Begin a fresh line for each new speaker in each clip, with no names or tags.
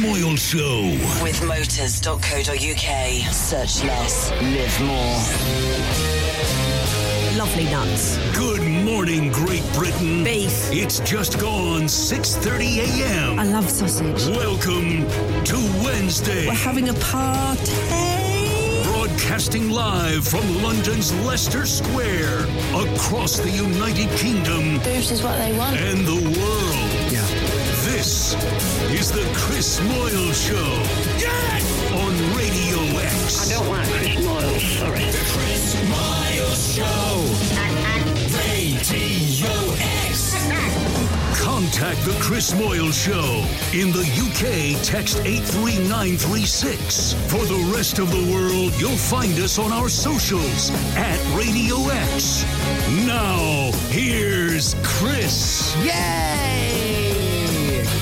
Moyle Show.
With motors.co.uk. Search less, live more.
Lovely nuts.
Good morning, Great Britain.
Beef.
It's just gone 6.30 a.m.
Uh.
I love sausage.
Welcome to Wednesday.
We're having a party
broadcasting live from London's Leicester Square, across the United Kingdom.
Boost is what they want.
And the world.
Yeah.
This is the Chris Moyle Show. Yes! On Radio
X. I don't like Chris Moyle, sorry.
The Chris Moyle Show. Radio X. Contact The Chris Moyle Show. In the UK, text 83936. For the rest of the world, you'll find us on our socials at Radio X. Now, here's Chris.
Yay!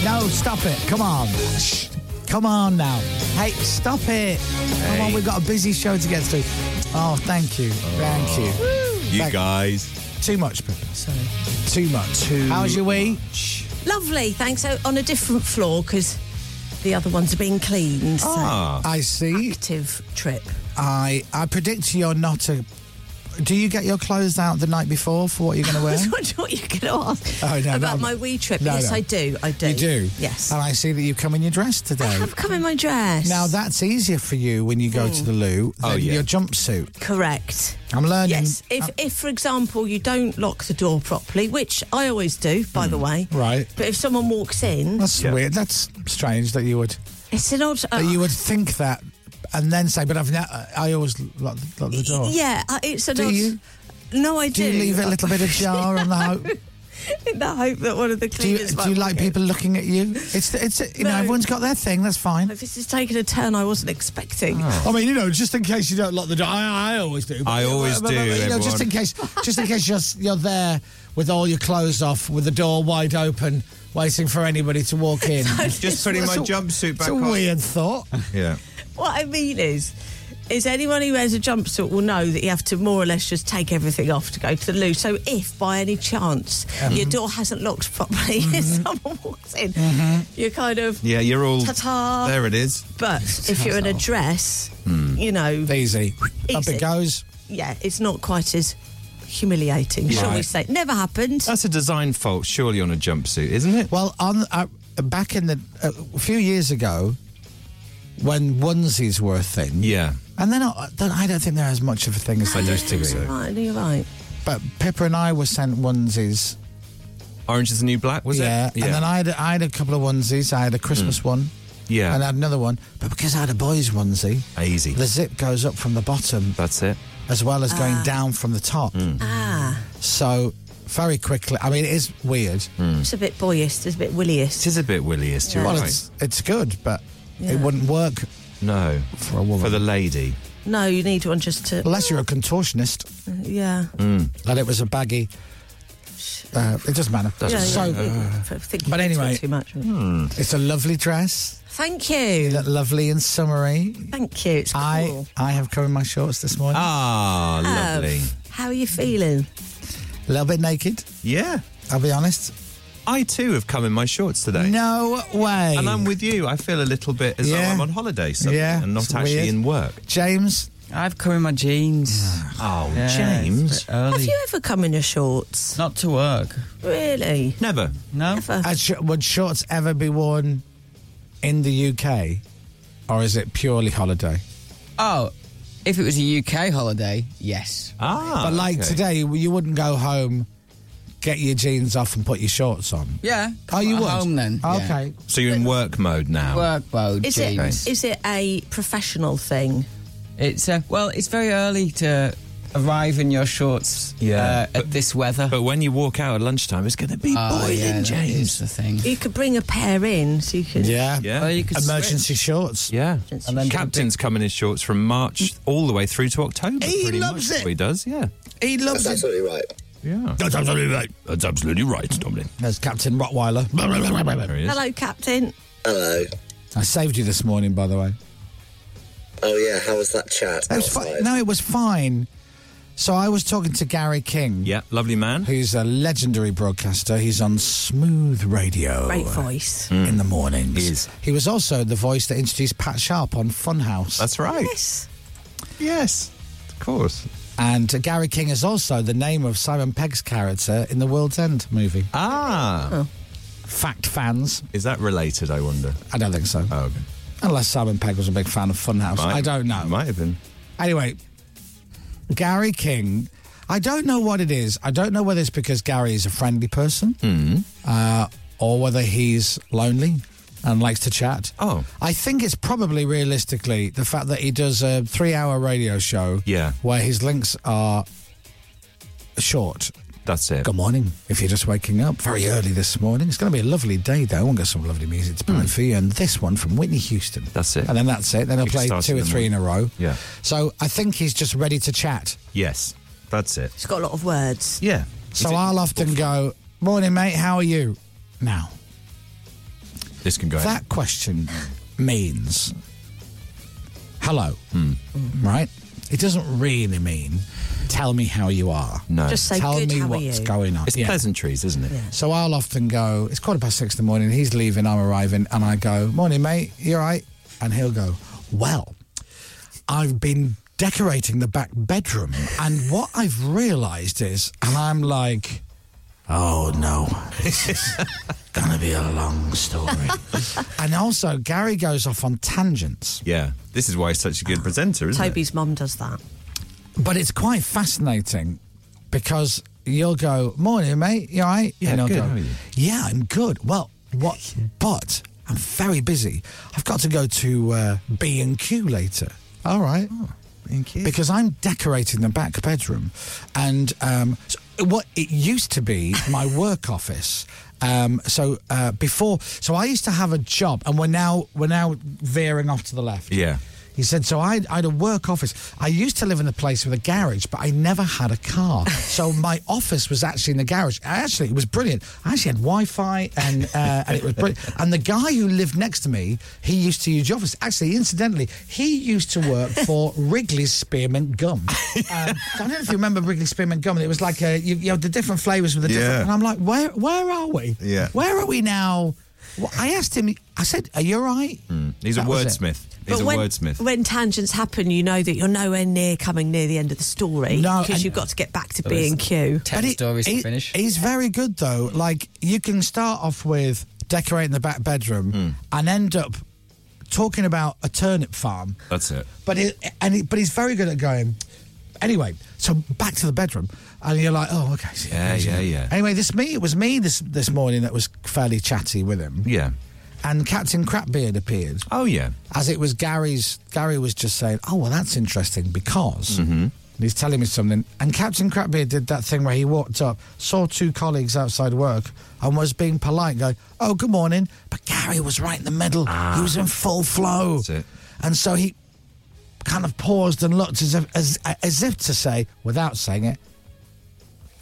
No, stop it. Come on. Shh. Come on now. Hey, stop it. Hey. Come on, we've got a busy show to get through. Oh, thank you. Oh. Thank you.
Woo. You
thank
guys.
Too much, Pippa. Sorry. Too much. Too How's your week?
Lovely, thanks. So on a different floor because the other ones are being cleaned. So.
Ah, I see.
Active trip.
I I predict you're not a. Do you get your clothes out the night before for what you're going to wear?
I what you're going to ask oh, no, about no, my wee trip. No, yes, I do. I do.
You do.
Yes.
And I see that you've come in your dress today. I
have come in my dress.
Now that's easier for you when you go mm. to the loo than oh, yeah. your jumpsuit.
Correct.
I'm learning.
Yes, if, uh, if for example you don't lock the door properly, which I always do, by mm, the way.
Hmm. Right.
But if someone walks in,
that's yeah. weird. That's strange that you would.
It's an odd.
Uh, you would think that, and then say, "But I've now." I always lock, lock the door.
uh, Yeah, it's an
do
odd.
You?
No, I
do. Do you leave a little bit ajar no. on the hope?
In the hope that one of the cleaners.
Do you, do you like people looking at you? It's it's you no. know everyone's got their thing. That's fine.
If this is taking a turn I wasn't expecting.
Oh. I mean, you know, just in case you don't lock the door, I, I always do.
I always but, do. But,
you know, just in case, just in case you're you're there with all your clothes off, with the door wide open, waiting for anybody to walk in.
so just putting my a, jumpsuit back.
It's a
on.
weird thought.
yeah.
What I mean is is anyone who wears a jumpsuit will know that you have to more or less just take everything off to go to the loo. So if by any chance um, your door hasn't locked properly mm-hmm. and someone walks in, mm-hmm. Oh, you're kind of
yeah, you're all
ta-ta.
There it is.
But if you're in a dress, mm. you know,
easy. easy up it goes.
Yeah, it's not quite as humiliating, shall right. we say? Never happened.
That's a design fault, surely on a jumpsuit, isn't it?
Well, on uh, back in the uh, a few years ago, when onesies were a thing.
Yeah.
And then I, I don't think they're as much of a thing as
I used to be. So.
Right, you're right.
But Pippa and I were sent onesies.
Orange is the new black, was
yeah.
it? Hmm.
Yeah. And then I had, I had a couple of onesies. I had a Christmas mm. one.
Yeah.
And I had another one. But because I had a boys' onesie,
easy.
The zip goes up from the bottom.
That's it.
As well as ah. going down from the top.
Hmm.
Mm. Ah.
So very quickly. I mean, it is weird.
Mm. It's a bit boyiest. It's a bit williest.
It is a bit williest. Yeah.
well,
Hmm. right.
it's, it's good, but yeah. it wouldn't work.
No,
for a woman,
for the lady.
No, you need one just to.
Unless you're a contortionist.
Yeah.
Mm.
And it was a baggy. Uh, it doesn't matter.
Yeah, so,
yeah.
Uh, but anyway, too much.
Hmm.
it's a lovely dress.
Thank you.
lovely and summery.
Thank you. It's cool.
I I have come in my shorts this morning.
Ah, oh, lovely.
How are you feeling?
A little bit naked.
Yeah.
I'll be honest.
I too have come in my shorts today.
No way.
And I'm with you. I feel a little bit as yeah. though I'm on holiday something yeah, and not actually weird. in work.
James?
I've come in my jeans.
Oh, yeah, James.
Have you ever come in your shorts?
Not to work.
Really?
Never.
No.
Uh.
Never. Sh- would shorts ever be worn in the UK? Or is it purely holiday?
Oh, if it was a UK holiday, yes.
Ah.
But like
okay.
today, you wouldn't go home get your jeans off and put your shorts on.
Yeah.
Oh, you would?
home then.
Oh, okay.
Yeah.
So you're in work mode now.
Work mode.
Is
jeans.
it is it a professional thing?
It's a, well, it's very early to arrive in your shorts. Yeah. Uh, but, at this weather. Ah,
But when you walk out at lunchtime, it's going to be oh, boiling, yeah, Oh, James.
the thing.
You could bring a pair in, so you could.
Yeah.
Yeah. Well,
you could Emergency switch. shorts.
Yeah. Emergency and then captain's coming in shorts from March all the way through to October.
He loves
much,
it.
He does. Yeah.
He loves
That's it. absolutely right.
Yeah.
That's absolutely right.
That's absolutely right, Dominic.
There's Captain Rottweiler.
There he is.
Hello, Captain.
Oh.
Hello.
I saved you this morning, by the way.
Oh, yeah. How was that chat?
It was fi- no, it was fine. So I was talking to Gary King.
Yeah, lovely man.
Who's a legendary broadcaster. He's on Smooth Radio.
Great voice.
In the mornings.
He is.
He was also the voice that introduced Pat Sharp on Funhouse.
That's right.
Yes.
Yes, of course.
and uh, Gary King is also the name of Simon Pegg's character in the World's End movie.
Ah,
Oh. Fact fans.
is that related? I wonder.
I don't think so.
Oh, okay.
Unless Simon Pegg was a big fan of Funhouse.
Might-
I don't know.
Might have been.
Anyway, Gary King. I don't know what it is. I don't know whether it's because Gary is a friendly person,
Mm-hmm.
uh, or whether he's lonely and likes to chat.
Oh.
I think it's probably realistically the fact that he does a three-hour radio show.
Yeah.
where his links are short.
That's it.
Good morning. If you're just waking up very early this morning, it's going to be a lovely day, though. I've got some lovely music to play for you, and this one from Whitney Houston.
Hmm. That's it.
And then that's it. Then I'll play
Kickstart
two
in
or
the
three in a row.
Yeah.
So I think he's just ready to chat.
Yes, that's it.
She's got a lot of words.
Yeah.
So
Is it-
I'll often go, Morning, mate, how are you? Now,
This can go. ahead.
that question means hello,
Hmm.
right? It doesn't really mean tell me how you are.
No.
Just say
tell
good,
me
how are
what's
you?
going on.
It's
Yeah.
pleasantries, isn't it?
So I'll often go, it's quarter past six in the morning, he's leaving, I'm arriving, and I go, morning, mate, you all right? And he'll go, well, I've been decorating the back bedroom, and what I've realised is, and I'm like, oh no, this is going to be a long story. and also, Gary goes off on tangents.
Yeah. This is why he's such a good presenter, isn't it?
Toby's mum does that.
But it's quite fascinating because you'll go, Morning, mate, you all right?
Yeah,
and I'll
good,
go,
how are you?
Yeah, I'm good. Well, what? but I'm very busy. I've got to go to uh, B&Q later. All right.
Oh, Thank you.
Because I'm decorating the back bedroom. And um, so what it used to be my work office. Um, so uh, before, so I used to have a job, and we're now we're now veering off to the left.
Yeah.
He said, so I, I had a work office. I used to live in a place with a garage, but I never had a car. So my office was actually in the garage. I Actually, it was brilliant. I actually had Wi-Fi and, uh, and it was brilliant. And the guy who lived next to me, he used to use the office. Actually, incidentally, he used to work for Wrigley's Spearmint Gum. Um, I don't know if you remember Wrigley's Spearmint Gum. It was like a, you, you had the different flavours with the different...
Yeah.
And I'm like, where, where are we?
Yeah.
Where are we now? Well, I asked him, I said, are you all right?
He's a
That was it.
wordsmith. He's a
when,
wordsmith.
when tangents happen, you know that you're nowhere near coming near the end of the story
No,
because
and-
you've got to get back to B and Q.
Ten
he-
stories
he-
to finish.
He's very good though. Like you can start off with decorating the back bedroom
Hmm.
and end up talking about a turnip farm.
That's it.
But it, and he, but he's very good at going. Anyway, so back to the bedroom, and you're like, oh, okay. so-
Yeah, yeah, yeah.
Anyway, this me. It was me this this morning that was fairly chatty with him.
Yeah.
And Captain Crapbeard appeared
Oh yeah.
as it was Gary's. Gary was just saying, "Oh well, that's interesting because."
Mm-hmm.
And he's telling me something, and Captain Crapbeard did that thing where he walked up, saw two colleagues outside work, and was being polite, going, "Oh, good morning." But Gary was right in the middle; he was in full flow,
Ah. That's it.
and so he kind of paused and looked as if as, as if to say, without saying it,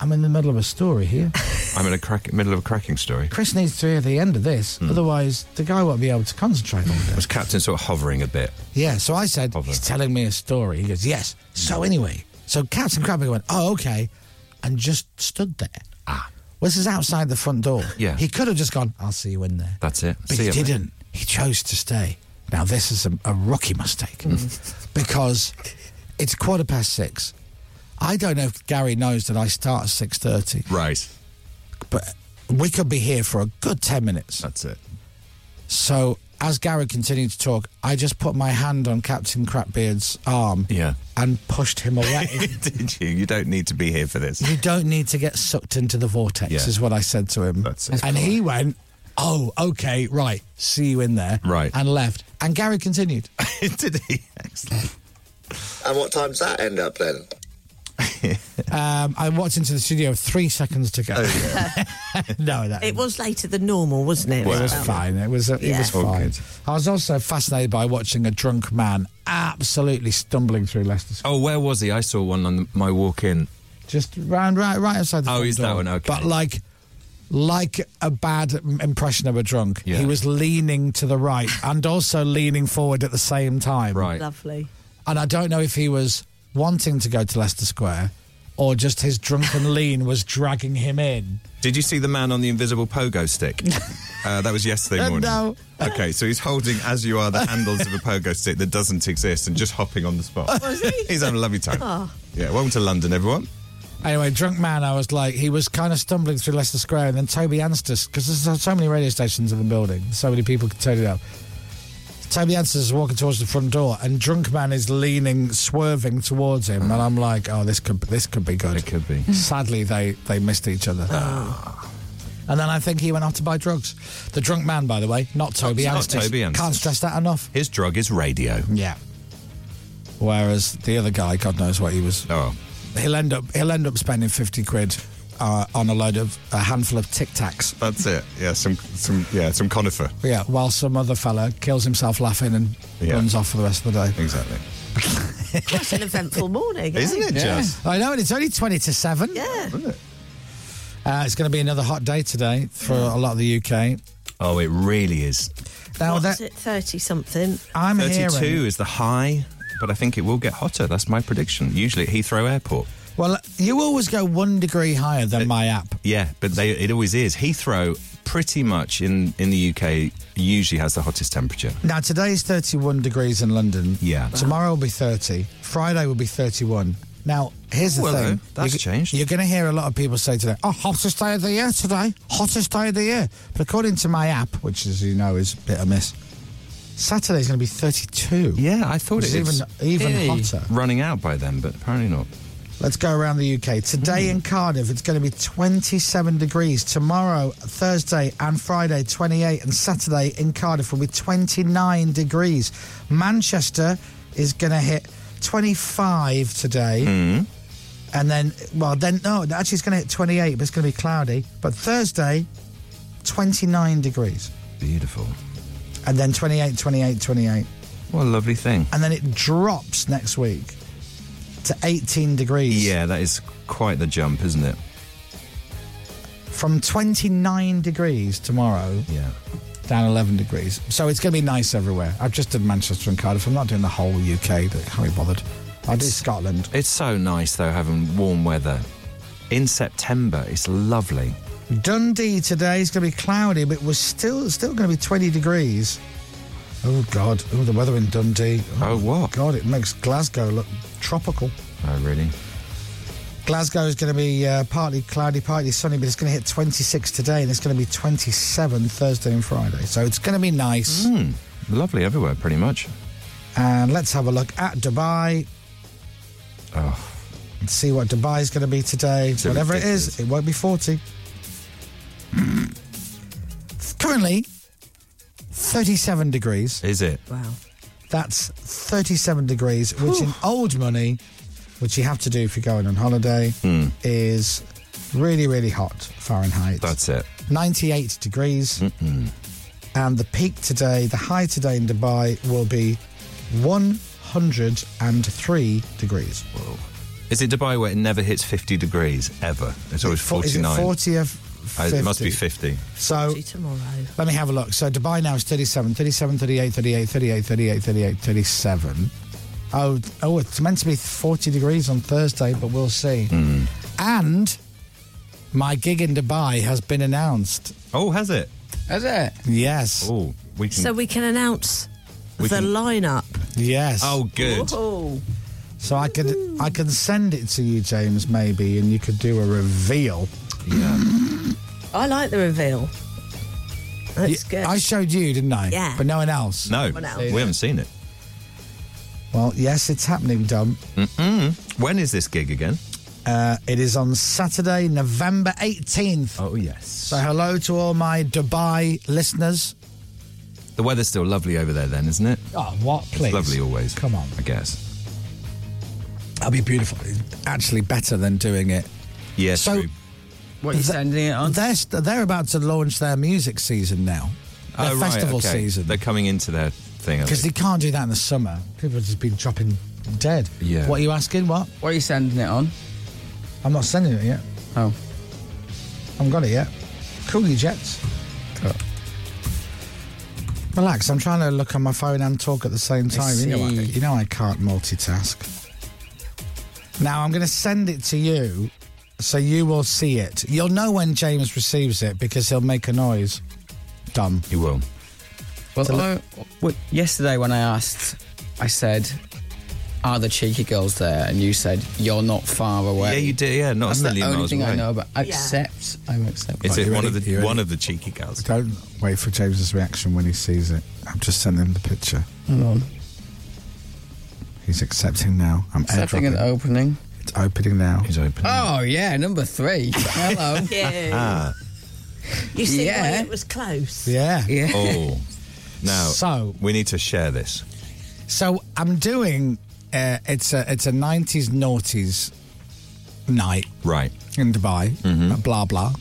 "I'm in the middle of a story here."
I'm in a crack- middle of a cracking story.
Chris needs to hear the end of this, otherwise the guy won't be able to concentrate on
Hmm. Was Captain sort of hovering a bit?
Yeah, so I said,
Probably.
he's telling me a story. He goes, yes. So
Mm.
anyway, so Captain Crabbe went, oh, okay, and just stood there. Ah. Well, this is outside the front door.
Yeah.
He could have just gone, I'll see you in there.
That's it.
But
See
he
ya, mate.
didn't. He chose to stay. Now, this is a, a rookie mistake
Mm.
because it's quarter past six. I don't know if Gary knows that I start at 6.30,
Right.
but we could be here for a good 10 minutes.
That's it.
So as Gary continued to talk, I just put my hand on Captain Crapbeard's arm
Yeah.
and pushed him away.
Did you? You don't need to be here for this.
you don't need to get sucked into the vortex,
Yeah.
is what I said to him.
That's it.
And he went, Oh, okay, right. See you in there.
Right.
And left. And Gary continued.
Did he? Excellent.
And what time's that end up then?
Um, I walked into the studio with three seconds to
Oh,
go. no, that
It was later than normal, wasn't
It
it?
was fine. It was. It
Yeah.
was
Oh,
fine.
good.
I was also fascinated by watching a drunk man absolutely stumbling through Leicester Square.
Oh, where was he? I saw one on the, my walk in.
Just round, right, right outside the.
Oh,
front
he's that
door.
one, okay.
But like, like a bad m- impression of a drunk.
Yeah.
He was leaning to the right and also leaning forward at the same time.
Right.
Lovely.
And I don't know if he was wanting to go to Leicester Square or just his drunken lean was dragging him in?
Did you see the man on the invisible pogo stick? uh, that was yesterday
Uh,
morning.
no.
Okay, so he's holding, as you are, the handles of a pogo stick that doesn't exist and just hopping on the spot.
Was he?
he's having a lovely time. Yeah, welcome to London, everyone.
Anyway, drunk man, I was like, he was kind of stumbling through Leicester Square, and then Toby Ansters, because there's so- so many radio stations in the building, so many people could turn it up. Toby Ansters is walking towards the front door, and drunk man is leaning, swerving towards him, and I'm like, oh, this could this could be good.
It could be.
Sadly, they they missed each other. And then I think he went off to buy drugs. The drunk man, by the way, not Toby
Not
Ansters.
Toby Ansters.
Can't stress that enough.
His drug is radio.
Yeah. Whereas the other guy, God knows what he was
Oh,
he'll end up he'll end up spending 50 quid uh, on a load of a handful of Tic Tacs.
that's it. Yeah, some, some, yeah, some conifer.
Yeah, while some other fella kills himself laughing and
Yeah.
runs off for the rest of the day.
Exactly.
That's an eventful morning. eh?
Isn't it
Yeah.
just?
I know, and it's only 20 to 7.
Yeah.
Uh, it's going to be another hot day today for a lot of the UK.
Oh, it really is.
Now,
What
that,
was it? Thirty something.
I'm
32
hearing.
is the high, but I think it will get hotter. That's my prediction. Usually at Heathrow Airport.
Well, you always go one degree higher than my app.
Yeah, but they, it always is. Heathrow, pretty much in, in the UK, usually has the hottest temperature.
Now, today's 31 degrees in London.
Yeah.
Tomorrow will be 30. Friday will be 31. Now, here's the
Well,
thing.
though, that's
you're,
changed.
You're going to hear a lot of people say today, oh, hottest day of the year today, hottest day of the year. But according to my app, which, as you know, is a bit of a miss, Saturday's going to be 32.
Yeah, I thought
It's
it was
even- even hotter.
Running out by then, but apparently not.
Let's go around the UK. Today in Cardiff, it's going to be 27 degrees. Tomorrow, Thursday and Friday, 28. And Saturday in Cardiff will be 29 degrees. Manchester is going to hit 25 today. And then, well, then, no, actually, it's going to hit 28, but it's going to be cloudy. But Thursday, 29 degrees.
Beautiful.
And then 28, 28, 28.
What a lovely thing.
And then it drops next week to 18 degrees.
Yeah, that is quite the jump, isn't it?
from 29 degrees tomorrow
Yeah.
down 11 degrees. So it's going to be nice everywhere. I've just done Manchester and Cardiff. I'm not doing the whole UK. that- Can't be bothered. I did Scotland.
It's so nice, though, having warm weather. In September, it's lovely.
Dundee today is going to be cloudy, but we're still still going to be 20 degrees. Oh God! Oh, the weather in Dundee.
Oh, what?
God, it makes Glasgow look tropical.
Oh, really?
Glasgow is going to be uh, partly cloudy, partly sunny, but it's going to hit 26 today, and it's going to be 27 Thursday and Friday. So it's going to be nice.
Lovely everywhere, pretty much.
And let's have a look at Dubai. Let's see what Dubai is going to be today.
Oh. It's
Whatever it
ridiculous.
is, it won't be 40. Currently, 37 degrees.
Is it?
Wow.
That's 37 degrees, which in old money, which you have to do if you're going on holiday,
Hmm.
is really, really hot Fahrenheit.
That's it.
98 degrees. And the peak today, the high today in Dubai will be 103 degrees.
Is it Dubai where it never hits 50 degrees ever? It's always
Fo-
49.
Is it 40 or
Uh,
50?
It must be 50.
So
See tomorrow.
Hmm.
let me have a look. So Dubai now is 37, 37, 38, 38, 38, 38, 38, 37. Oh, oh, it's meant to be 40 degrees on Thursday, but we'll see.
Hmm.
And my gig in Dubai has been announced.
Oh, has it?
Is it?
Yes.
Oh, we can.
So we can announce
We
the
can-
lineup.
Yes.
oh, good.
Oh.
So I could I can send it to you, James, maybe, and you could do a reveal.
Yeah.
I like the reveal. That's good.
I showed you, didn't I?
Yeah.
But no one else.
No,
Someone else.
we haven't seen it.
Well, yes, it's happening, Dom.
When is this gig again?
Uh, it is on Saturday, November 18th.
Oh, yes.
So hello to all my Dubai listeners.
The weather's still lovely over there, then, isn't it?
Oh, what, please.
It's lovely always.
Come on.
I guess.
That'll be beautiful. It's actually better than doing it.
Yeah,
So-
true.
What are you sending it on?
They're, st- they're about to launch their music season now. Their
Oh, right,
festival
okay.
season.
They're coming into their thing. I
Because they
think.
can't do that in the summer. People have just been dropping dead.
Yeah.
What are you asking? What?
What are you sending it on?
I'm not sending it yet.
Oh.
I haven't got it yet. Cool, you jets. Relax, I'm trying to look on my phone and talk at the same time. You know, I,
see.
you know I can't multitask. Now I'm going to send it to you, so you will see it. You'll know when James receives it because he'll make a noise. Dumb.
You will.
Well, I- well, yesterday when I asked, I said, "Are the cheeky girls there?" And you said, "you're not far away.
Yeah, you do. Yeah, not
That's
a
the
million
only
miles
thing
away.
I know. oh, But accept, I'm accepting.
It's
Right,
it,
you
one
ready?
of
You
the
ready?
one of the cheeky girls.
Don't wait for James's reaction when he sees it. I'm just sending him the picture.
Hold on.
He's accepting now. I'm
Accepting an
airdropping.
opening.
It's opening now.
He's open.
Oh yeah, number three. Hello.
Yeah.
Ah.
You see
Yeah.
why it was close?
Yeah.
yeah.
Oh. Now,
So-
we need to share this.
So I'm doing. Uh, it's a it's a 90s noughties night
Right.
in Dubai.
Mm-hmm.
uh, Blah blah.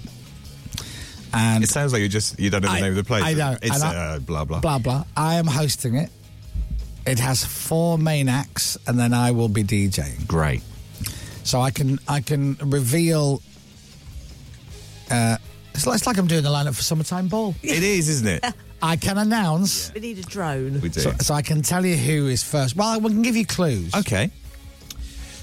And
It sounds like you just you don't know the
I-
name of the place.
I don't.
It's
And I-
uh, blah blah
blah blah. I am hosting it. It has four main acts, and then I will be DJing.
Great.
So I can I can reveal. Uh, it's, like, it's like I'm doing a lineup for summertime ball.
It is, isn't it?
I can announce,
We need a drone.
We do.
so, so I can tell you who is first. Well, I we can give you clues.
okay.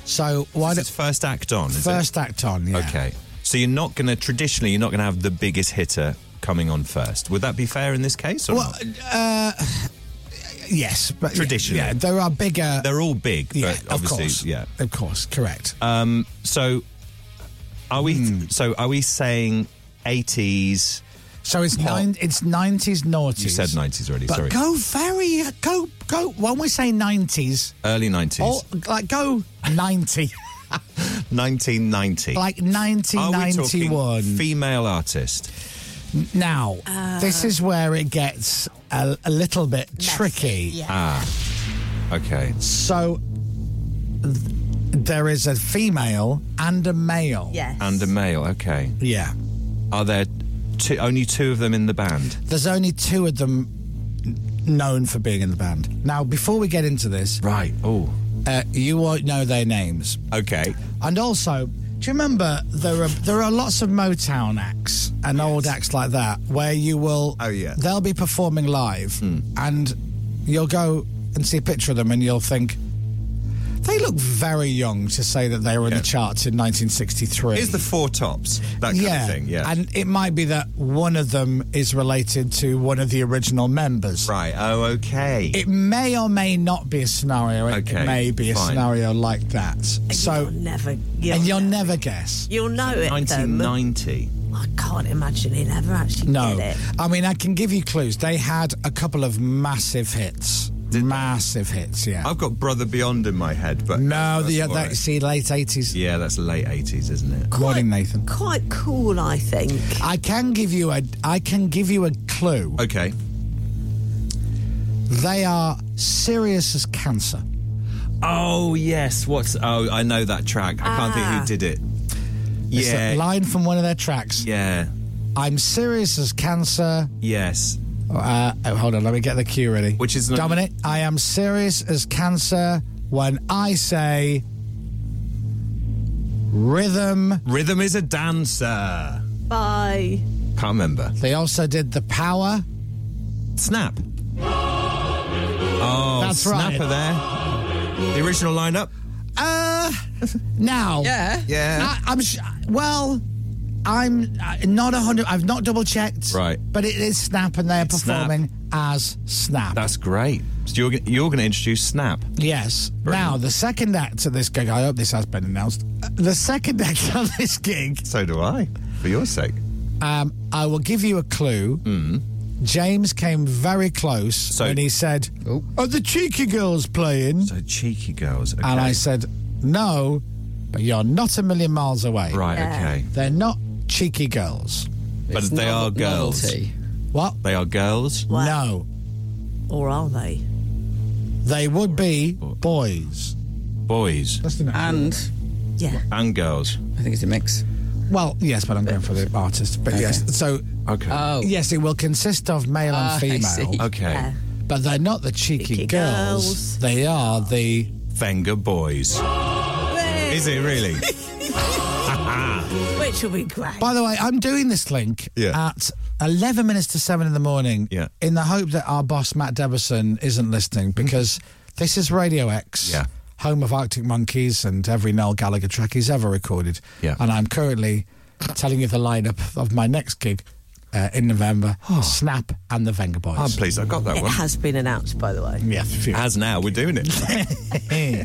So why
This
do
is first act on. Is
first act on?
It?
Yeah.
Okay. So you're not going to traditionally you're not going to have the biggest hitter coming on first. Would that be fair in this case or
Well,
not?
uh, yes, but
Traditionally.
yeah, there are bigger.
They're all big,
yeah,
but
of
obviously,
course.
yeah. Uh,
of course, correct.
So are we
Hmm.
so are we saying 80s
so it's nine. It's nineties noughties.
You said 90s already,
But
sorry.
go very go go. When we say nineties,
early 90s.
or like go ninety,
1990.
like nineteen
Are we
ninety
talking
one.
female artist?
now this is where it gets a, a little bit tricky.
Ah, Okay.
So th- there is a female and a male.
Yes.
And a male, okay.
Yeah.
Are there two, only two of them in the band?
There's only two of them n- known for being in the band. Now, before we get into this,
Right. Oh.
uh, you won't know their names.
Okay.
And also, do you remember there are there are lots of Motown acts and old acts like that where you will
Oh, yeah. Hmm.
they'll be performing live and you'll go and see a picture of them and you'll think they look very young to say that they were in
Yeah.
the charts in 1963.
Here's the four tops. That kind
yeah,
of thing. Yeah.
and it might be that one of them is related to one of the original members.
right. Oh, okay.
It may or may not be a scenario. It, it
Okay,
may be a
fine.
scenario like that. so,
you'll never. You'll
and you'll
never.
never guess.
You'll know it. though.
1990.
I can't imagine he'll ever actually
No.
get it.
I mean, I can give you clues. They had a couple of massive hits. massive hits, yeah.
I've got Brother Beyond in my head, but
no,
that's
the
all
that,
right.
see, late 80s.
yeah, that's late 80s, isn't it?
Good Morning, Nathan.
Quite cool, I think.
I can give you a I can give you a clue.
Okay.
They are serious as cancer.
Oh yes. What's? Oh, I know that track. I can't think
Ah.
who did it.
It's
Yeah.
a line from one of their tracks.
yeah.
I'm serious as cancer.
Yes.
Uh, oh, hold on, let me get the cue ready.
Which is not-
Dominic? I am serious as cancer when I say rhythm.
Rhythm is a dancer.
Bye.
Can't remember.
They also did the power.
Snap. Oh,
That's right.
Snapper there. The original lineup.
Uh, now.
Yeah.
Yeah.
I, I'm sh- well. I'm uh, not a hundred. I've not double checked.
Right.
But it is Snap, and they are
It's Snap.
performing as Snap.
That's great. So you're g- you're going to introduce Snap.
yes. Now the second act of this gig. I hope this has been announced. Uh, The second act of this gig.
So do I, for your sake.
Um, I will give you a clue. James came very close
Hmm. So-
when he said,
Oh.
"Are the cheeky girls playing?"
So cheeky girls. Okay.
And I said, "No, but you're not a million miles away.
right.
Yeah.
Okay.
They're not cheeky girls.
But
It's
they
no-
are girls.
novelty.
What?
They are girls.
Wow.
No."
Or are they?
They would be boys. Uh,
Boys
And
Yeah.
and girls.
I think it's a mix.
Well, yes, but I'm going for the artist. But yes, so
Okay.
Oh.
yes, it will consist of male
Ah, I
and
see.
female,
okay.
Yeah.
but they're not the cheeky,
Cheeky
girls.
girls.
They are the.
Fenger boys. Is it really?
Which will be great.
By the way, I'm doing this link
Yeah.
at 11 minutes to seven in the morning.
Yeah. Mm-hmm.
In the hope that our boss Matt Debison isn't listening because this is Radio X.
Yeah.
home of Arctic Monkeys and every Noel Gallagher track he's ever recorded.
Yeah.
And I'm currently telling you the lineup of my next gig uh, in November Snap and the Venga Boys.
I'm pleased I got that
It
one.
has been announced, by the way.
Yeah, phew.
As now, we're doing it.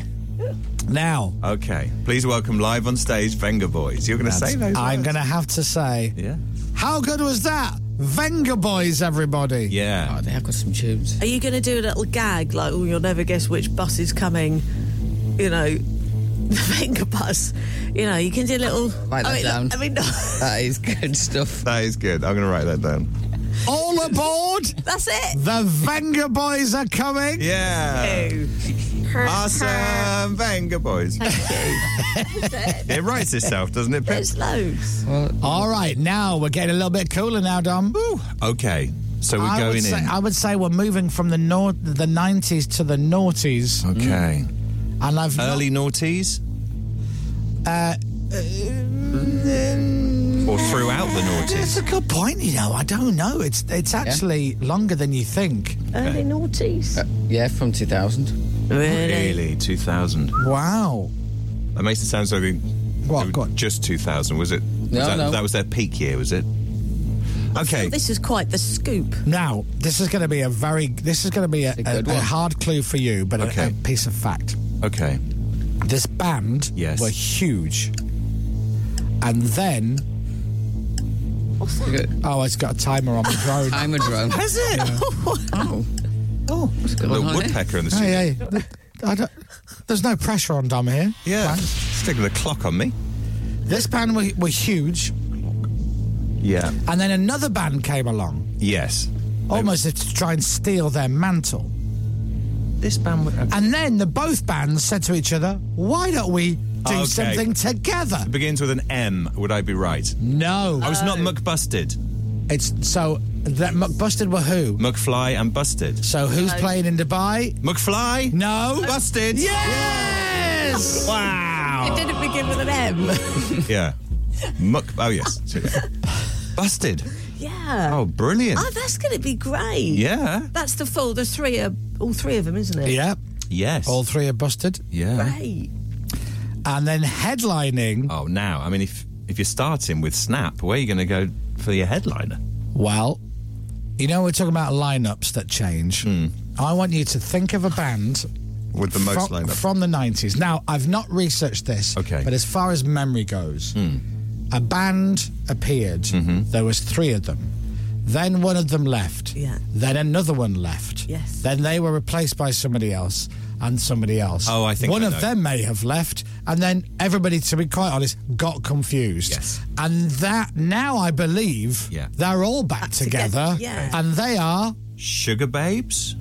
now,
okay. Please welcome live on stage Venga Boys. You're going to say those.
I'm
words.
going to have to say,
Yeah.
how good was that? Venga Boys, everybody.
Yeah.
Oh, they have got some tunes.
Are you going to do a little gag like, oh, you'll never guess which bus is coming? You know, the finger bus. You know, you can do a little.
Write that
I mean,
down.
I mean, no,
That is good stuff.
That is good. I'm going to write that down.
All aboard!
that's it.
The Venga Boys are coming.
Yeah. Awesome. Venga Boys. it writes itself, doesn't it, Pip?
There's loads.
All right, now we're getting a little bit cooler now, Dom.
Okay. So we're
I
going
would say,
in.
I would say we're moving from the nor- the nineties to the noughties,
okay.
and I've not- uh,
Early noughties? or throughout the
That's
noughties?
a good point. You know, I don't know. It's it's actually longer than you think.
Early noughties.
Yeah, from 2000.
Really?
Really? 2000.
Wow.
That makes it sound so good.
What? Go on.
Just 2000, was it? was
No,
that,
no.
that was their peak year, was it? Okay.
This is quite the scoop.
Now this is going to be a very this is going to be a, a,
good
a
one.
hard clue for you, but a-
Okay.
a piece of fact.
Okay.
this band
Yes.
were huge. And then,
What's that?
Good.
oh, it's got a timer on the drone.
I'm a drone.
Is it?
Oh, what's going
The
on here?
woodpecker in the studio.
Hey, hey. th- I don't, there's no pressure on Dom here.
Yeah.
Right.
Stick with a clock on me.
This band were, were huge.
Yeah.
And then another band came along,
Yes.
almost to try and steal their mantle.
This band. were-
And then the both bands said to each other, why don't we do
Okay.
something together?
begins with an M. Would I be right?
No.
I was not McBusted.
It's so that McBusted were who?
McFly and Busted.
So who's playing in Dubai?
McFly?
No.
Busted?
Yes!
Wow.
It didn't begin with an M.
Yeah. Muck. Oh, yes. Busted.
yeah.
Oh, brilliant.
Oh, that's going to be great.
Yeah.
That's the full. The three are all three of them, isn't it?
Yeah,
Yes.
all three are busted.
yeah.
Great.
And then headlining,
Oh, now, I mean, if if you're starting with Snap, where are you going to go for your headliner?
well, you know, we're talking about lineups that change. I want you to think of a band.
With the most
fro-
lineup.
From the 90s. Now, I've not researched this,
Okay. Hmm.
but as far as memory goes, a band appeared.
Mm-hmm.
There was three of them. Then one of them left.
Yeah.
Then another one left.
Yes.
Then they were replaced by somebody else and somebody else.
Oh, I think
one
I
of
know.
them may have left, and then everybody, to be quite honest, got confused.
Yes.
And that now I believe
Yeah.
they're all back, together,
together, yeah.
and they are
Sugar Babes?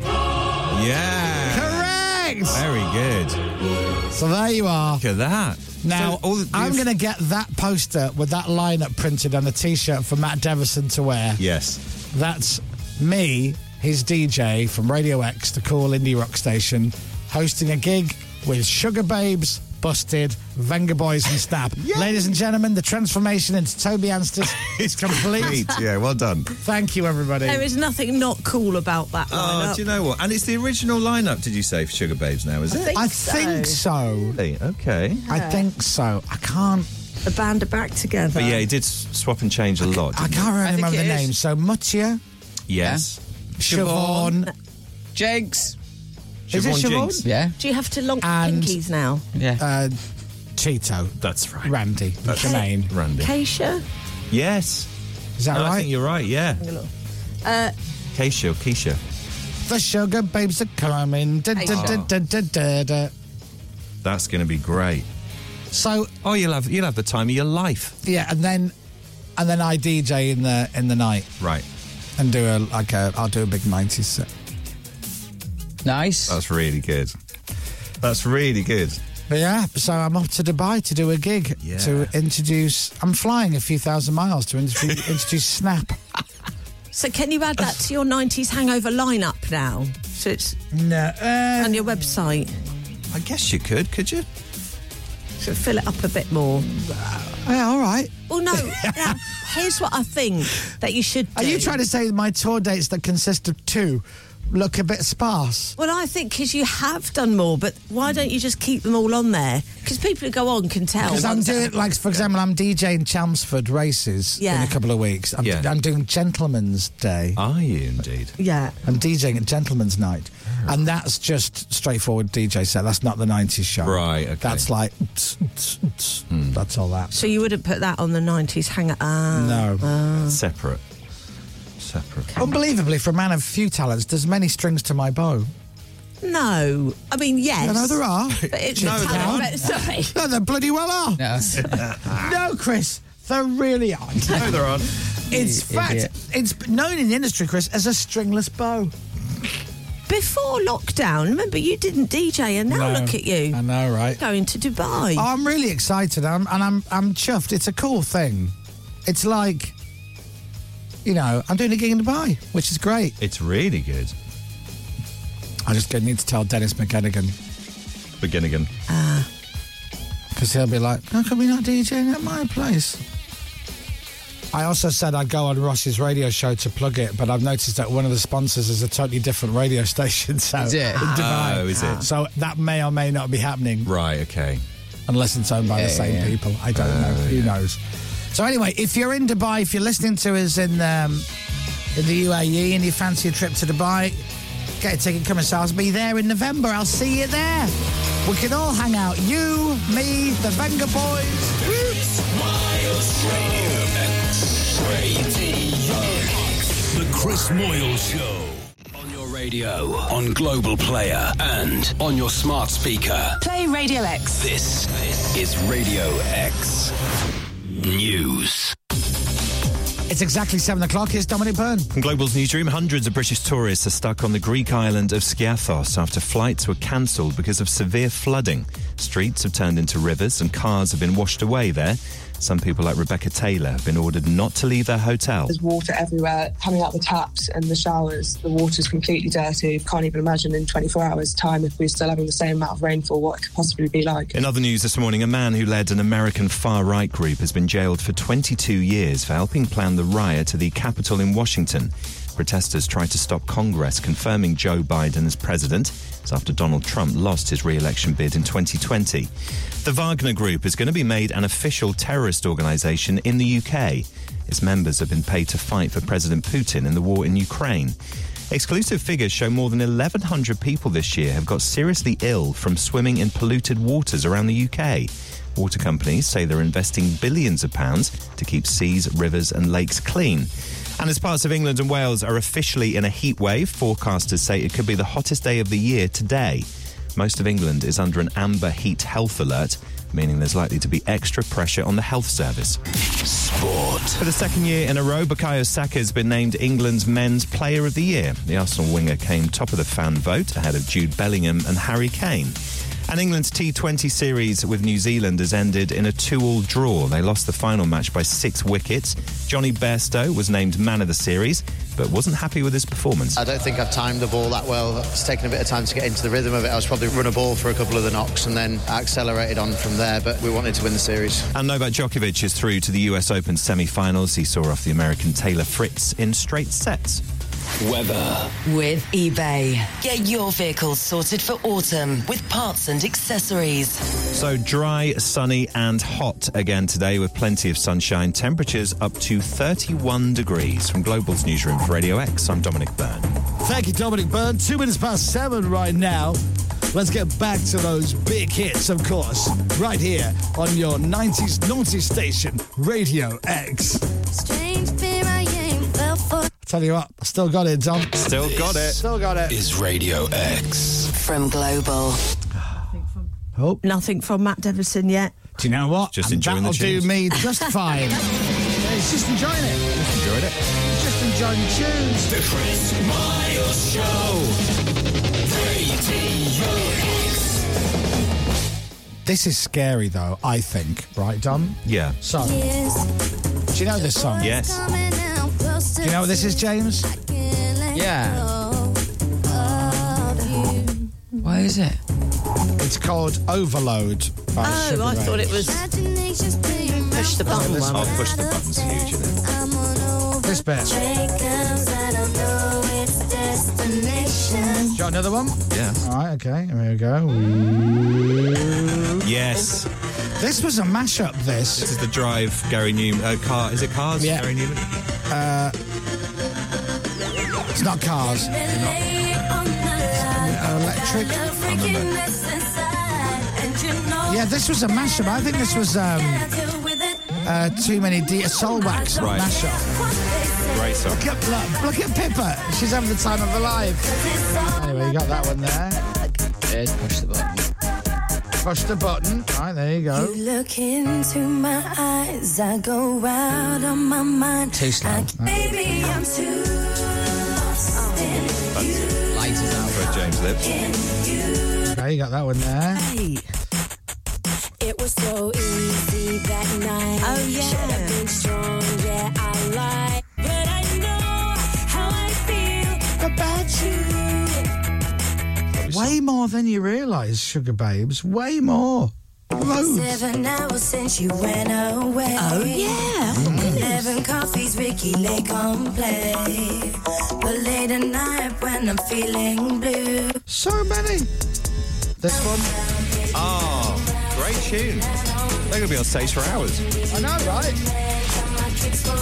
Yeah.
correct.
Very good.
So there you are.
Look at that.
Now
So all the-
I'm going to get that poster with that lineup printed and a T-shirt for Matt Devison to wear.
Yes.
That's me, his DJ from Radio X, the cool indie rock station, hosting a gig with Sugar Babes, Busted, Venga Boys, and Snap. Ladies and gentlemen, the transformation into Toby Anstis is complete.
Yeah, well done.
Thank you, everybody.
There is nothing not cool about that.
Oh,
lineup.
do you know what? And it's the original lineup, did you say, for Sugar Babes now, is it?
I think so.
Really? Okay.
I think so. I can't.
the band are back together.
But yeah, he did s- swap and change a lot.
Um, I
didn't
can't
I
really
think
remember the
it is.
names. So Mutia,
he? Yes.
Siobhan.
Jake's.
Is it
Siobhan
Siobhan?
Jinx.
Yeah.
Do you have to lock
And-
pinkies now?
Yeah.
Uh, Cheeto,
That's right.
Randy, Jermaine.
Randy.
Keisha?
Yes.
Is that
No, I
right?
think you're right, yeah. Uh, Keisha, Keisha.
The Sugar Babes are coming. Da, da, da, da, da, da, da.
That's going to be great.
So
Oh, you'll have you'll have the time of your life.
yeah, and then and then I DJ in the in the night
Right.
and do a like a I'll do a big nineties set.
Nice.
That's really good. That's really good.
But yeah, so I'm off to Dubai to do a gig
Yeah.
to introduce. I'm flying a few thousand miles to introduce, introduce Snap.
So can you add that to your 90s hangover lineup now? So it's
No,
uh,
on your website.
I guess you could, could you?
So fill it up a bit more.
Oh, yeah, all right.
Well, no. now, here's what I think that you should do.
Are you trying to say my tour dates that consist of two look a bit sparse.
Well, I think because you have done more, but why don't you just keep them all on there? Because people who go on can tell.
Because I'm
once-
doing, like, for example, I'm DJing Chelmsford races
Yeah.
in a couple of weeks. I'm,
Yeah. Oh.
I'm doing Gentleman's Day.
Are you indeed?
Yeah.
I'm DJing at Gentleman's Night, and that's just straightforward DJ set. That's not the '90s show.
Right, okay. Hmm.
That's like tss, tss, tss. that's all that.
So you wouldn't put that on the 90s hanger? Ah.
No.
Separate. Separate.
Unbelievably, for a man of few talents, there's many strings to my bow.
No. I mean, yes.
No, no, there are.
But it's
No,
a
there
talent,
aren't.
but- sorry.
No, there bloody well are.
No, that's-
No, Chris, there really aren't.
No, there aren't.
In fact,
idiot.
it's known in the industry, Chris, as a stringless bow.
Before lockdown, remember you didn't DJ, and now
No.
look at you
I know, right?
going to Dubai.
Oh, I'm really excited, I'm, and I'm I'm chuffed. It's a cool thing. It's like, you know, I'm doing a gig in Dubai, which is great.
It's really good.
I just gonna need to tell Dennis McGinnigan
Beginnigan.
because he'll be like, "How come we not DJing at my place?" I also said I'd go on Ross's radio show to plug it, but I've noticed that one of the sponsors is a totally different radio station. So
Is it?
in Dubai.
Oh, is it?
So that may or may not be happening.
Right, okay.
unless it's owned by the
Yeah,
same
yeah. Uh,
people. I don't know. Who knows? So anyway, if you're in Dubai, if you're listening to us in um, in the UAE and you fancy a trip to Dubai, get a ticket. Come and see us. Be there in November. I'll see you there. We can all hang out. You, me, the Venga Boys.
The Chris Moyle Show.
On your radio, on Global Player, and on your smart speaker.
Play Radio X.
This is Radio X News.
It's exactly seven o'clock. Here's Dominic Byrne.
From Global's newsroom, hundreds of British tourists are stuck on the Greek island of Skiathos after flights were cancelled because of severe flooding. Streets have turned into rivers and cars have been washed away there. Some people, like Rebecca Taylor, have been ordered not to leave their hotel.
water everywhere coming out the taps and the showers. The water's completely dirty. You can't even imagine in 24 hours' time if we're still having the same amount of rainfall, what it could possibly be like.
In other news this morning, a man who led an American far right group has been jailed for 22 years for helping plan the riot to the Capitol in Washington. Protesters tried to stop Congress confirming Joe Biden as president. It's after Donald Trump lost his re election bid in 2020. The Wagner Group is going to be made an official terrorist organisation in the UK. Its members have been paid to fight for President Putin in the war in Ukraine. Exclusive figures show more than 1,100 people this year have got seriously ill from swimming in polluted waters around the UK. Water companies say they're investing billions of pounds to keep seas, rivers, and lakes clean. And as parts of England and Wales are officially in a heat wave, forecasters say it could be the hottest day of the year today. Most of England is under an amber heat health alert, meaning there's likely to be extra pressure on the health service.
Sport.
For the second year in a row, Bukayo Saka has been named England's Men's Player of the Year. The Arsenal winger came top of the fan vote ahead of Jude Bellingham and Harry Kane. And England's T20 series with New Zealand has ended in a two-all draw. They lost the final match by six wickets. Johnny Bairstow was named man of the series, but wasn't happy with his performance.
I don't think I've timed the ball that well. It's taken a bit of time to get into the rhythm of it. I was probably run a ball for a couple of the knocks and then accelerated on from there, but we wanted to win the series.
And Novak Djokovic is through to the US Open semi-finals. He saw off the American Taylor Fritz in straight sets.
Weather.
With eBay. Get your vehicle sorted for autumn with parts and accessories.
So dry, sunny, and hot again today with plenty of sunshine. Temperatures up to 31 degrees. From Global's newsroom for Radio X, I'm Dominic Byrne.
Thank you, Dominic Byrne. Two minutes past seven right now. Let's get back to those big hits, of course, right here on your 90s naughty station, Radio X.
Strange fear I
Tell you what, I still got it, Dom.
Still got it.
Still got it.
Is Radio X.
From Global.
Nothing from Matt Deverson yet.
Do you know what?
Just
And
enjoying the
That'll do
tunes.
me just fine. Yeah, it's just enjoying it.
Enjoyed it.
Just enjoying the tunes.
The Chris Miles Show. Radio X.
This is scary, though, I think. Right, Dom?
Yeah.
So, do you know this song?
Yes.
Do you know what this is, James?
yeah. What is it?
It's called Overload by
Oh,
Sugar
I
Ray.
thought it was push the button one.
I'll push the buttons huge in it.
This bit.
I don't know it's destined.
Do you want another one?
Yeah.
All right, okay. Here we go.
Yes.
This was a mashup, this.
This is the drive, Gary Newman. Uh, car, is it cars?
Yeah.
Gary Newman?
Uh, it's not cars. Electric. Yeah, this was a mashup. I think this was um, uh, too many D. a Soul Wax
Right.
mashup.
Great song.
Look, at- look, look at Pippa. She's having the time of her life. Anyway, you got that one there. push the button. Push the button. All right, there you go.
You look into my eyes, I go out of my mind.
Too slow.
Baby, I'm too lost in
Light is out. For James Lips.
Okay, you got that one there.
you. It was so easy that night. Oh, yeah. Should have been strong, yeah, I lied. But I know how I feel about you.
Way more than you realise, Sugar Babes. Way more. Loads.
Seven hours since you went away.
Oh, yeah.
Eleven coffees, Ricky Lake on play. But late at night when I'm feeling blue.
So many. This one.
Oh, great tune. They're going to be on stage for hours.
I know, right?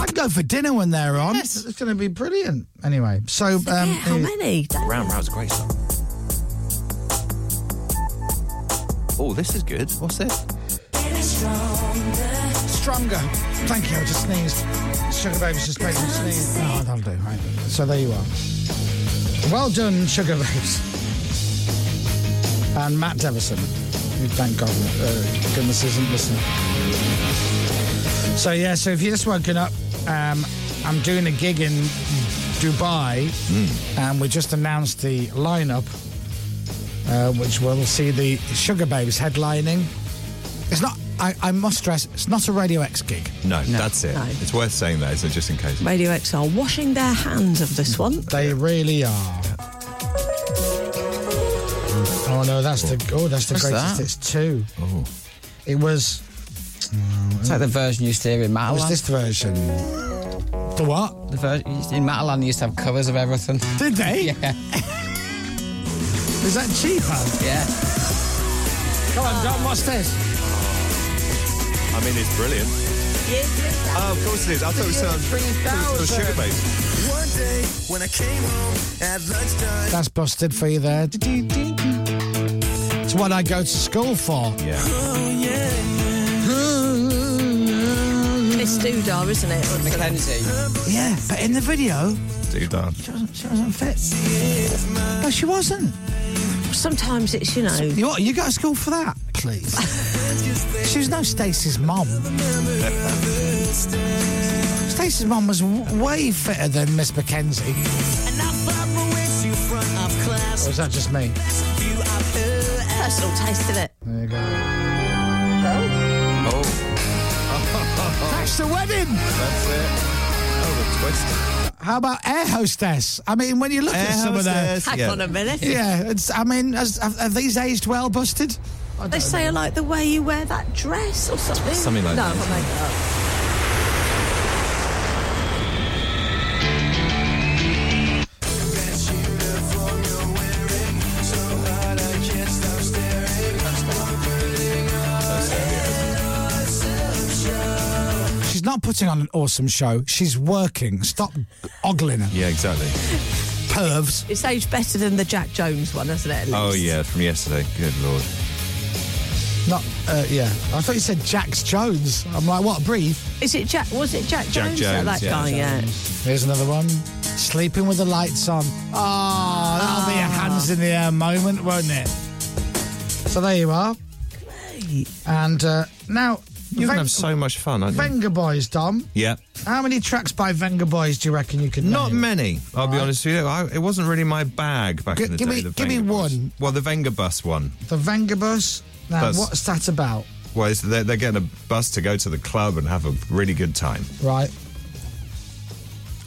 I'd go for dinner when they're on. It's going to be brilliant. Anyway, so um, how
oh, many?
Round Round's a great song. Oh, this is good. What's this?
Stronger. Thank you. I just sneezed. Sugar Babes just made me sneeze. No, that'll do. Right. So there you are. Well done, Sugar Babes. And Matt Devison, who thank God, uh, goodness, isn't listening. So yeah, so if you're just woken up, um, I'm doing a gig in Dubai, and we just announced the lineup, uh, which will see the Sugar Babes headlining. It's not. I, I must stress, it's not a Radio X gig.
No, that's it.
No.
It's worth saying that, isn't it? Just in case.
Radio X are washing their hands of this one.
They really are. Oh no, that's the oh, that's the
What's
greatest.
that?
It's two. Oh, it was.
It's like the version you used to hear in Matalan.
was this version? The what?
The version in Matalan they used to have covers of everything.
Did they?
Yeah.
Is that cheaper?
Yeah.
Come on, John, what's this?
I mean, it's brilliant. Oh, of course it is. I thought it was, um, I thought it was Sugar Babes.
One day when I came home at lunchtime.
That's busted for you there. It's what I go to school for.
Yeah.
It's Doodar, isn't it?
Mackenzie.
Yeah, but in the video,
Dude, darn.
she wasn't, she wasn't fit. No, she wasn't.
Sometimes it's, you know.
You, what, you go to school for that, please. she was no Stacey's mom. Stacey's mom was w- way fitter than Miss Mackenzie. Or is that just me?
Personal taste in it.
There you go.
Oh.
That's the wedding.
that's it. Oh, the twist.
How about air hostess? I mean, when you look
Air
at some
hostess,
of
Hang
them.
Yeah.
on a minute.
Yeah, it's, I mean, has, have, have these aged well, Busted?
They say I like the way you wear that dress or something.
Something like
no,
that.
No, I'm
She's not putting on an awesome show. She's working. Stop ogling her.
Yeah, exactly.
Pervs.
It's aged better than the Jack Jones one, isn't it? at
Oh,
least?
yeah, from yesterday. Good lord.
Not, uh, yeah. I thought you said Jax Jones. I'm like, what? Breathe.
Is it Jack? Was it Jack
Jack
Jones?
Jones,
that
yeah.
guy, yeah.
Here's another one. Sleeping with the lights on. Oh, that'll be a hands in the air moment, won't it? So there you are. And uh, now,
You're going to
Ven-
have so much fun, aren't you?
Venga Boys, Dom.
yeah.
How many tracks by Venga Boys do you reckon you can?
Not
name?
many, I'll be honest with you. I, it wasn't really my bag back
Gi-
in the
give
day.
me-
the
give me
Venga Bus.
one.
Well, the Venga bus one.
The Venga Bus. Now,
That's-
what's that about?
Well, it's, they're, they're getting a bus to go to the club and have a really good time.
Right.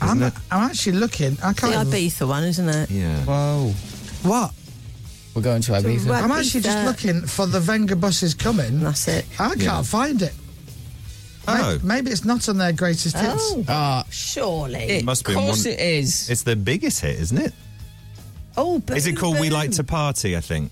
I'm,
it?
I'm actually looking. I
The
can't.
Ibiza one, isn't it?
Yeah.
Whoa. What?
We're going to Ibiza.
Right,
I'm actually just
Ibiza.
looking for the Venga buses coming.
That's it.
I can't
Yeah.
find it. May-
Oh.
Maybe it's not on their greatest hits.
Oh,
Ah,
surely.
must be
Of course
one-
it is.
It's the biggest hit, isn't it?
Oh,
Is it called We Like to Party, I think?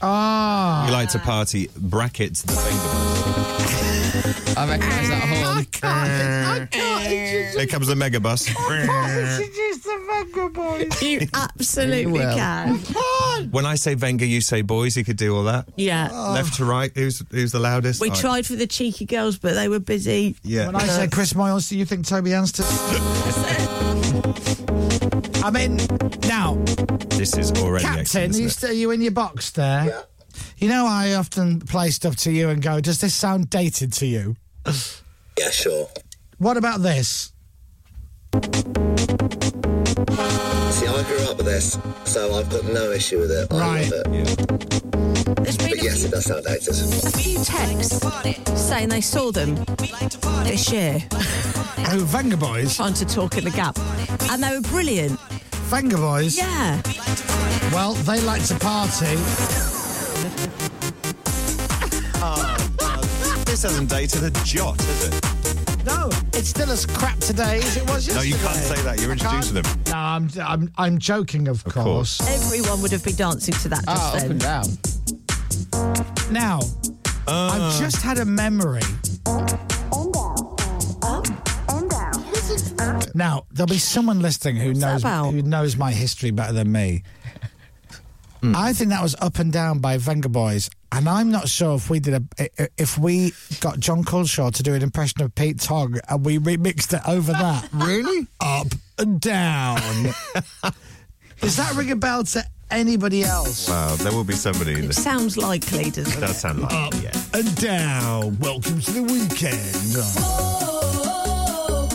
Ah.
We Like to Party, brackets, the Megabus.
I recognise that horn. I
can't, I can't.
Here comes the Megabus.
Oh, introduce the Venga Boys.
You absolutely
You will.
can.
when I say Venga, you say boys, he could do all that.
Yeah.
Oh.
Left to right, who's who's the loudest?
We
I-
tried for the cheeky girls, but they were busy.
Yeah.
When I say Chris Moyles, do you think Toby Anston? I mean, now,
This is already
Captain,
excellent.
you
isn't it?
st- are you in your box there? You know, I often play stuff to you and go, does this sound dated to you?
Yeah, sure.
What about this?
See, I grew up with this, so I've got no issue with it. I love it. But yes, it does sound dated.
A few texts saying they saw them this year.
Oh, Venga Boys?
Trying to talk at the gap. And they were brilliant.
Venga Boys?
Yeah.
Well, they like to party.
This hasn't dated a jot, has it?
No, it's still as crap today as it was
No,
yesterday.
you can't say that. You're
I can't.
introducing them.
No, I'm, I'm, I'm joking, of, course.
Everyone would have been dancing to that just
Oh,
Ah, up
then.
and Now, I've just had a memory. Now, there'll be someone listening who knows who knows my history better than me. I think that was Up and Down by Venga Boys, and I'm not sure if we did a if we got John Culshaw to do an impression of Pete Tong and we remixed it over that. really? Up and Down. Does that ring a bell to anybody else?
Wow, there will be somebody. in this.
Sounds likely, doesn't it?
Does sound like
Up
yeah.
and down. Welcome to the weekend.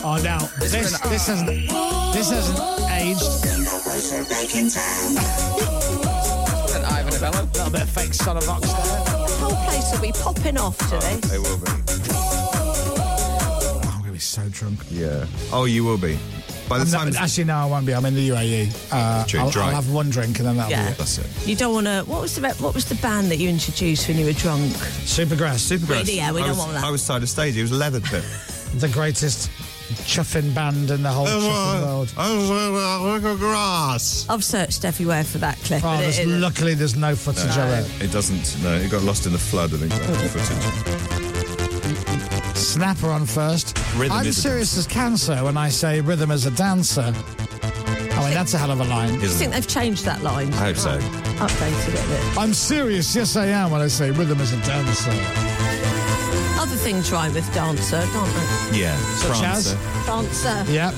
Oh, now this this hasn't this hasn't aged.
Ivan Abello. A
little bit of fake Oh, son of Ox there.
The whole place will be popping off to this.
They will be.
I'm gonna be so drunk.
Yeah. Oh, you will be. By the
I'm
time.
not- actually, no, I won't be. I'm in the UAE. Uh,
Drink
I'll,
dry.
I'll have one drink and then that'll
Yeah.
be it.
That's it.
You don't want to. What was the what was the band that you introduced when you were drunk?
Supergrass.
Supergrass.
We- yeah, we
I
don't
was,
want that.
I was side of stage. It was a leather bit.
The greatest chuffing band in the whole chuffing world.
grass.
I've searched everywhere for that clip.
Oh,
and it
there's,
isn't.
luckily there's no footage of it.
It doesn't. No, it got lost in the flood. I think that's the footage.
Snapper on first.
Rhythm
I'm
is a
serious as cancer when I say rhythm as a dancer. I mean, that's a hell of a line.
Do you think they've changed that line?
I hope so.
Updated it a bit.
I'm serious, yes I am, when I say rhythm as a dancer.
Other things rhyme with dancer, can't they?
Yeah.
Such
France,
as?
uh,
Dancer.
Yep.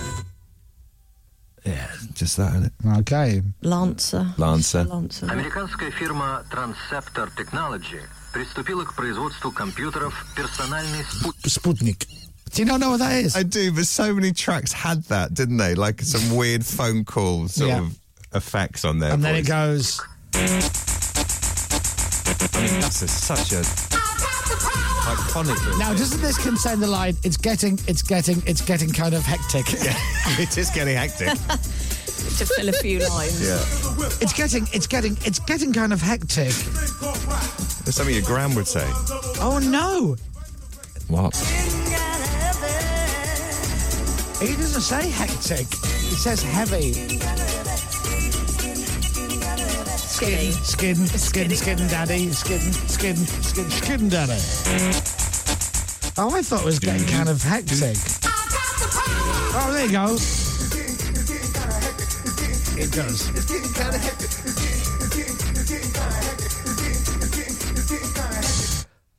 Yeah, just that, isn't it?
Okay.
Lancer.
Lancer.
Американская фирма Transceptor Technology приступила к производству компьютеров персональный спутник.
Sputnik. Do you not know what that is?
I do, but so many tracks had that, didn't they? Like some weird phone call sort
Yeah.
of effects on there.
and then it goes.
I mean, that's a, such a iconic. little
Now,
bit.
doesn't this contain the line? It's getting, it's getting, it's getting kind of hectic.
it is getting hectic.
To fill a few lines.
Yeah.
It's getting, it's getting, it's getting kind of hectic.
That's something your gram would say.
Oh no,
What?
he doesn't say hectic. He says heavy. Skin, skin, skin, skin, daddy, skin, skin, skin, skin, daddy. Oh, I thought it was getting kind of hectic. Oh, there you go. It does.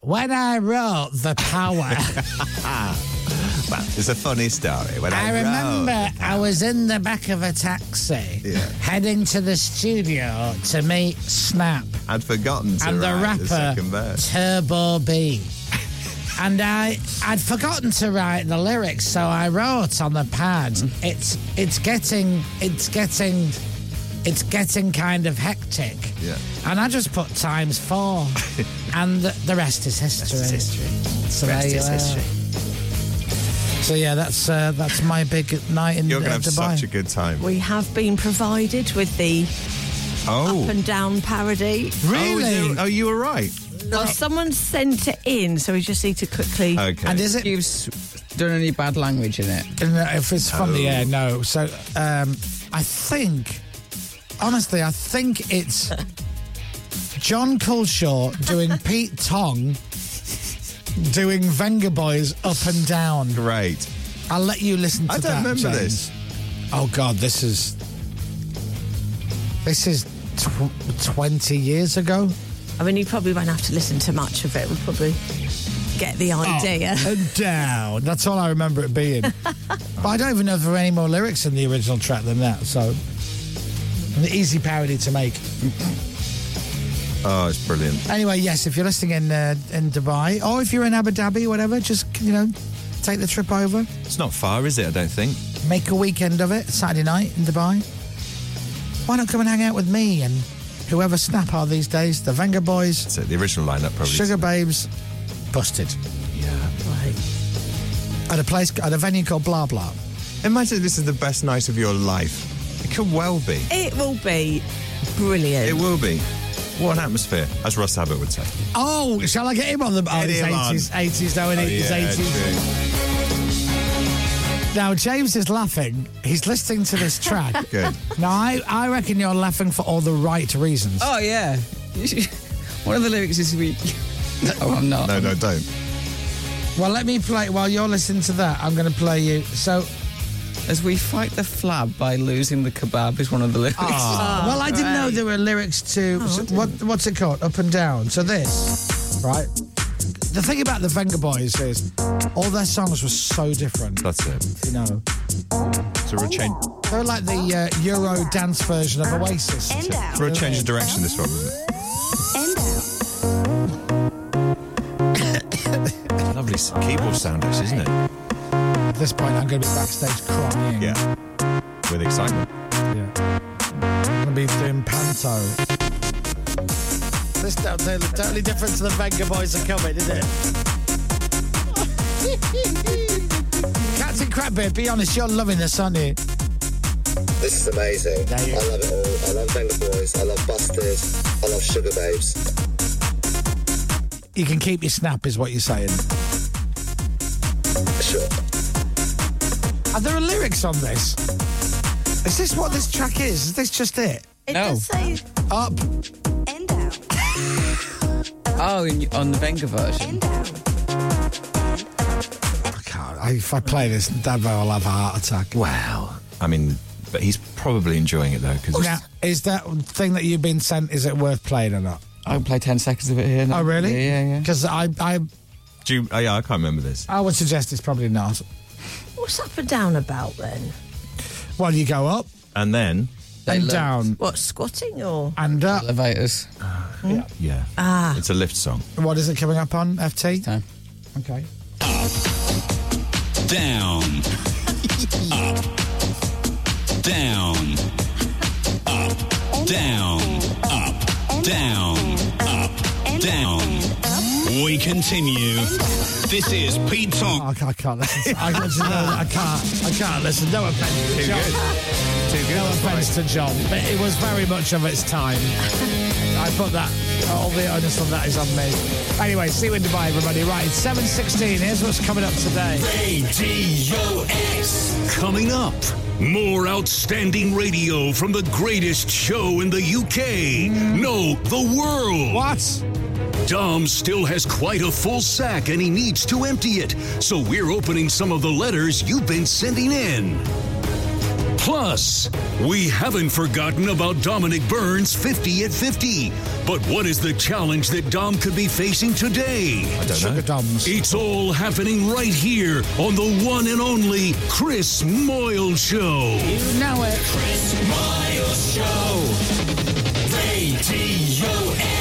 When I wrote the power.
well, it's a funny story. When I,
I remember I was in the back of a taxi
Yeah.
heading to the studio to meet Snap
wrote, I'd forgotten to
and the
write the
rapper
second verse.
Turbo B. and I I'd forgotten to write the lyrics, so I wrote on the pad. It's it's getting it's getting it's getting kind of hectic.
Yeah.
And I just put times four, and the, the rest is history. So
Rest
there you
is
are.
history.
So yeah, that's uh, that's my big night in
You're
uh,
going to have
Dubai.
such a good time.
We have been provided with the
Oh.
up and down parody.
Oh, is it- oh, you were right.
Well, someone sent it in, so we just need to quickly.
Okay.
And is it- uh,
You've s- done any bad language in it?
Oh.
No, if it's from the air, no. So um, I think honestly, I think it's John Culshaw doing Pete Tong doing Venga Boys up and down.
Great.
I'll let you listen to
I
that.
don't remember
James.
this.
Oh God, this is this is tw- twenty years ago.
I mean, you probably won't have to listen to much of it. We'll probably get the
Oh.
idea.
Up and down. That's all I remember it being. but I don't even know if there are any more lyrics in the original track than that. So, an easy parody to make.
Oh, it's brilliant.
Anyway, yes, if you're listening in uh, in Dubai or if you're in Abu Dhabi, whatever, just you know, take the trip over,
It's not far, is it? I don't think.
make a weekend of it. Saturday night in Dubai. Why not come and hang out with me and whoever Snap are these days? The Venga Boys.
That's it. The original lineup probably.
Sugar Babes, busted.
Yeah.
At a place, at a venue called Blah Blah.
Imagine this is the best night of your life. It could well be.
It will be brilliant.
It will be. What an atmosphere, as Russ Abbott would say.
Oh, shall I get him on the oh,
Get
it's
him on.
80s, 80s though,
Oh,
and it's
yeah,
80s. Now James is laughing. He's listening to this track.
Good.
Now I, I reckon you're laughing for all the right reasons.
Oh yeah. One of the lyrics is we. Oh, I'm not.
No, no, don't.
Well, let me play while you're listening to that. I'm going to play you. So,
as we fight the flab by losing the kebab is one of the lyrics.
well, I didn't know there were lyrics to so what what's it called? Up and down. So this, right? The thing about the Venga Boys is all their songs were so different.
That's it.
You know,
So we're a change.
they were like the uh, Euro dance version of Oasis.
For a change of direction, this one. wasn't it? Lovely s- keyboard sound, this, isn't it?
At this point, I'm going to be backstage crying.
Yeah. With excitement.
I'm going to be doing panto. This don't, they're totally different to the Venga Boys are coming, is it? Captain Crabbeard, be honest, you're loving this, aren't you?
This is amazing. I love it all. I love Venga Boys. I love Busted. I love Sugar Babes.
You can keep your snap, is what you're saying.
Sure.
Are there lyrics on this? Is this what this track is? Is this just it?
It
No.
does say
up.
Oh, in, on the Venga version.
I, if I play this, Dad will have a heart attack.
Wow. I mean, but he's probably enjoying it though, because
Now, is that thing that you've been sent, is it worth playing or not?
I can play 10 seconds of it here. now.
Oh, really?
Yeah, yeah, yeah.
Because I, I,
do you, oh, yeah, I can't remember this.
I would suggest it's probably not.
what's up and down about then?
Well, you go up
And then,
and down
What squatting or
and up.
Elevators.
yeah,
ah?
it's a lift song.
What is it coming up on, FT?
Time.
Okay.
Down. up. Down. Up. Down. Up. Down. Up. Down. We continue. This is Pete Tong.
Oh, I, can't, I can't listen. To, I, want you to know that I can't. I can't listen. No offense to
Too
John.
good. Too good.
No
that's fine.
offense to John, but it was very much of its time. I put that. All the onus on that is on me. Anyway, see you in Dubai, everybody. Right, it's 7.16. Here's what's coming up today.
Radio X.
Coming up, more outstanding radio from the greatest show in the UK. No, the world.
What?
Dom still has quite a full sack and he needs to empty it. So we're opening some of the letters you've been sending in. Plus, we haven't forgotten about Dominic Burns 50 at 50. But what is the challenge that Dom could be facing today?
I don't
Sugar
know.
Doms.
It's all happening right here on the one and only Chris Moyle Show.
Now it.
Radio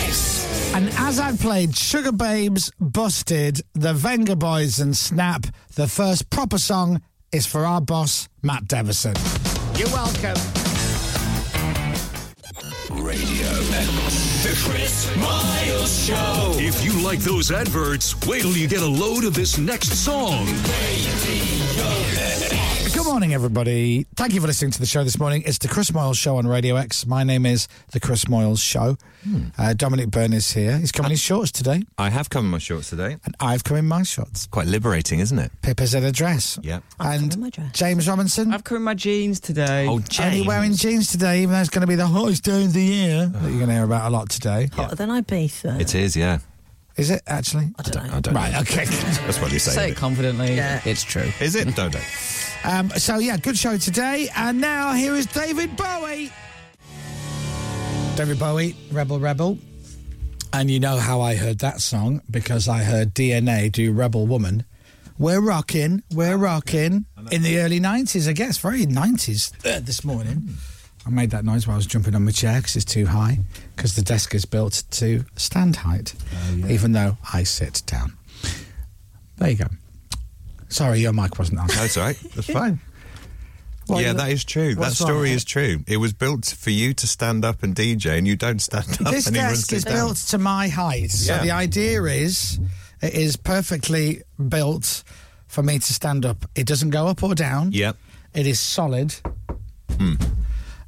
X.
And as I played Sugar Babes, Busted, The Venga Boys and Snap, the first proper song is for our boss, Matt Deverson. You're welcome.
Radio X. The Chris Miles Show.
If you like those adverts, wait till you get a load of this next song.
Good morning, everybody. Thank you for listening to the show this morning. It's the Chris Moyle Show on Radio X. My name is the Chris Moyle Show. Uh, Dominic Byrne is here. He's coming in shorts today,
I have come in my shorts today.
and I've come in my shorts.
Quite liberating, isn't it?
Pippa's in a dress.
Yeah.
and James Robinson. I've
come in my jeans today.
Oh,
Only
James.
wearing jeans today, even though it's going to be the hottest day of the year that you're going to hear about a lot today.
Hotter than Ibiza.
It is, yeah.
Is it actually?
I don't know.
I don't
Right,
know.
okay.
That's what you say.
Say it confidently. It's true.
Is it? Don't know.
Um, so yeah, good show today. And now here is David Bowie. David Bowie, Rebel Rebel. And you know how I heard that song because I heard DNA do Rebel Woman. We're rocking, we're rocking in the early 90s, I guess, very 90s uh, this morning. I made that noise while I was jumping on my chair because it's too high because the desk is built to stand height, even though I sit down. There you go. Sorry, your mic wasn't on.
That's all right. That's fine.
Well,
yeah,
you-
that is true. That
what's wrong?
story is true. It was built for you to stand up and DJ, and you don't stand up.
This
and he runs
desk is
it down.
built to my height.
Yeah.
So the idea is it is perfectly built for me to stand up. It doesn't go up or down.
Yep. Hmm.
It is solid.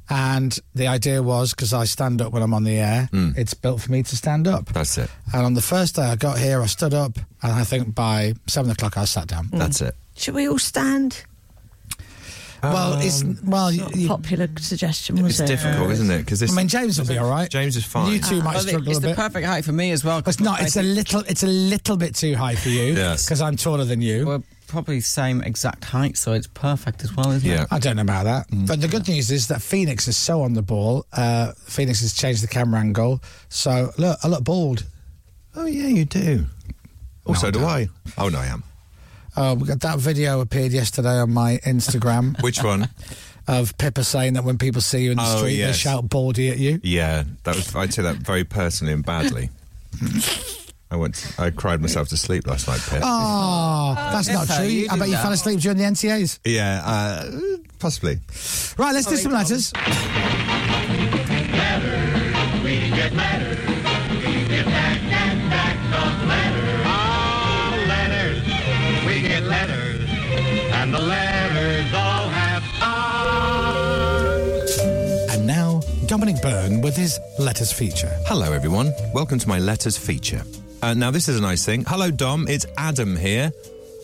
And the idea was because I stand up when I'm on the air, it's built for me to stand up.
Hmm. That's it.
And on the first day I got here, I stood up, and I think by seven o'clock I sat down.
That's it.
Should we all stand?
Well, it's
Um,
well, you,
Not a popular suggestion, was
It's
it?
difficult, isn't it? Because
uh, I mean, James will be all right.
James is fine.
You two might
Well,
struggle
it's
a
the
bit.
perfect height for me as well.
It's not. It's a little. It's a little bit too high for you.
Yes.
Because I'm taller than you.
We're probably same exact height, so it's perfect as well, isn't
Yeah.
it?
I don't know about that. But the good news is that Phoenix is so on the ball. Uh, Phoenix has changed the camera angle. So look, I look bald.
Oh yeah, you do. Also,
No, I
do
don't.
I? Oh no, I am.
Uh, we got that video appeared yesterday on my Instagram
Which one?
of Pippa saying that when people see you in the
Oh,
street,
yes.
they shout baldy at you.
yeah, that was. I took that very personally and badly. I went. I cried myself to sleep last night. Pip.
Oh, that's not
Pippa,
true.
you
I
did
bet you
that.
fell asleep during the NTAs.
Yeah, uh, possibly.
Right, let's do some letters.
We get letters, and the letters all have
And now, Dominic Byrne with his letters feature.
Hello, everyone. Welcome to my letters feature. Uh, now, this is a nice thing. Hello, Dom. It's Adam here.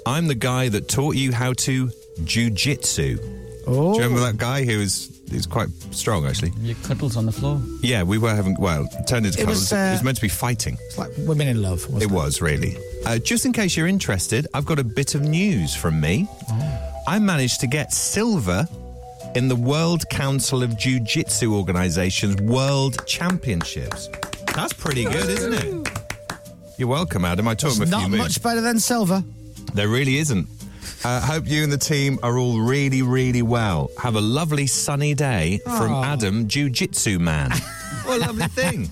I'm the guy that taught you how to jujitsu.
Oh.
Do you remember that guy who was he's quite strong actually?
Your cuddles on the floor.
Yeah, we were having well, it turned into
It
cuddles.
was,
it was
uh,
meant to be fighting.
It's like women in love. Wasn't
It was really. Uh, just in case you're interested, I've got a bit of news from me.
Oh.
I managed to get silver in the World Council of Jiu Jitsu Organizations World Championships. That's pretty good, isn't it? You're welcome, Adam. I taught him a
It's
few
not
moves.
much better than silver.
There really isn't. Uh, hope you and the team are all really, really well. Have a lovely sunny day from
Aw.
Adam Jiu Jitsu Man. what a lovely thing.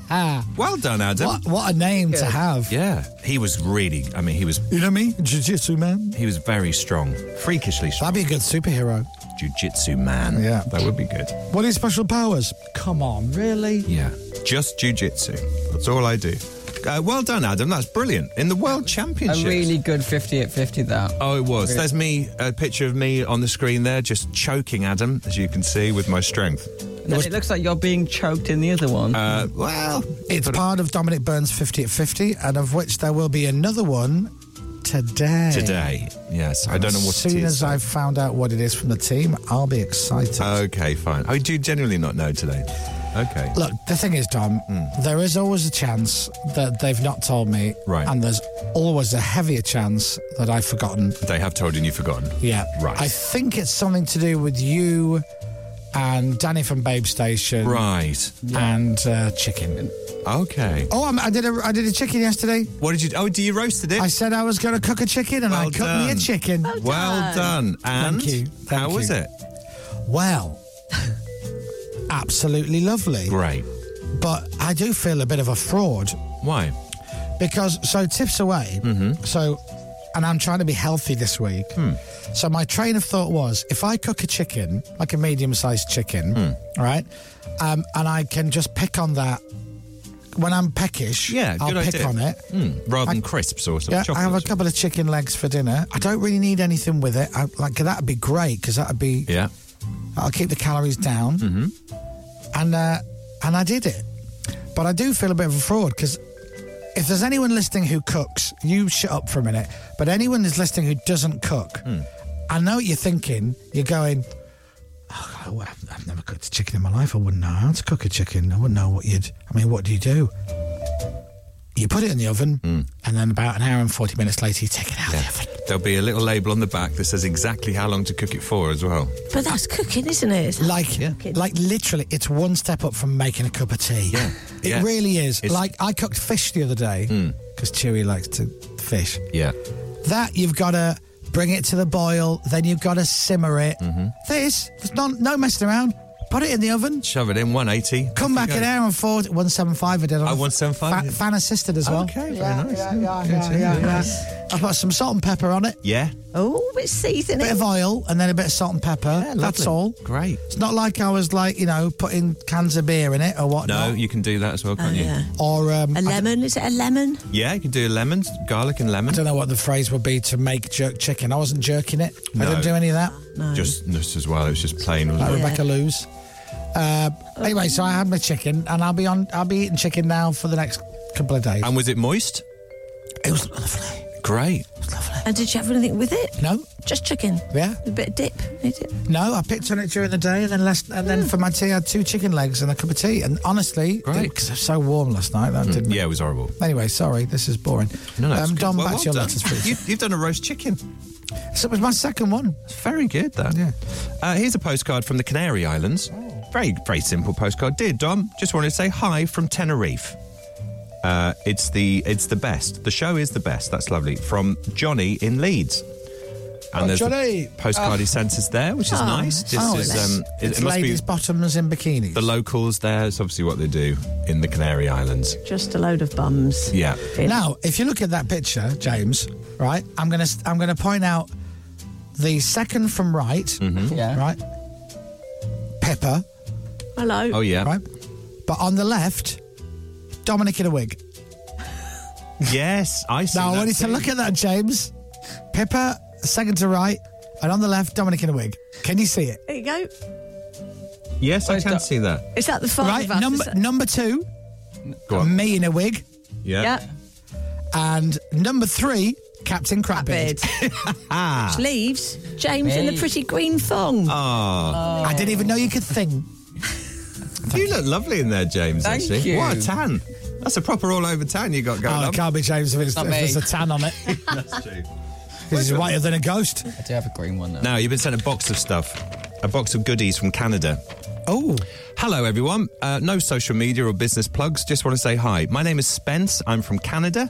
well done, Adam.
Ah. What, what a name to have.
Yeah, he was really. I mean, he was
You know me? Jiu-jitsu man.
he was very strong, freakishly strong.
That'd be a good superhero.
Jiu-jitsu man.
Yeah.
that would be good.
What are your special powers? Come on, really?
Yeah, just jiu-jitsu. That's all I do. Uh, well done, Adam. That's brilliant. In the world
A
championships.
really good 50 at 50, that.
Oh, it was. There's me, a picture of me on the screen there, just choking Adam, as you can see, with my strength.
And it looks like you're being choked in the other one.
Uh, well,
It's part of Dominic Burns 50 at 50, and of which there will be another one today.
today. Yes, I don't know what
As soon
it
as
is.
I've found out what it is from the team, I'll be excited.
Okay, fine. I do genuinely not know today. Okay.
Look, the thing is, Dom,
Hmm.
there is always a chance that they've not told me,
Right.
and there's always a heavier chance that I've forgotten.
They have told you and you've forgotten.
Yeah.
Right.
I think it's something to do with you and Danny from Babe Station
Right.
and uh, chicken.
Okay.
Oh, I'm, I did a I did a chicken yesterday.
What did you? Oh, do you roasted it?
I said I was going to cook a chicken, and I cooked me a chicken.
Well, done. And
Thank you. Thank
how
you.
was it?
Well, absolutely lovely.
Great.
But I do feel a bit of a fraud
Why?
because so tips away.
Mm-hmm.
So, and I'm trying to be healthy this week.
Hmm.
So my train of thought was if I cook a chicken, like
Hmm.
a medium-sized chicken, right, um, and I can just pick on that when I'm peckish,
Yeah,
I'll
good
pick
idea.
on it.
Mm, rather than crisps or
Yeah,
something.
I have a couple of chicken legs for dinner. I don't really need anything with it. I, like that'd be great because that'd be
yeah.
I'll keep the calories down. Mm-hmm. And uh, and I did it, but I do feel a bit of a fraud because if there's anyone listening who cooks, you shut up for a minute. But anyone that's listening who doesn't cook, I know what you're thinking. You're going, oh, God, well, I've, I've never cooked a chicken in my life. I wouldn't know how to cook a chicken. I wouldn't know what you'd. I mean, what do you do? You put it in the oven, and then about an hour and forty minutes later, you take it out.
There'll be a little label on the back that says exactly how long to cook it for as well.
But that's cooking, isn't it? like, like literally, it's one step up from making a cup of tea. Yeah, it
yeah.
really is.
It's- Hmm.
like I cooked fish the other day because Chewy likes to fish.
Yeah.
That you've got to bring it to the boil, then you've got to simmer it.
Mm-hmm.
This, there's not no messing around. Put it in the oven.
Shove it in 180.
Come
Off
back
you
an
go.
hour and four, 175 I did.
Oh, 175, yeah.
fan assisted as well.
Okay, very
yeah,
nice.
Yeah,
Yeah,
yeah,
good
yeah,
to
yeah,
hear.
yeah.
Nice.
I put some salt and pepper on it.
Yeah.
Oh, bit seasoning. bit of oil and then a bit of salt and pepper. That's
lovely.
all.
Great.
It's not like I was like, you know, putting cans of beer in it or whatnot.
No, you can do that as well, can't you? Yeah.
Or um, a lemon. Is it a lemon?
you can do lemons, garlic, and lemon.
I don't know what the phrase would be to make jerk chicken. I wasn't jerking it. I
No.
didn't do any of that.
Just nuts as well. It was just plain.
Like
Wasn't it?
Rebecca Lewes. Uh, anyway, so I had my chicken, and I'll be on. I'll be eating chicken now for the next couple of days.
And was it moist?
It was lovely.
Great.
And did you have anything with it?
No.
Just chicken?
Yeah.
A bit of dip? Need it?
No, I picked on it during the day, and then last, and then for my tea, I had two chicken legs and a cup of tea. And honestly,
Great.
because it was so warm last night, that
Mm,
didn't.
yeah, it was horrible.
Anyway, sorry, this is boring.
No, no, it's
um,
good.
Don,
Well,
back
well
to your
done.
letters, please.
You- You've done a roast chicken.
So it was my second one.
It's very good, that. Yeah. Uh, here's a postcard from the Canary Islands. Very, very simple postcard. Dear Dom, just wanted to say hi from Tenerife. Uh, it's the it's the best. The show is the best. That's lovely. From Johnny in Leeds. And
Oh,
there's the
Johnny.
postcard
Oh.
he sent us there, which is
Oh,
nice.
nice. Oh, it's-
it-
it's
it must be
ladies' bottoms in bikinis.
the locals there. It's obviously what they do in the Canary Islands.
Just a load of bums.
Yeah.
Now, if you look at that picture, James, right? I'm gonna I'm gonna point out the second from right,
Mm-hmm.
right? Pepper.
Hello.
Oh, yeah.
Right. But on the left, Dominic in a wig.
Yes, I see.
Now I
that
want you to
too.
look at that, James. Pepper, second to right, and on the left, Dominic in a wig. Can you see it?
There you go.
Yes, I can see that.
Is that the five
right,
of us?
number
Is that-
number two,
Go on.
me in a wig,
Yeah.
and number three, Captain Crabbeard.
Ah.
Which leaves James in the
Me.
pretty green thong.
Oh.
I didn't even know you could think.
You look lovely in there, James.
Thank
actually,
you.
what a tan! That's a proper all-over tan you got going
Oh, it
on.
can't be James if, it's,
Not
if
me.
there's a tan on it.
That's true.
This is whiter than a ghost.
I do have a green one now. No, you've been sent a box of stuff, a box of goodies from Canada.
Oh.
Hello, everyone. Uh, no social media or business plugs. Just want to say hi. My name is Spence. I'm from Canada.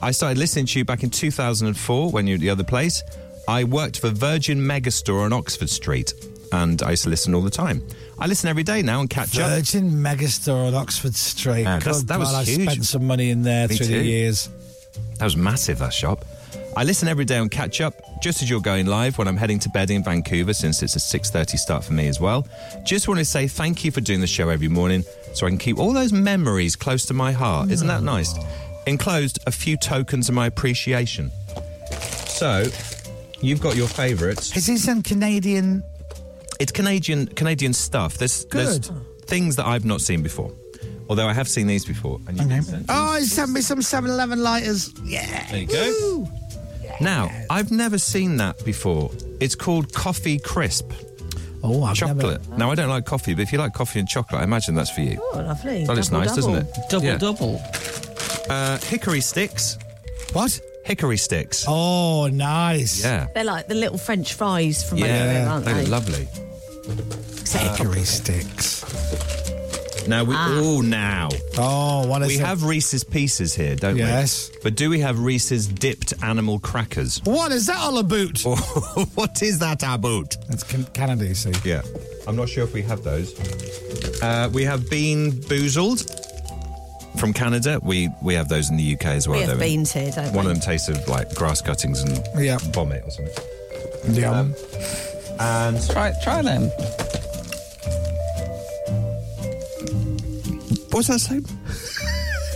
I started listening to you back in 2004 when you were at the other place. I worked for Virgin Megastore on Oxford Street, and I used to listen all the time. I listen every day now and catch up.
Virgin Megastore on Oxford Street.
Yeah, that's-
Good
that was
God,
huge.
I spent some money in there
Me
through the
too.
years.
That was massive, that shop. I listen every day on catch up, just as you're going live when I'm heading to bed in Vancouver, since it's a 6:30 start for me as well. Just want to say thank you for doing the show every morning, so I can keep all those memories close to my heart. Isn't that nice? Enclosed a few tokens of my appreciation. So, you've got your favourites.
Is he some Canadian?
It's Canadian Canadian stuff. There's there's
Good.
things that I've not seen before, although I have seen these before. And you can send-
Oh, he sent me some 7 Eleven lighters. Yeah.
There you go.
Woo.
Now, I've never seen that before. It's called coffee crisp.
Oh, I've
chocolate. Now, I don't like coffee, but if you like coffee and chocolate, I imagine that's for you.
Oh, lovely.
Well, it's
Double,
nice,
double.
doesn't it? double. Uh, hickory sticks.
What?
Hickory sticks.
Oh, nice.
Yeah.
They're like the little French fries from
Yeah,
Malaysia, aren't
they
they?
look lovely.
Hickory sticks.
Now we
Ah.
oh now
oh what is
we
it?
have Reese's Pieces here, don't we?
Yes.
But do we have Reese's dipped animal crackers?
What is that all about?
what is that about?
That's can- Canada, you see.
Yeah, I'm not sure if we have those. Uh, we have Bean Boozled from Canada. We we have those in the UK as well.
we have
don't we?
beans here, don't
One
we?
of them tastes of like grass cuttings and
Yeah.
vomit or something.
Yeah.
and
try try them.
What's that say?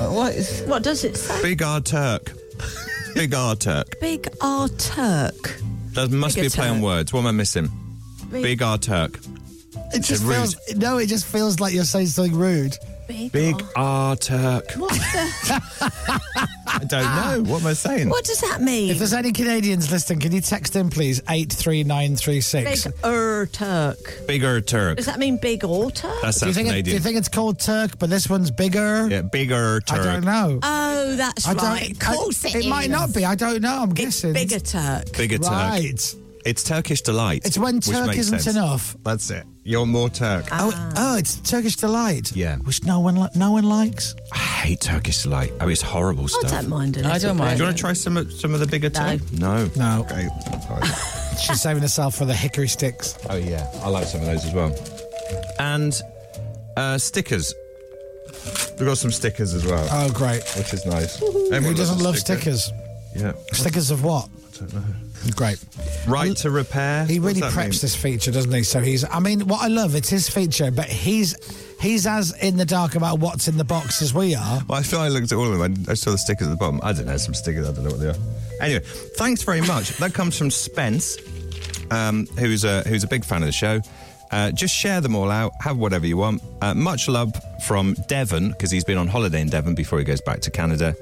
What is
What does it say?
Big R Turk? Big R Turk.
Big R Turk.
That must
Big
be a play on
Turk.
words. What am I missing?
Big-
Big, R Turk.
It just
Rude.
feels no. It just feels like you're saying something rude.
Big R Turk.
What the?
I don't know. What am I saying?
does that mean?
If there's any Canadians listening, can you text in, please? Eight three nine three six.
Big R Turk.
Bigger Turk.
Does that mean big or Turk?
That
Do you
sounds
think it, do you
Canadian.
think it's called Turk, but this one's bigger?
Yeah, bigger Turk.
I don't know.
Oh, that's
I don't-
right. Of
I-
course
it might not be. I don't know. I'm guessing.
Bigger Turk.
Bigger Turk.
Right.
It's Turkish delight.
It's when
which
Turk
makes
isn't
sense.
enough.
That's it. You're more Turk.
Oh, oh, it's Turkish delight.
Yeah.
which no one li- no one likes.
I hate Turkish delight. I mean, it's horrible stuff.
mind
I don't mind.
Do you want to try some of, some of the bigger Turk? No.
No.
Okay. All right.
She's saving herself for the hickory sticks.
oh yeah, I like some of those as well. And uh, stickers. We've got some stickers as well.
Oh, great.
Which is nice.
Who
Everyone
doesn't
loves a
love
sticker.
stickers?
Yeah.
Stickers of what? I
don't know.
Great.
Right to repair.
He
What's
really
that
preps
mean?
this feature, doesn't he? So he's. I mean, what I love it's his feature, but he's he's as in the dark about what's in the box as we are.
Well, I feel I looked at all of them. and I saw the stickers at the bottom. I don't know, some stickers. I don't know what they are. Anyway, thanks very much. that comes from Spence, um, who's a who's a big fan of the show. Uh, just share them all out. Have whatever you want. Uh, much love from Devon because he's been on holiday in Devon before he goes back to Canada.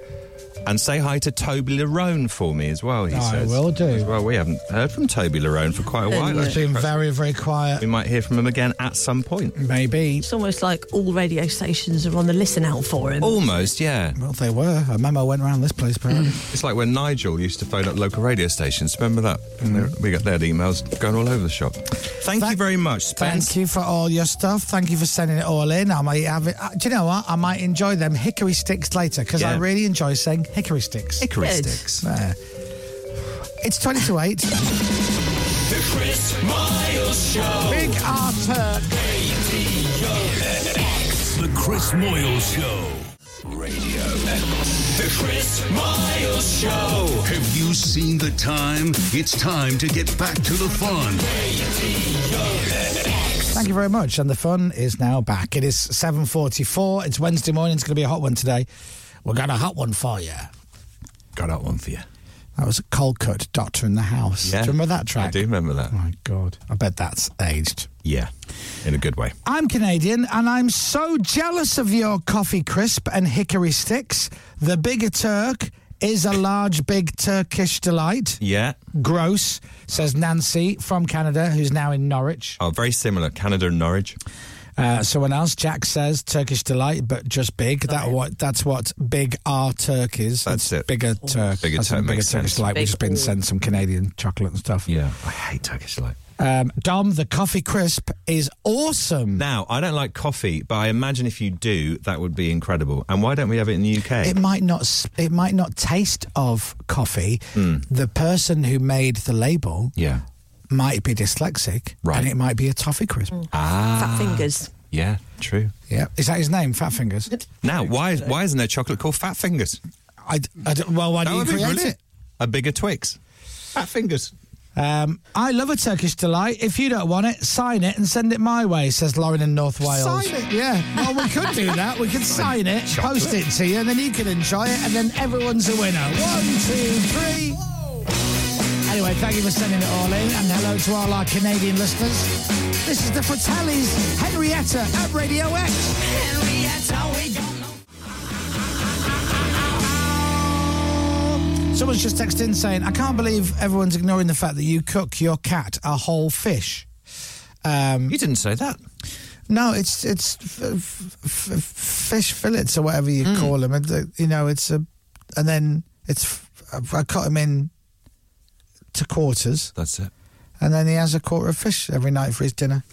And say hi to Toby Larone for me as well. He
I
says.
will do.
As well, we haven't heard from Toby Larone for quite a while.
He's
actually.
been very very quiet.
We might hear from him again at some point.
Maybe.
It's almost like all radio stations are on the listen out for
Oh,
him.
Almost, yeah.
Well, they were. A memo went around this place, apparently.
It's like when Nigel used to phone up local radio stations. Remember that? And
Mm.
they- We got their emails going all over the shop. Thank you very much, Spence.
Thank you for all your stuff. Thank you for sending it all in. I might have it. uh, Do you know what? I might enjoy them hickory sticks later because I
Yeah.
really enjoy saying hickory sticks.
Hickory Good. sticks.
Yeah. It's 20 to 8.
The Chris Miles Show.
Big R Turk.
The Chris Moyle Show.
Radio X. The Chris Miles Show.
Have you seen the time? It's time to get back to the fun.
Thank you very much. And the fun is now back. It is 7.44. It's Wednesday morning. It's going to be a hot one today. We've got a hot one for you.
Got that one for you.
That was Colcut, Doctor in the House. Do you remember that track? Oh,
I do remember that.
my God. I bet that's aged.
Yeah, in a good way.
I'm Canadian and I'm so jealous of your coffee crisp and hickory sticks. The bigger Turk is a large, big Turkish delight.
Yeah.
Gross, says Nancy from Canada, who's now in Norwich.
Oh, very similar. Canada and Norwich.
Uh, someone else, Jack says Turkish delight, but just big. That what that's what big R Turk is.
That's
It's
it.
Bigger Turk.
Bigger
as in
Turk
Bigger
makes
Turkish
sense.
delight. We've
Big
just been sent some Canadian chocolate and stuff.
Yeah, I hate Turkish delight.
Um, Dom, the coffee crisp is awesome.
Now, I don't like coffee, but I imagine if you do, that would be incredible. And why don't we have it in the UK?
It might not. s- It might not taste of coffee. The person who made the label
Hmm. yeah.
might be dyslexic,
Right.
and it might be a toffee crisp.
Ah.
Fat fingers.
Yeah, true.
Yeah, is that his name? Fat Fingers.
Now, why why isn't there chocolate called Fat Fingers?
I, d- I d- well, why
That
do you
would be
create
brilliant.
it?
A bigger Twix. Fat Fingers.
Um, I love a Turkish delight. If you don't want it, sign it and send it my way, says Lauren in North Wales.
Sign it?
Yeah. Well, we could do that. We could sign it,
chocolate.
post it to you, and then you can enjoy it, and then everyone's a winner. One, two, three. Anyway, thank you for sending it all in, and hello to all our Canadian listeners. This is the Fratellis, Henrietta at Radio X. Someone's just texted in saying, I can't believe everyone's ignoring the fact that you cook your cat a whole fish. Um,
You didn't say that.
no, it's it's f- f- f- fish fillets or whatever you call them. And, uh, you know, it's a, and then it's f- I cut him in to quarters,
That's it.
and then he has a quarter of fish every night for his dinner.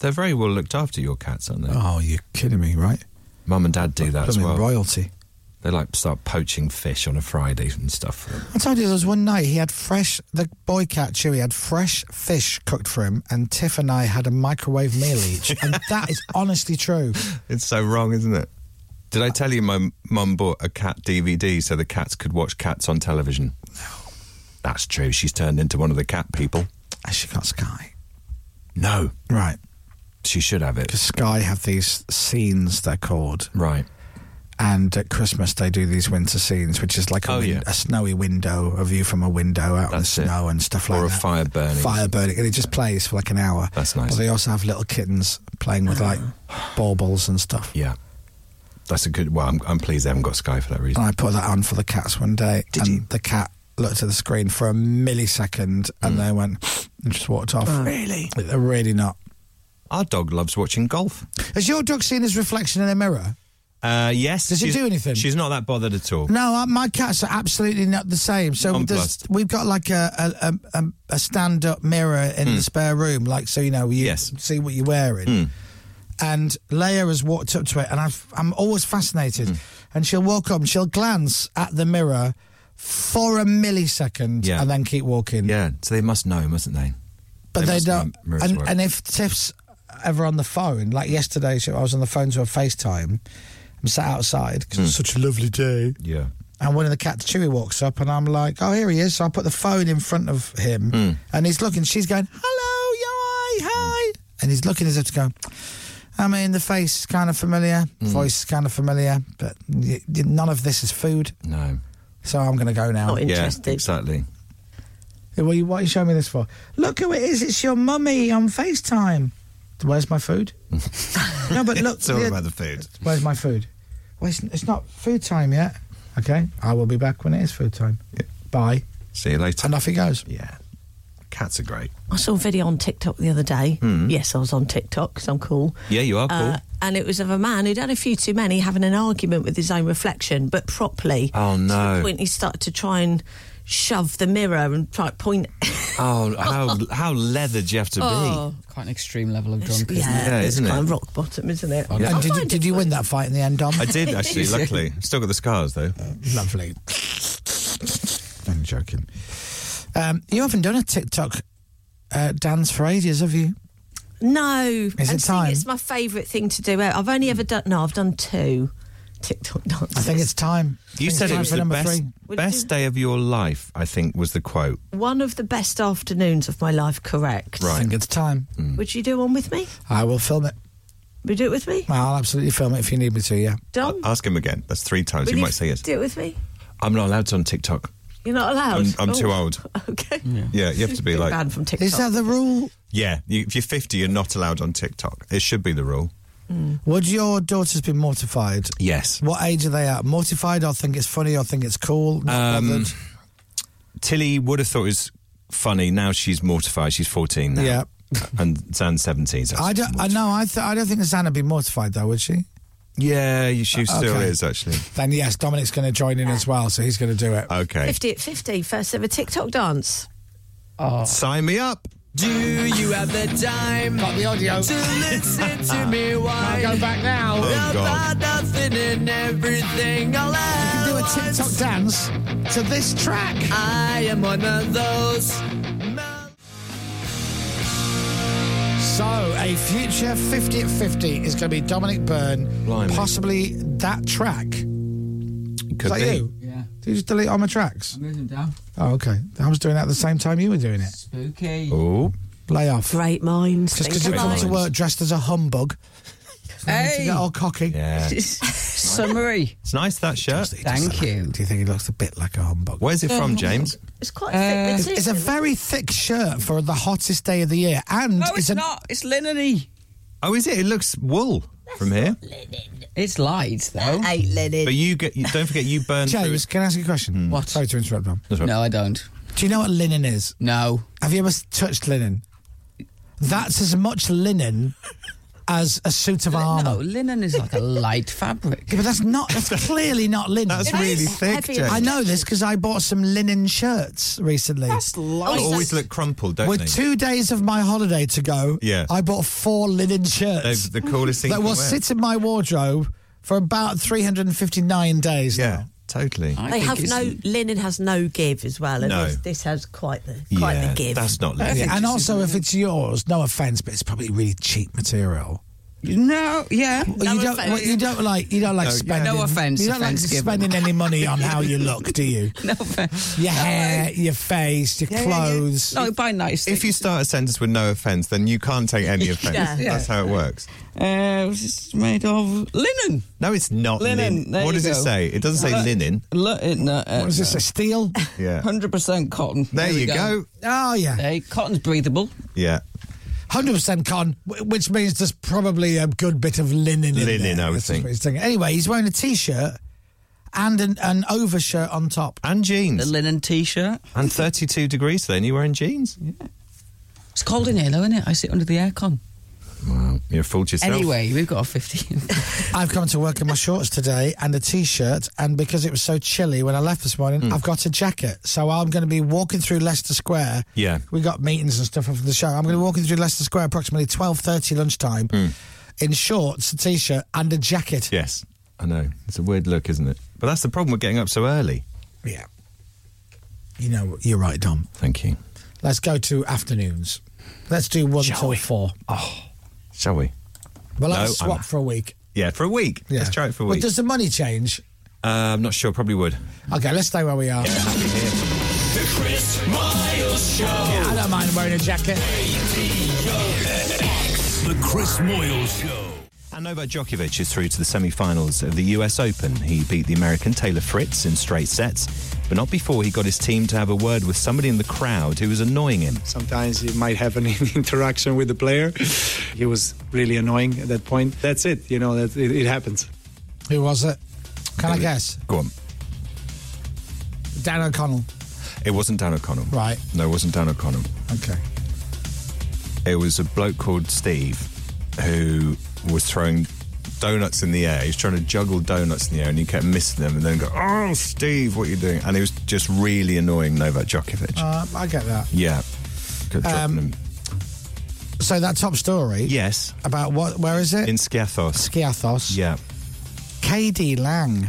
They're very well looked after, your cats, aren't they?
Oh, you're kidding me, right?
Mum and Dad do that as
Blooming
well.
royalty.
They like start poaching fish on a Friday and stuff. For them.
I told you there was one night he had fresh. The boy cat Chewy had fresh fish cooked for him, and Tiff and I had a microwave meal each, and that is honestly true.
It's so wrong, isn't it? Did I tell you my mum bought a cat DVD so the cats could watch cats on television? No. That's true. She's turned into one of the cat people.
Has she got Sky?
No,
Right,
she should have it.
because Sky have these scenes they're called,
Right.
and at Christmas they do these winter scenes, which is like a,
Oh,
win-
yeah.
a snowy window, a view from a window out in the snow and stuff like
or a
that.
fire burning.
Fire burning, and it just plays for like an hour.
That's nice. Uh-huh.
But they also have little kittens playing with like baubles and stuff.
Yeah, that's a good. Well, I'm, I'm pleased they haven't got Sky for that reason.
And I put that on for the cats one day, and the cat looked at the screen for a millisecond, and they went and just walked off.
Oh. Mm. Really?
They're really not.
Our dog loves watching golf.
Has your dog seen his reflection in a mirror?
Uh, yes.
Does it
she's-
do anything?
She's not that bothered at all.
No, uh, my cats are absolutely not the same. So there's,
Nonplussed.
we've got like a a, a, a- a stand up mirror in
Hmm.
the spare room, like so you know you see what you're wearing. And Leia has walked up to it, and I've, I'm always fascinated.
Hmm.
And she'll walk up, and she'll glance at the mirror for a millisecond,
Yeah.
and then keep walking.
Yeah, so they must know, mustn't they?
But they,
must know
don't.
mirrors
And,
work.
and if Tiff's ever on the phone, like yesterday, she, I was on the phone to her FaceTime. I'm sat outside because it's such a lovely day.
Hmm. yeah.
And one of the cats, Chewy, walks up, and I'm like, "Oh, here he is!" So I put the phone in front of him,
Hmm.
and he's looking. She's going, "Hello, yo, hi, hi," and he's looking as if to go. I mean, the face is kind of familiar,
Hmm.
voice is kind of familiar, but y- y- none of this is food.
No. Oh,
So I'm going to go now.
Yeah, exactly.
What are, you, what are you showing me this for? Look who it is! It's your mummy on FaceTime. Where's my food? no, but look,
it's all
the-
about the food.
Where's my food? Well, it's, it's not food time yet. Okay, I will be back when it is food time. Bye.
See you later.
And off he goes.
Yeah. Cats are great.
I saw a video on TikTok the other day.
Mhm.
Yes, I was on TikTok because I'm cool.
Yeah, you are cool.
Uh, and it was of a man who'd had a few too many having an argument with his own reflection, but properly.
Oh,
To
no.
the point he started to try and shove the mirror and try to point.
Oh, how how leathered you have to
Oh.
Quite an extreme level of
It's-
drunk.
yeah,
Yeah,
it's
isn't
quite
it?
rock bottom, isn't it?
Yeah.
I
And did you,
find
did you win that fight in the end, Dom?
be. I did actually, luckily. Still got the scars though.
Lovely.
I'm joking.
Um, you haven't done a TikTok uh, dance for ages, have you?
No.
Is
and
it
see,
time?
It's my favourite thing to do. I've only ever done. No, I've done two TikTok dances.
I think it's time.
You
Thanks,
said it
time
was
for
the
number
best
three.
best day of your life. I think was the quote.
one of the best afternoons of my life. Correct.
I
Right. Mm.
think it's time.
Would you do one with me?
I will film it.
Would you do it with me,
I'll absolutely film it if you need me to, yeah.
Dom?
Ask him again. That's three times.
Will
you
Oh. you
might say yes.
Do it with me.
I'm not allowed to on TikTok.
You're not allowed.
I'm, I'm too
Oh,
old.
Okay.
Yeah, you have to be
Get
like.
banned from TikTok.
Oh.
Is that the rule?
Yeah, you, if you're 50, you're not allowed on TikTok. It should be the rule.
Would your daughters be mortified?
Yes.
What age are they at? Mortified or think it's funny or think it's cool? Not
Um,
bothered?
Tilly would have thought it was funny. Now she's mortified. She's 14 now.
Yeah.
And Zan's 17. So
I don't. I know. I, th- I don't think Zanna would be mortified though, would she?
yeah, she still
Okay.
is, actually.
Then yes, Dominic's going to join in as well, so he's going to do it.
Okay.
Fifty at fifty, first ever TikTok dance.
Sign me up.
Do you have the time?
Got the audio.
To listen to me whine.
Can't go back now.
Oh, God.
About nothing and everything all
You
at
can do a TikTok dance to this track.
I am one of those.
So, a future 50 at 50 is going to be Dominic Byrne,
Blimey.
possibly that track.
Could
is that
be.
you?
Yeah.
Did you just delete all my tracks?
Move them down.
Oh, okay. I was doing that at the same time you were doing it.
Spooky.
Oh.
Lay off.
Great minds.
Just
think
because you come
alike.
to work dressed as a humbug. Hey. To get all cocky.
Yeah.
Summary.
It's nice, that shirt.
Thank you.
Do you think he looks a bit like a humbug?
Where's it from, James?
It's quite a thick.
Uh, It's a very thick shirt for the hottest day of the year, and
No, it's
an-
not. It's linen
Oh, is it? It looks wool from here.
It's light, though.
eight linen.
But you get, you, don't forget, you burn through.
James, can I ask you a question?
Hmm.
What? Sorry to interrupt, Rob.
No, I don't.
Do you know what linen is?
No.
Have you ever s- touched linen? That's as much linen as a suit of armour.
No, linen is like a light fabric.
Yeah, but that's not. That's clearly not linen.
That's
It
really
is
thick,
heavy.
James.
I know this because I bought some linen shirts recently.
They
light.
always look crumpled, don't they?
With two days of my holiday to go,
Yeah.
I bought four linen shirts
They're the coolest thing
that
you
will
can wear.
sit in my wardrobe for about 359 days.
Yeah, totally.
They have no linen has no give as well, and
No.
this, this has quite the quite
yeah,
the give.
That's not
Yeah,
linen.
and also, if it's yours, no offense, but it's probably really cheap material.
No, yeah.
you don't. well, you don't like. You don't like
No, yeah.
spending.
No offence,
You don't like
offence given.
spending any money on how you look, do you?
No
Your hair, your face, your clothes.
No, Oh, buy nice.
If you start a sentence with no offence, then you can't take any offence.
Yeah. Yeah.
That's how it works.
Uh, it's made of linen.
No, it's not linen.
Linen. there
What
you
does it
go.
say? It doesn't say
Uh,
linen.
Look, it, no, uh,
What is this,
no.
a
steel?
Yeah.
100% cotton.
There you go.
Oh yeah.
Hey, cotton's breathable.
Yeah.
Hundred percent con, wh- which means there's probably a good bit of linen in
Linen,
there.
I would
That's
think.
what he's thinking. Anyway, he's wearing a t-shirt and an, an overshirt on top
and jeans.
The linen t-shirt.
And 32 degrees then, you're wearing jeans.
It's cold in here, though, isn't it? I sit under the aircon.
Wow. You're a fool to yourself.
Anyway, we've got a 15.
I've come to work in my shorts today and a t-shirt, and because it was so chilly when I left this morning,
Hmm.
I've got a jacket. So I'm going to be walking through Leicester Square.
Yeah.
we got meetings and stuff after the show. I'm going to be walking through Leicester Square approximately 12:30 lunchtime
Hmm.
in shorts, a t-shirt, and a jacket.
Yes. I know. It's a weird look, isn't it? But that's the problem with getting up so early.
Yeah. You know, you're right, Dom.
Thank you.
Let's go to afternoons. Let's do one till four.
Oh, shall we?
Well,
No,
let's swap
I'm-
for a week.
Yeah, for a week. Let's try it for a
But
week.
does the money change?
Uh, I'm not sure. Probably would.
Okay, let's stay where we are.
The Chris Miles Show.
I don't mind wearing a jacket.
The Chris Moyle Show.
And Novak Djokovic is through to the semi-finals of the US Open. He beat the American Taylor Fritz in straight sets, but not before he got his team to have a word with somebody in the crowd who was annoying him.
Sometimes you might have an interaction with the player. He was really annoying at that point. That's it. You know, that it, it happens.
Who was it? Can I guess?
Go on.
Dan O'Connell.
It wasn't Dan O'Connell.
Right.
No, it wasn't Dan O'Connell.
Okay.
It was a bloke called Steve who was throwing donuts in the air. He was trying to juggle donuts in the air and he kept missing them and then go, Oh, Steve, what are you doing? And it was just really annoying Novak Djokovic.
Uh, I get that.
yeah. Kept dropping
Um,
him.
So that top story.
Yes.
About what? Where is it?
In Skiathos.
Skiathos.
Yeah.
KD Lang.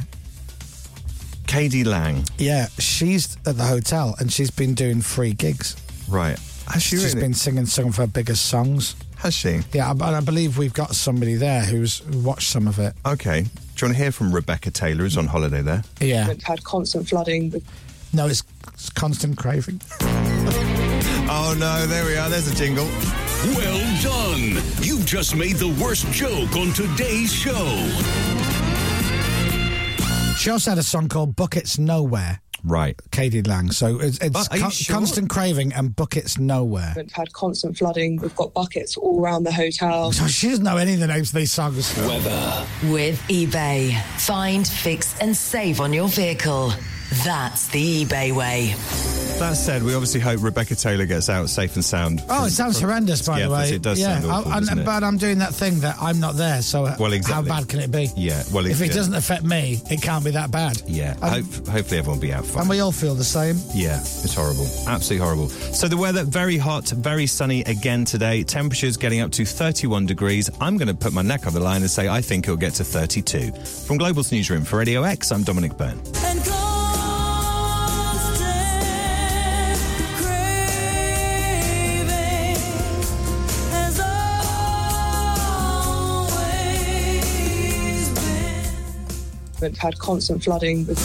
KD Lang.
Yeah, she's at the hotel and she's been doing free gigs.
Right. Has she
She's
really?
been singing some of her biggest songs.
Has she?
Yeah, and I believe we've got somebody there who's watched some of it.
Okay. Do you want to hear from Rebecca Taylor, who's on holiday there?
Yeah.
We've had constant flooding. We've
No, it's, it's constant craving.
Oh no, there we are. There's a jingle.
Well done. You've just made the worst joke on today's show.
She also had a song called Buckets Nowhere.
Right.
Katie Lang. So it's, it's
But are you
con-
sure?
constant craving and Buckets Nowhere.
We've had constant flooding. We've got buckets all around the hotel.
Oh, So she doesn't know any of the names of these songs.
Weather.
With eBay. Find, fix, and save on your vehicle. That's the eBay way.
That said, we obviously hope Rebecca Taylor gets out safe and sound.
Oh, it sounds horrendous, by
Yeah,
the way.
it does sound awful,
I- I-
doesn't it?
but I'm doing that thing that I'm not there, so
Well, exactly.
how bad can it be?
Yeah, well,
if it
yeah.
doesn't affect me, it can't be that bad.
Yeah.
And-
Hope, hopefully, everyone will be out fine.
Um, And we all feel the same.
Yeah, it's horrible. Absolutely horrible. So the weather, very hot, very sunny again today. Temperatures getting up to 31 degrees. I'm going to put my neck on the line and say I think it'll get to 32. From Global's newsroom for Radio X, I'm Dominic Byrne.
We've had constant flooding. We've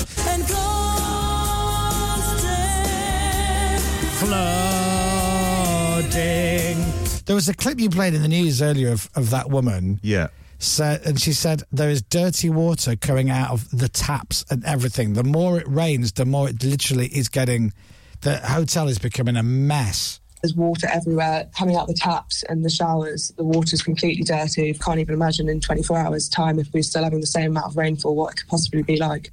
Flooding. There was a clip you played in the news earlier of, of that woman.
Yeah.
Said, and she said, There is dirty water coming out of the taps and everything. The more it rains, the more it literally is getting. The hotel is becoming a mess.
There's water everywhere coming out the taps and the showers. The water's completely dirty. You can't even imagine in 24 hours' time if we're still having the same amount of rainfall, what it could possibly be like.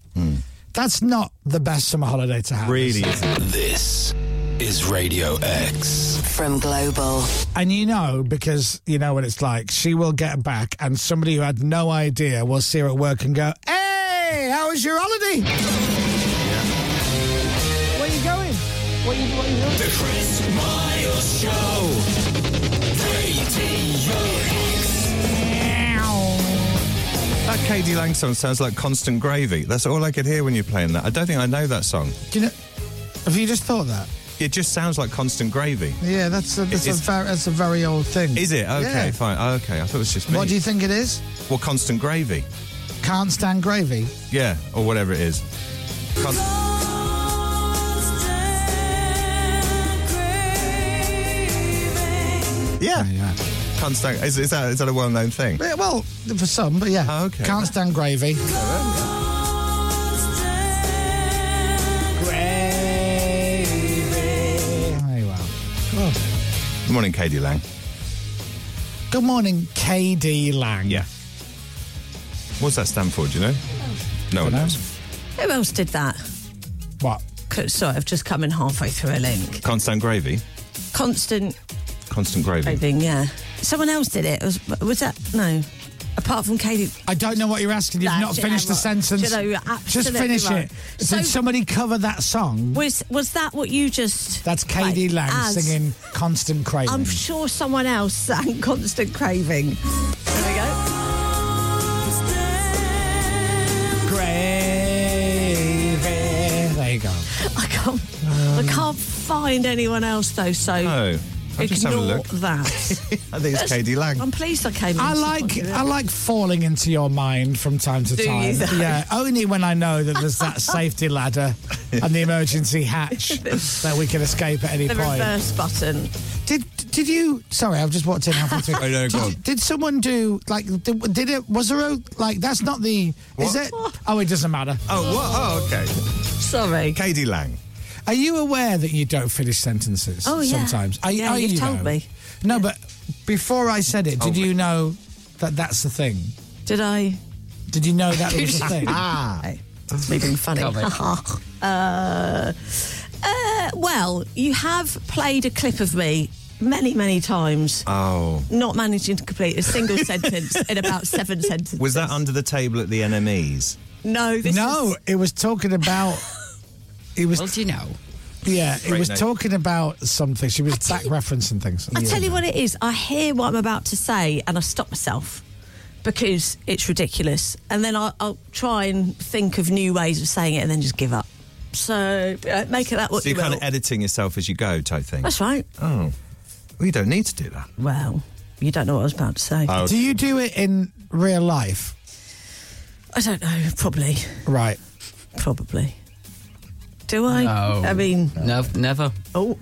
That's not the best summer holiday to have.
Really
This is Radio X.
From Global.
And you know, because you know what it's like, she will get back, and somebody who had no idea will see her at work and go, Hey, how was your holiday? Where you going? What you, what you doing?
The Chris Miles Show.
That KD Lang song sounds like constant gravy. That's all I could hear when you're playing that. I don't think I know that song.
Do you know, have you just thought that?
It just sounds like constant gravy.
Yeah, that's a, that's, a
It's-
ver- that's a very old thing.
Is it? Okay,
Yeah.
fine. Oh, okay, I thought it was just me.
What do you think it is?
Well, constant gravy.
Can't stand gravy.
Yeah, or whatever it is. Const- yeah. Constant. Is, is that is that a well known thing?
Yeah, well, for some, but yeah. Oh, okay. Oh. Can't stand gravy. Very well. Oh.
Good morning, Katie Lang.
Good morning, KD Lang.
Yeah. What's that stand for? Do you know? No one knows.
Who else did that?
What?
Sorry, I've just come in halfway through a link.
Constant gravy.
Constant
Constant gravy.
craving, yeah. Someone else did it. Was, was that? No. Apart from Katie.
I don't know what you're asking.
You've
not finished the sentence. Just finish it.
So,
Did somebody cover that song?
was, was that what you just.
That's KD Lang
as-
singing Constant Craving.
I'm sure someone else sang Constant Craving. There we go.
Gravy. There you go.
I can't, I can't find anyone else, though, so
No. I'll just have a
ignore
look.
that.
I think it's KD Lang.
I'm pleased I came in.
I like I like falling into your mind from time to
Do you,
time.
though?
yeah, only when I know that there's that safety ladder and the emergency hatch that we can escape at any
the
point.
reverse button.
Did did you? Sorry, I've just walked in halfway through.
Oh, no, go
did,
on.
did someone do like? Did, did it? Was there a like? That's not the. Is it? Oh, it doesn't matter.
Oh, what? Oh, okay.
Sorry.
KD Lang.
Are you aware that you don't finish sentences?
Oh, yeah.
Sometimes. Are,
Yeah,
are
you've
you
told
though?
me.
No, but before I said it,
told
did you know that that's the thing?
Did I?
Did you know that was the thing?
Ah. It's me being funny.
Can't make
uh, uh, well, you have played a clip of me many, many times,
Oh.
not managing to complete a single sentence in about seven sentences.
Was that under the table at the NMEs?
No, this
no, it was talking about. It was.
Well, do you know?
Yeah, it
Right,
was
no.
talking about something. She was back referencing things.
I tell you what it is. I hear what I'm about to say and I stop myself because it's ridiculous. And then I'll, I'll try and think of new ways of saying it and then just give up. So uh, make it that what
So
you
you're kind
will.
of editing yourself as you go type thing?
That's right.
Oh. Well, you don't need to do that.
Well, you don't know what I was about to say.
Oh.
Do you do it in real life?
I don't know. Probably.
Right.
Probably. Do I? I mean,
no, never.
oh,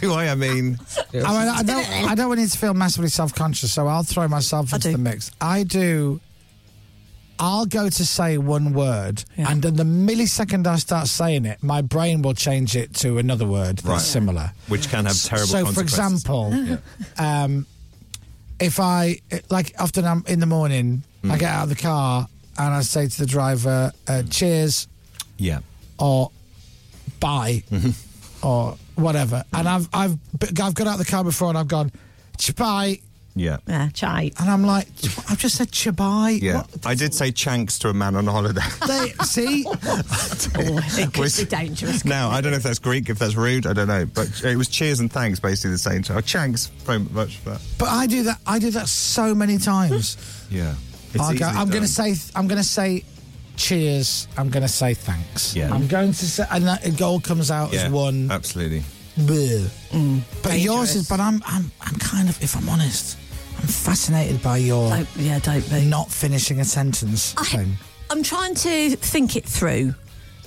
do I? I mean,
I, mean, I don't. I don't want you to feel massively self-conscious, so I'll throw myself into the mix. I do. I'll go to say one word, and then the millisecond I start saying it, my brain will change it to another word that's
Right.
similar.
which can have terrible
so, for
consequences.
example, um, if I like often I'm in the morning,
Mm.
I get out of the car and I say to the driver, uh, "Cheers,"
yeah.
or bye
Mm-hmm.
or whatever. And I've I've I've got out the car before and I've gone bye,
Yeah.
Uh,
yeah, chai.
and I'm like, I've just said chabai.
Yeah. I did say chanks to a man on holiday.
They, see,
It could be dangerous.
Now, I don't know if that's Greek, if that's rude, I don't know. But it was cheers and thanks, basically the same time. Chanks, very much for that.
but I do that. I do that so many times.
Yeah.
I go, I'm going to say. th- I'm going to say. Cheers. I'm going to say thanks.
Yeah.
I'm going to say, and that, it all comes out
yeah, Uh,
as one.
Absolutely.
bleh. but yours is. But I'm. I'm. I'm kind of. If I'm honest, I'm fascinated by your
Don't, yeah, don't be.
not finishing a sentence thing.
I'm trying to think it through.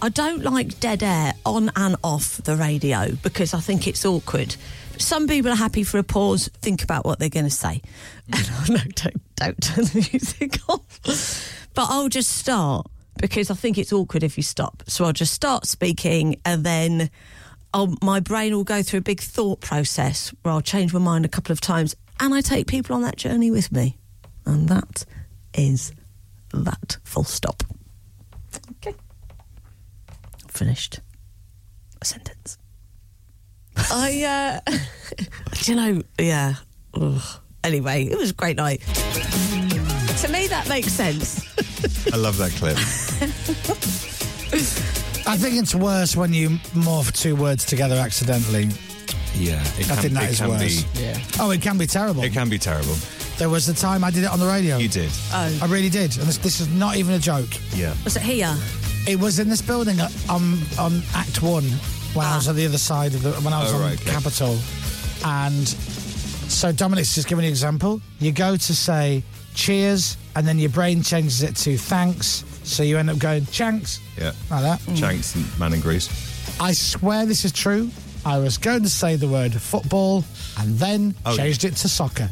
I don't like dead air on and off the radio because I think it's awkward. Some people are happy for a pause, think about what they're going to say. And I know, don't, don't turn the music off. But I'll just start because I think it's awkward if you stop. So I'll just start speaking and then I'll, my brain will go through a big thought process where I'll change my mind a couple of times and I take people on that journey with me. And that is that. Full stop. Okay. Finished. A sentence. I, uh, do you know, yeah. Ugh. Anyway, it was a great night. To me, that makes sense.
I love that clip.
I think it's worse when you morph two words together accidentally.
Yeah. It
I think that
it
is
can
worse.
Be,
Yeah.
Oh, it can be terrible.
It can be terrible.
There was a time I did it on the radio.
You did.
Oh.
I really did. And this, this is not even a joke.
Yeah.
Was it here?
It was in this building at- on on Act One when I was at the other side of the when I was
Oh,
on
right, okay.
Capitol, and so Dominic's just given you an example. You go to say cheers, and then your brain changes it to thanks, so you end up going chanks
Yeah.
like that.
Shanks and Man in Greece.
I swear this is true. I was going to say the word football, and then
Oh,
changed it to soccer.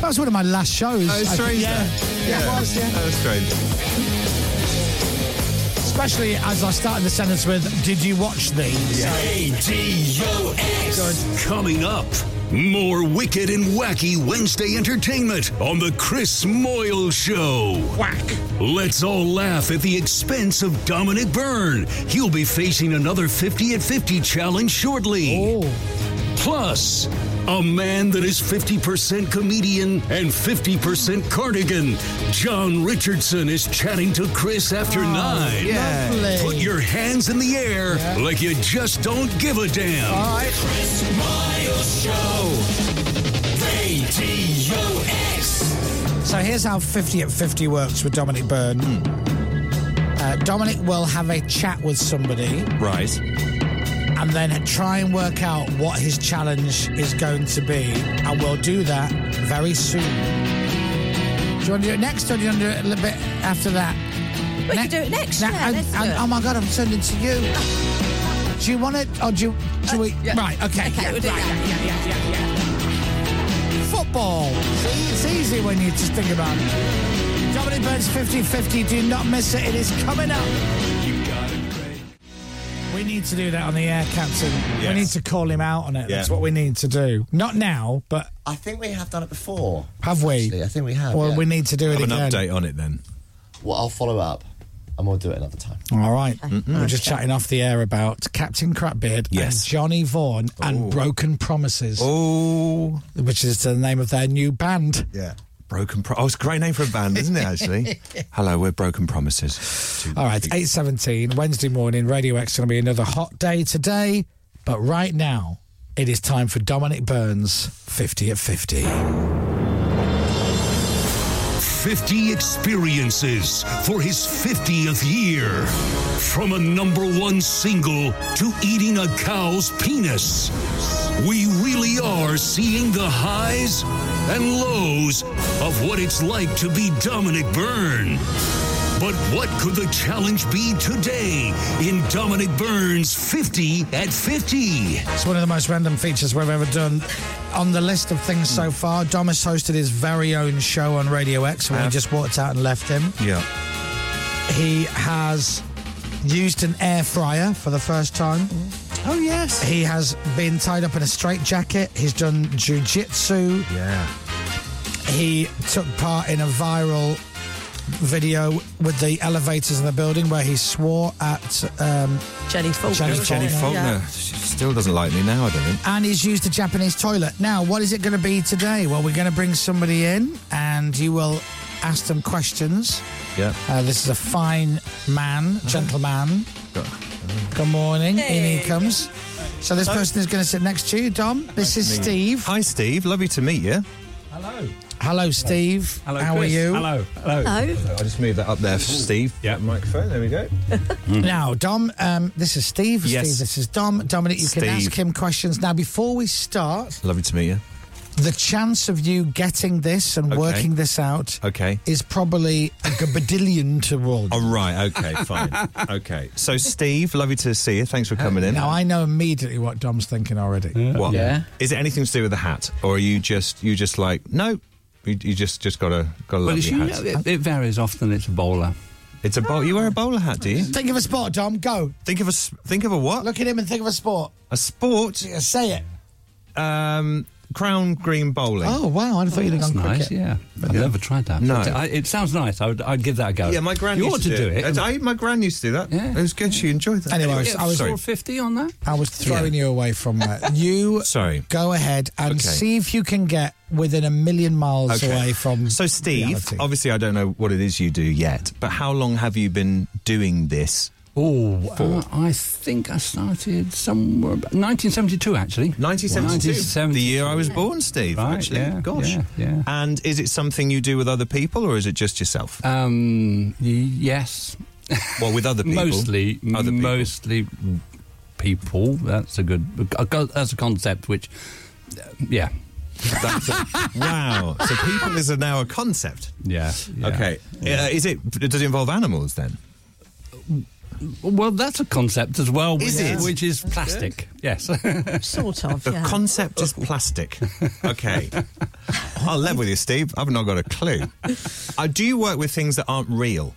That was one of my last shows.
Oh, it's
I-
strange.
Yeah.
that.
Yeah, it was, yeah.
That was strange.
Especially as I started the sentence with, Did you watch these?
Good. Coming up, more wicked and wacky Wednesday entertainment on The Chris Moyle Show. Whack. Let's all laugh at the expense of Dominic Byrne. He'll be facing another 50 at 50 challenge shortly. Plus, a man that is 50% comedian and 50% cardigan, John Richardson, is chatting to Chris after nine.
yeah. lovely.
Put your hands in the air like you just don't give a damn.
Chris Miles Show. Radio X.
So here's how 50 at 50 works with Dominic Byrne. Uh, Dominic will have a chat with somebody
Right.
and then try and work out what his challenge is going to be. And we'll do that very soon. Do you want to do it next or do you want to do it a little bit after that?
We can do it next, yeah,
I-
let's do
I-
it.
Oh my God, I'm turning to you. Do you want it or do you. Do
Uh,
we, Right, okay.
Okay,
yeah,
we'll do
right,
that.
yeah, yeah, yeah, yeah, yeah. Football. See, it's easy when you just think about it. Dominic Burns 50 50. Do not miss it. It is coming up. We need to do that on the air, Captain.
Yes.
We need to call him out on it.
Yeah.
That's what we need to do. Not now, but
I think we have done it before.
have we?
Actually, I think we have.
Well,
yeah.
we need to do it
Have an
again.
update on it then.
Well, I'll follow up, and we'll do it another time.
All right.
Mm-mm.
We We're just
Okay.
chatting off the air about Captain Crapbeard
Yes.
and Johnny Vaughan and Broken Promises.
Oh.
Which is the name of their new band.
Yeah. Broken Pro. Oh, it's a great name for a band, isn't it, actually? Hello, we're Broken Promises. To-
All right, 8.17, Wednesday morning, Radio X going to be another hot day today. But right now, it is time for Dominic Burns, 50 at 50.
50 experiences for his 50th year. From a number one single to eating a cow's penis. We really are seeing the highs and lows of what it's like to be Dominic Byrne. But what could the challenge be today in Dominic Byrne's 50 at 50?
It's one of the most random features we've ever done. On the list of things so far, Dom has hosted his very own show on Radio X when we
Have.
just walked out and left him.
Yeah.
He has used an air fryer for the first time.
Oh, yes.
He has been tied up in a straitjacket. He's done jujitsu.
Yeah.
He took part in a viral video with the elevators in the building where he swore at um,
Jenny Faulkner.
Jenny,
Jenny Faulkner. Oh, She still doesn't like me now, I don't think.
and he's used a Japanese toilet. Now, what is it going to be today? Well, we're going to bring somebody in and you will ask them questions.
Yeah. Uh-huh.
Uh, this is a fine man, gentleman.
Good.
Good morning. In he comes. So, this person is going to sit next to you, Dom. This is
Me.
Steve.
Hi, Steve. Lovely to meet you.
Hello. Hello, Steve.
Hello,
How
Chris.
are you?
Hello. Hello. Hello. I'll just move that up there, for Steve. Yeah, microphone. There we go.
Now, Dom, um, this is Steve.
Yes.
Steve, this is Dom. Dominic, you can
Steve.
ask him questions. Now, before we start,
Lovely to meet you.
the chance of you getting this and
Okay.
working this out
Okay.
is probably a gabadillion to one.
All Oh, right. Okay. Fine. okay. So, Steve, lovely to see you. Thanks for coming in.
Now, I know immediately what Dom's thinking already.
What? Is it anything to do with the hat, or are you just you just like no? You, you just just got a got a
Well,
lovely
it's, you know, it,
hat.
it varies. Often it's a bowler.
It's a bowl. You wear a bowler hat, do you?
Think of a sport, Dom. Go.
Think of a s- think of a what?
Look at him and think of a sport.
A sport.
Yeah, say it.
Um, crown green bowling.
Oh, wow. I thought you'd have
That's
gone
nice.
cricket.
Yeah, I've never tried that.
No.
But I, it sounds nice. I would, I'd give that a go.
Yeah, my gran
You
used
ought
to
to
do
do
it.
it.
And I- my gran used to do that.
Yeah.
It was good. She enjoyed that.
Anyway, I was-
sorry.
450 on that.
I was throwing you away from that. You
Sorry.
go ahead and
Okay.
see if you can get within a million miles
Okay.
away from.
So, Steve,
reality.
obviously, I don't know what it is you do yet, but how long have you been doing this?
Oh, uh, I think I started somewhere about 1972, actually.
1972, the year I was born, Steve.
Right,
actually,
yeah,
gosh.
yeah, yeah.
And is it something you do with other people, or is it just yourself?
Um, y- yes,
Well, with other people.
mostly, mostly people. That's a good. a co- That's a concept which, uh, yeah,
That's a, wow. So people is a, now a concept.
yeah.
Okay. Uh, is it? Does it involve animals then?
Well, that's a concept as well.
Is
which,
it?
Which is
That's
plastic. Yes.
sort of.
The concept is plastic. Okay. I'll level with you, Steve. I've not got a clue. Uh, do you work with things that aren't real?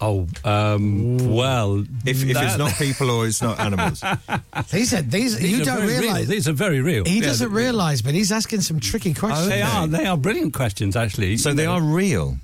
Oh, um, well.
If, if it's
that-
not people or it's not animals.
These are these.
These
you
are
don't
very real.
realise.
These are very real.
He
Yeah,
doesn't
they're-
realise, but he's asking some tricky questions.
they are. They are brilliant questions, actually. So
they are real.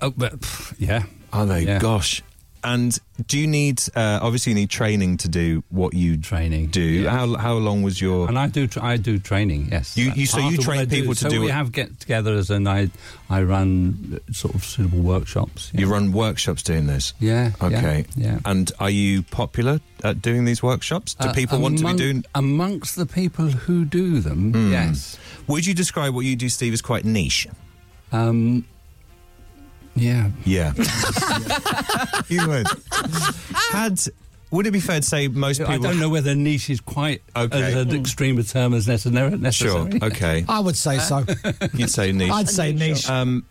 Oh, but, pff, yeah.
Oh,
Are they?
Yeah.
Gosh. And do you need? Uh, obviously, you need training to do what you training do. How how long was your?
And I do. Tra- I do training. Yes.
You-
That's
you- so
part
you
of what
train
I
people to
so
do
We
it-
have get-togethers, and I I run uh, sort of suitable workshops.
You run workshops doing this.
Yeah. yeah,
Okay.
Yeah.
And are you popular at doing these workshops? Do
Uh,
people want to be
among-
doing?
amongst the people who do them?
Hmm.
Yes.
Would you describe what you do, Steve, as quite niche?
Um. Yeah.
Yeah. you would. Had would it be fair to say most people? Hmm.
I don't know whether niche is quite as an extreme a term as necessary.
Sure.
necessary.
Okay.
I would say so.
You'd say niche.
I'd say niche.
Um,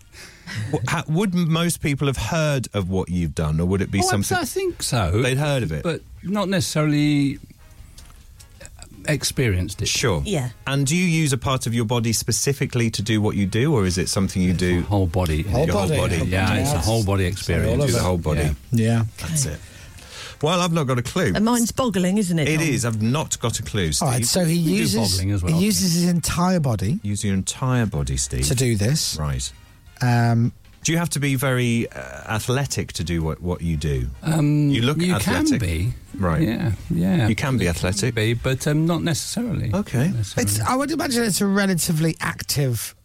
wh- ha- would most people have heard of what you've done, or would it be
Oh, I-
something?
I think so.
They'd heard of it,
but not necessarily experienced it.
Sure.
Yeah.
And do you use a part of your body specifically to do what you do, or is it something you do?
Whole body.
Whole
Your
body.
Yeah, it's a whole body experience.
do the whole body.
Yeah.
That's it. Well, I've not got a clue.
And mine's boggling, isn't it?
It
Dom?
is. I've not got a clue. Steve.
All right. So he uses he uses his entire body
Use your entire body, Steve,
to do this.
Right.
Um,
Do you have to be very uh, athletic to do what, what you do?
Um,
you look
you can
athletic.
be.
Right.
Yeah, yeah.
You can be athletic.
Be, but um, not necessarily.
Okay.
it's, I would imagine it's a relatively active.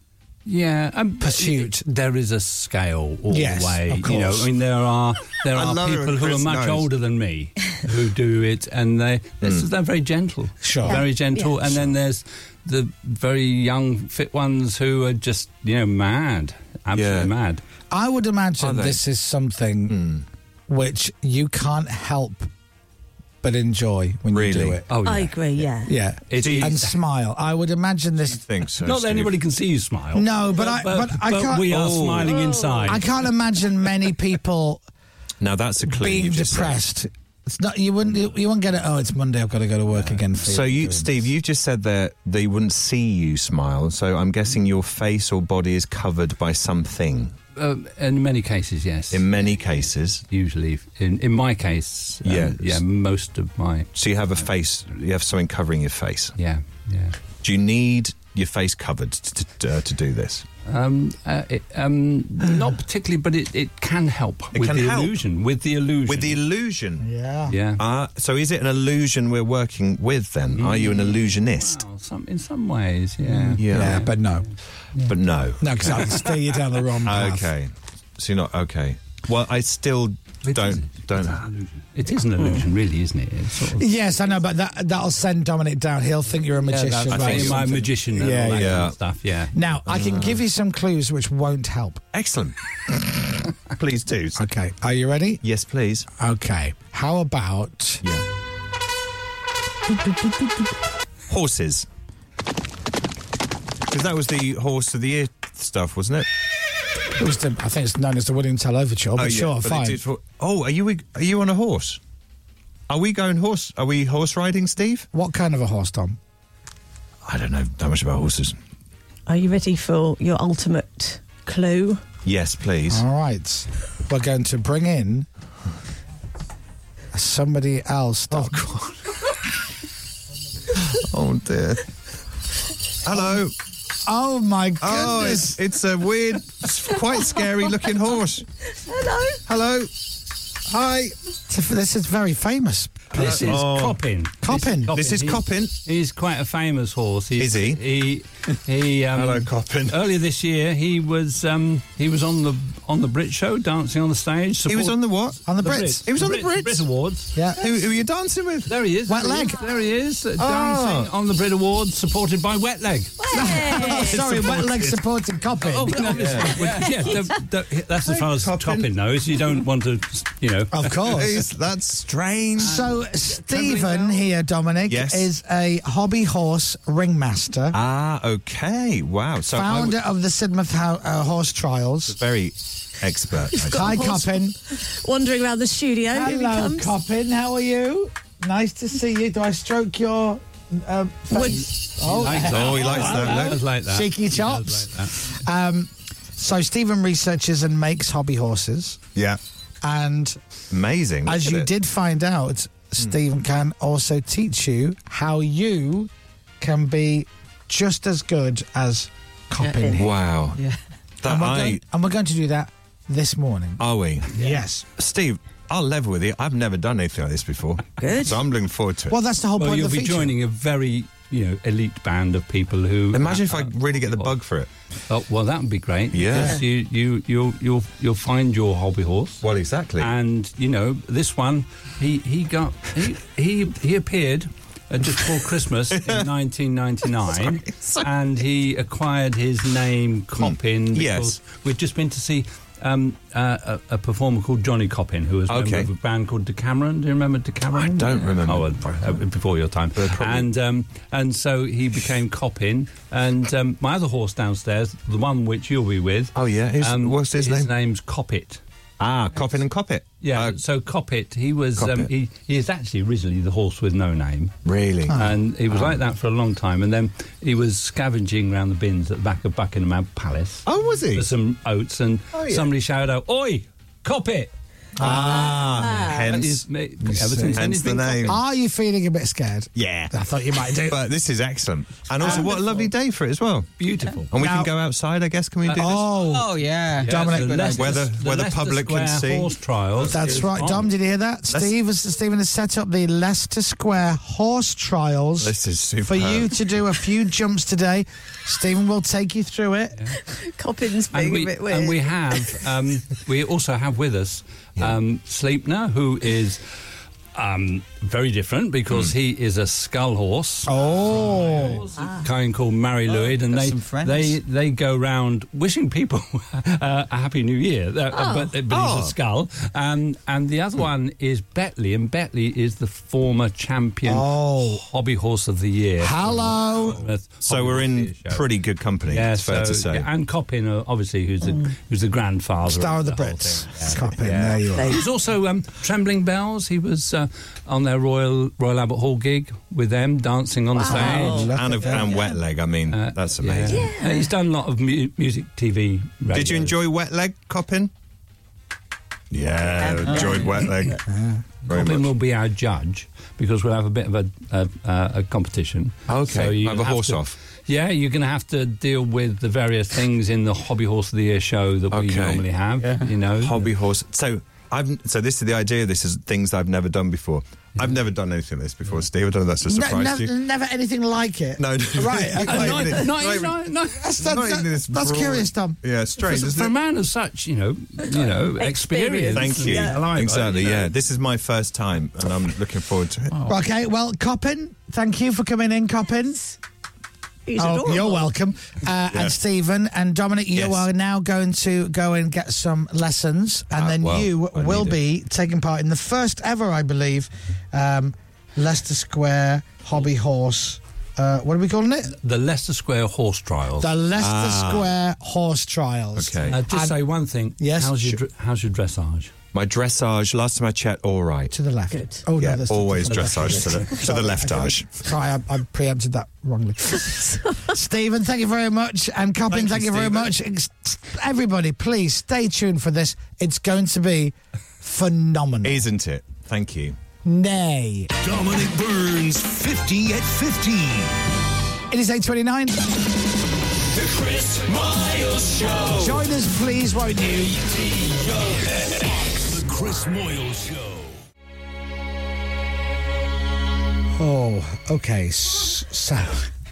Yeah, um, pursuit. There is a scale all
Yes,
the way.
of
You know,
course.
I mean, there are there
I
are
love it when
people who are
Chris
much
knows.
older than me who do it, and they they're,
Mm.
they're very gentle,
Sure.
very
Yeah,
gentle.
yeah.
and then there's the very young, fit ones who are just you know mad, absolutely mad.
I would
Are
imagine
they?
this is something
Hmm.
which you can't help but enjoy when you do it.
Oh,
I agree. Yeah.
Yeah,
It is-
and smile. I would imagine this.
Think so.
Not that anybody can see you smile.
No, but I- but I can't-
we are
Oh.
smiling inside.
I can't imagine many people
Now that's a clue.
being
you've just said.
depressed. It's not you wouldn't you, you wouldn't get it. Oh, it's Monday. I've got to go to work again. For
So you, Steve, you just said that they wouldn't see you smile. So I'm guessing your face or body is covered by something.
Uh, in many cases, yes.
In many cases,
usually. In in my case, um,
Yes.
yeah, most of my
So you have a face. You have something covering your face.
yeah, yeah.
Do you need your face covered to, to, uh, to do this?
Um, uh, it, um, not particularly, but it, it can help
It
with
can
the
help.
illusion. With the illusion.
With the illusion.
Yeah.
Yeah.
Uh, so is it an illusion we're working with then? Are you an illusionist?
Some, in some ways, yeah.
Mm, Yeah.
Yeah, but no.
But no.
No, because I'll steer you down the wrong path.
Okay. So you're not okay. Well, I still don't don't. Mm.
It is an illusion, really, isn't it? It's sort of,
Yes, I know, but that that'll send Dominic down. He'll think you're a magician.
Yeah, that's
right?
right. My magician and
Yeah,
all that
yeah.
kind of stuff, yeah.
Now I
Uh.
can give you some clues which won't help.
Excellent. please do.
Okay. Are you ready?
Yes, please.
Okay. How about
Horses. Because that was the horse of the year stuff, wasn't it?
it was the, I think it's known as the William Tell Overture, but
Oh, yeah,
sure,
but it
fine.
did for- oh, are you are you on a horse? Are we going horse? Are we horse riding, Steve?
What kind of a horse, Tom?
I don't know that much about horses.
Are you ready for your ultimate clue?
Yes, please.
All right. We're going to bring in somebody else. Oh, God.
Oh dear. Hello.
Oh my goodness.
Oh, it's, it's a weird, s- quite scary looking horse.
Hello.
Hello. Hi.
This is very famous.
This is
Oh.
Coppin.
Coppin. This is
He's-
Coppin.
He's quite a famous horse. He's,
Is he?
He. he um, Hello,
Coppin.
Earlier this year, he was um, he was on the on the Brit Show, dancing on the stage.
He was on the what?
On the Brits.
He was on the
Brit,
Brits.
Brit Awards.
Yeah.
Who, who are you dancing with?
There he is.
Wet
there he
leg.
is, There he is, uh,
Ah.
dancing on the Brit Awards, supported by Wet Leg.
oh, sorry, wet leg supported Coppin.
Oh, no, listen, well, yeah, the- the- that's as far as Coppin knows. You don't want to, you know.
Of course.
Is that strange?
So Stephen here, Dominic,
Um, Yes.
is a hobby horse ringmaster,
Ah, okay. Wow. So I
founder
w-
of the Sidmouth Ho- uh, Horse Trials.
very expert. I
Hi,
think.
Coppin.
Wandering around the studio. Here he
Hello,
comes.
Coppin. How are you? Nice to see you. Do I stroke your? Um, face?
He likes that.
Oh, he likes that,
He
look.
uh, does like that.
Shaky
He does
chops.
like that.
Um, so Stephen researches and makes hobby horses,
Yeah.
and
Amazing. Look
as
at
you
it. Hmm.
did find out, Stephen can also teach you how you can be just as good as Coppin. here.
Wow. Yeah. That
and, we're
I. Oh,
going, and we're going to do that this morning.
Are we?
Yes.
Steve, I'll level with you. I've never done anything like this before.
Good.
So I'm looking forward to it.
Well, that's the whole
Well,
point
you'll
of the
be
feature.
joining a very you know elite band of people who. uh,
Imagine if I really get the bug for it.
Oh, well, that would be great.
Yeah.
because You you you'll you'll you'll find your hobby horse.
Well, exactly.
And you know this one, he he got he he, he appeared. Uh, just before Christmas in 1999, and he acquired his name Coppin.
Mm. Yes.
because we'd just been to see um, uh, a, a performer called Johnny Coppin, who was a member
Okay.
of a band called Decameron. Do you remember Decameron? I
don't remember.
Oh, well, uh, before your time.
Uh, probably.
And um, and so he became Coppin. And um, my other horse downstairs, the one which you'll be with. um,
Oh, yeah. His- what's his name?
name's Coppit.
ah, Coppin and Uh, Coppit.
Yeah. so Coppit, he was Um,
Coppit.
he, he is actually originally the horse with no name.
Really?
Ah.
And he
Oh.
was like that for a long time, and then he was scavenging around the bins at the back of Buckingham Palace.
Oh, was he?
For some oats, and
Oh, yeah.
somebody shouted out, "Oi, cop it!"
Ah,
That
hence,
is ma- ever since then
hence
he's
the
been
name.
Are you feeling a bit scared?
Yeah.
I thought you might do.
But this is excellent. And also, what a lovely day for it as well.
Ah, Beautiful.
And we
Now-
can go outside, I guess. Can we do
oh,
Oh yeah,
Yeah,
Dominic,
the
where
Leicester-
the- where the
Leicester
public can
Square
see.
Horse trials.
that's
is
right.
on.
Dom, did you hear that? Steve has, Stephen has set up the Leicester Square Horse Trials.
This is
For you
superb.
to do a few jumps today. Stephen will take you through it.
Coppin's being
And we,
a bit weird.
and we have, um, we also have with us um, Sleipner, who is um, very different because he is a skull horse. Ah. Oh,
Oh.
kind called Mary Lloyd, and
got
they
some friends.
they they go round wishing people uh, a happy new year. Uh, uh, but but he's a skull, um, and the other one is Betley, and Betley is the former champion
Oh.
hobby horse of the year.
Hello.
So we're in pretty good company,
Yeah,
it's fair
so-
to say.
yeah, and Coppin, uh, obviously, who's the who's the grandfather
Star of the
whole
Brits.
thing.
Coppin, there you are.
He was also um, Trembling Bells. He was uh, on their Royal Royal Albert Hall gig with them, dancing on the stage.
Look
and,
at
of,
that.
and Wet Leg, I mean,
Uh,
that's
yeah.
amazing.
Uh, he's done a lot of mu- music, TV. Radio.
Did you enjoy Wet Leg, Coppin? Yeah, enjoyed Wet Leg. Very
Robin
much.
will be our judge because we'll have a bit of a a, a, a competition.
Okay,
you
have a horse
to-
off.
Yeah, you're going to have to deal with the various things in the Hobby Horse of the Year show that we
Okay.
normally have. You know,
Hobby horse. So I've so this is the idea. This is things I've never done before. I've never done anything like this before, Steve. I don't know if that's a
Ne-
surprise
nev-
to you.
never anything like it.
No,
Right, okay.
Uh, not-
even-
not-
even-
not- not-
That's, that's,
not even
that's-
this
that's
broad-
curious, Dom.
Yeah, strange.
for,
isn't
for a
it?
man of such, you know, you know, experience.
Thank you.
Yeah. Alive,
exactly.
you know.
Yeah, this is my first time, and I'm looking forward to it.
Okay, well, Coppin, thank you for coming in, Coppin.
He's
Oh,
adorable.
you're welcome. Uh,
Yeah.
And Stephen and Dominic, you
Yes.
are now going to go and get some lessons, and
Ah,
then
well,
you
I
will
need
be taking part in the first ever, I believe, um, Leicester Square Hobby Horse. Uh, what are we calling it?
The Leicester Square Horse Trials.
The Leicester
Ah.
Square Horse Trials.
Okay.
Uh, just
And-
say one thing.
Yes.
How's your dr- how's your dressage?
My dressage. Last time I checked, all right.
To the left. Oh,
yeah,
no, that's
always
to the left.
dressage to the to the leftage.
Sorry, I, I preempted that wrongly. Stephen, thank you very much. And Coppin,
Thank you,
thank you, very
Stephen.
much. Ex- Everybody, please stay tuned for this. It's going to be phenomenal.
Isn't it? Thank you.
Nay.
Dominic Burns, 50 at 50.
It is 8.29.
The Chris Miles Show.
Join us, please, won't you?
The Chris Moyle Show.
Oh, okay. S- So,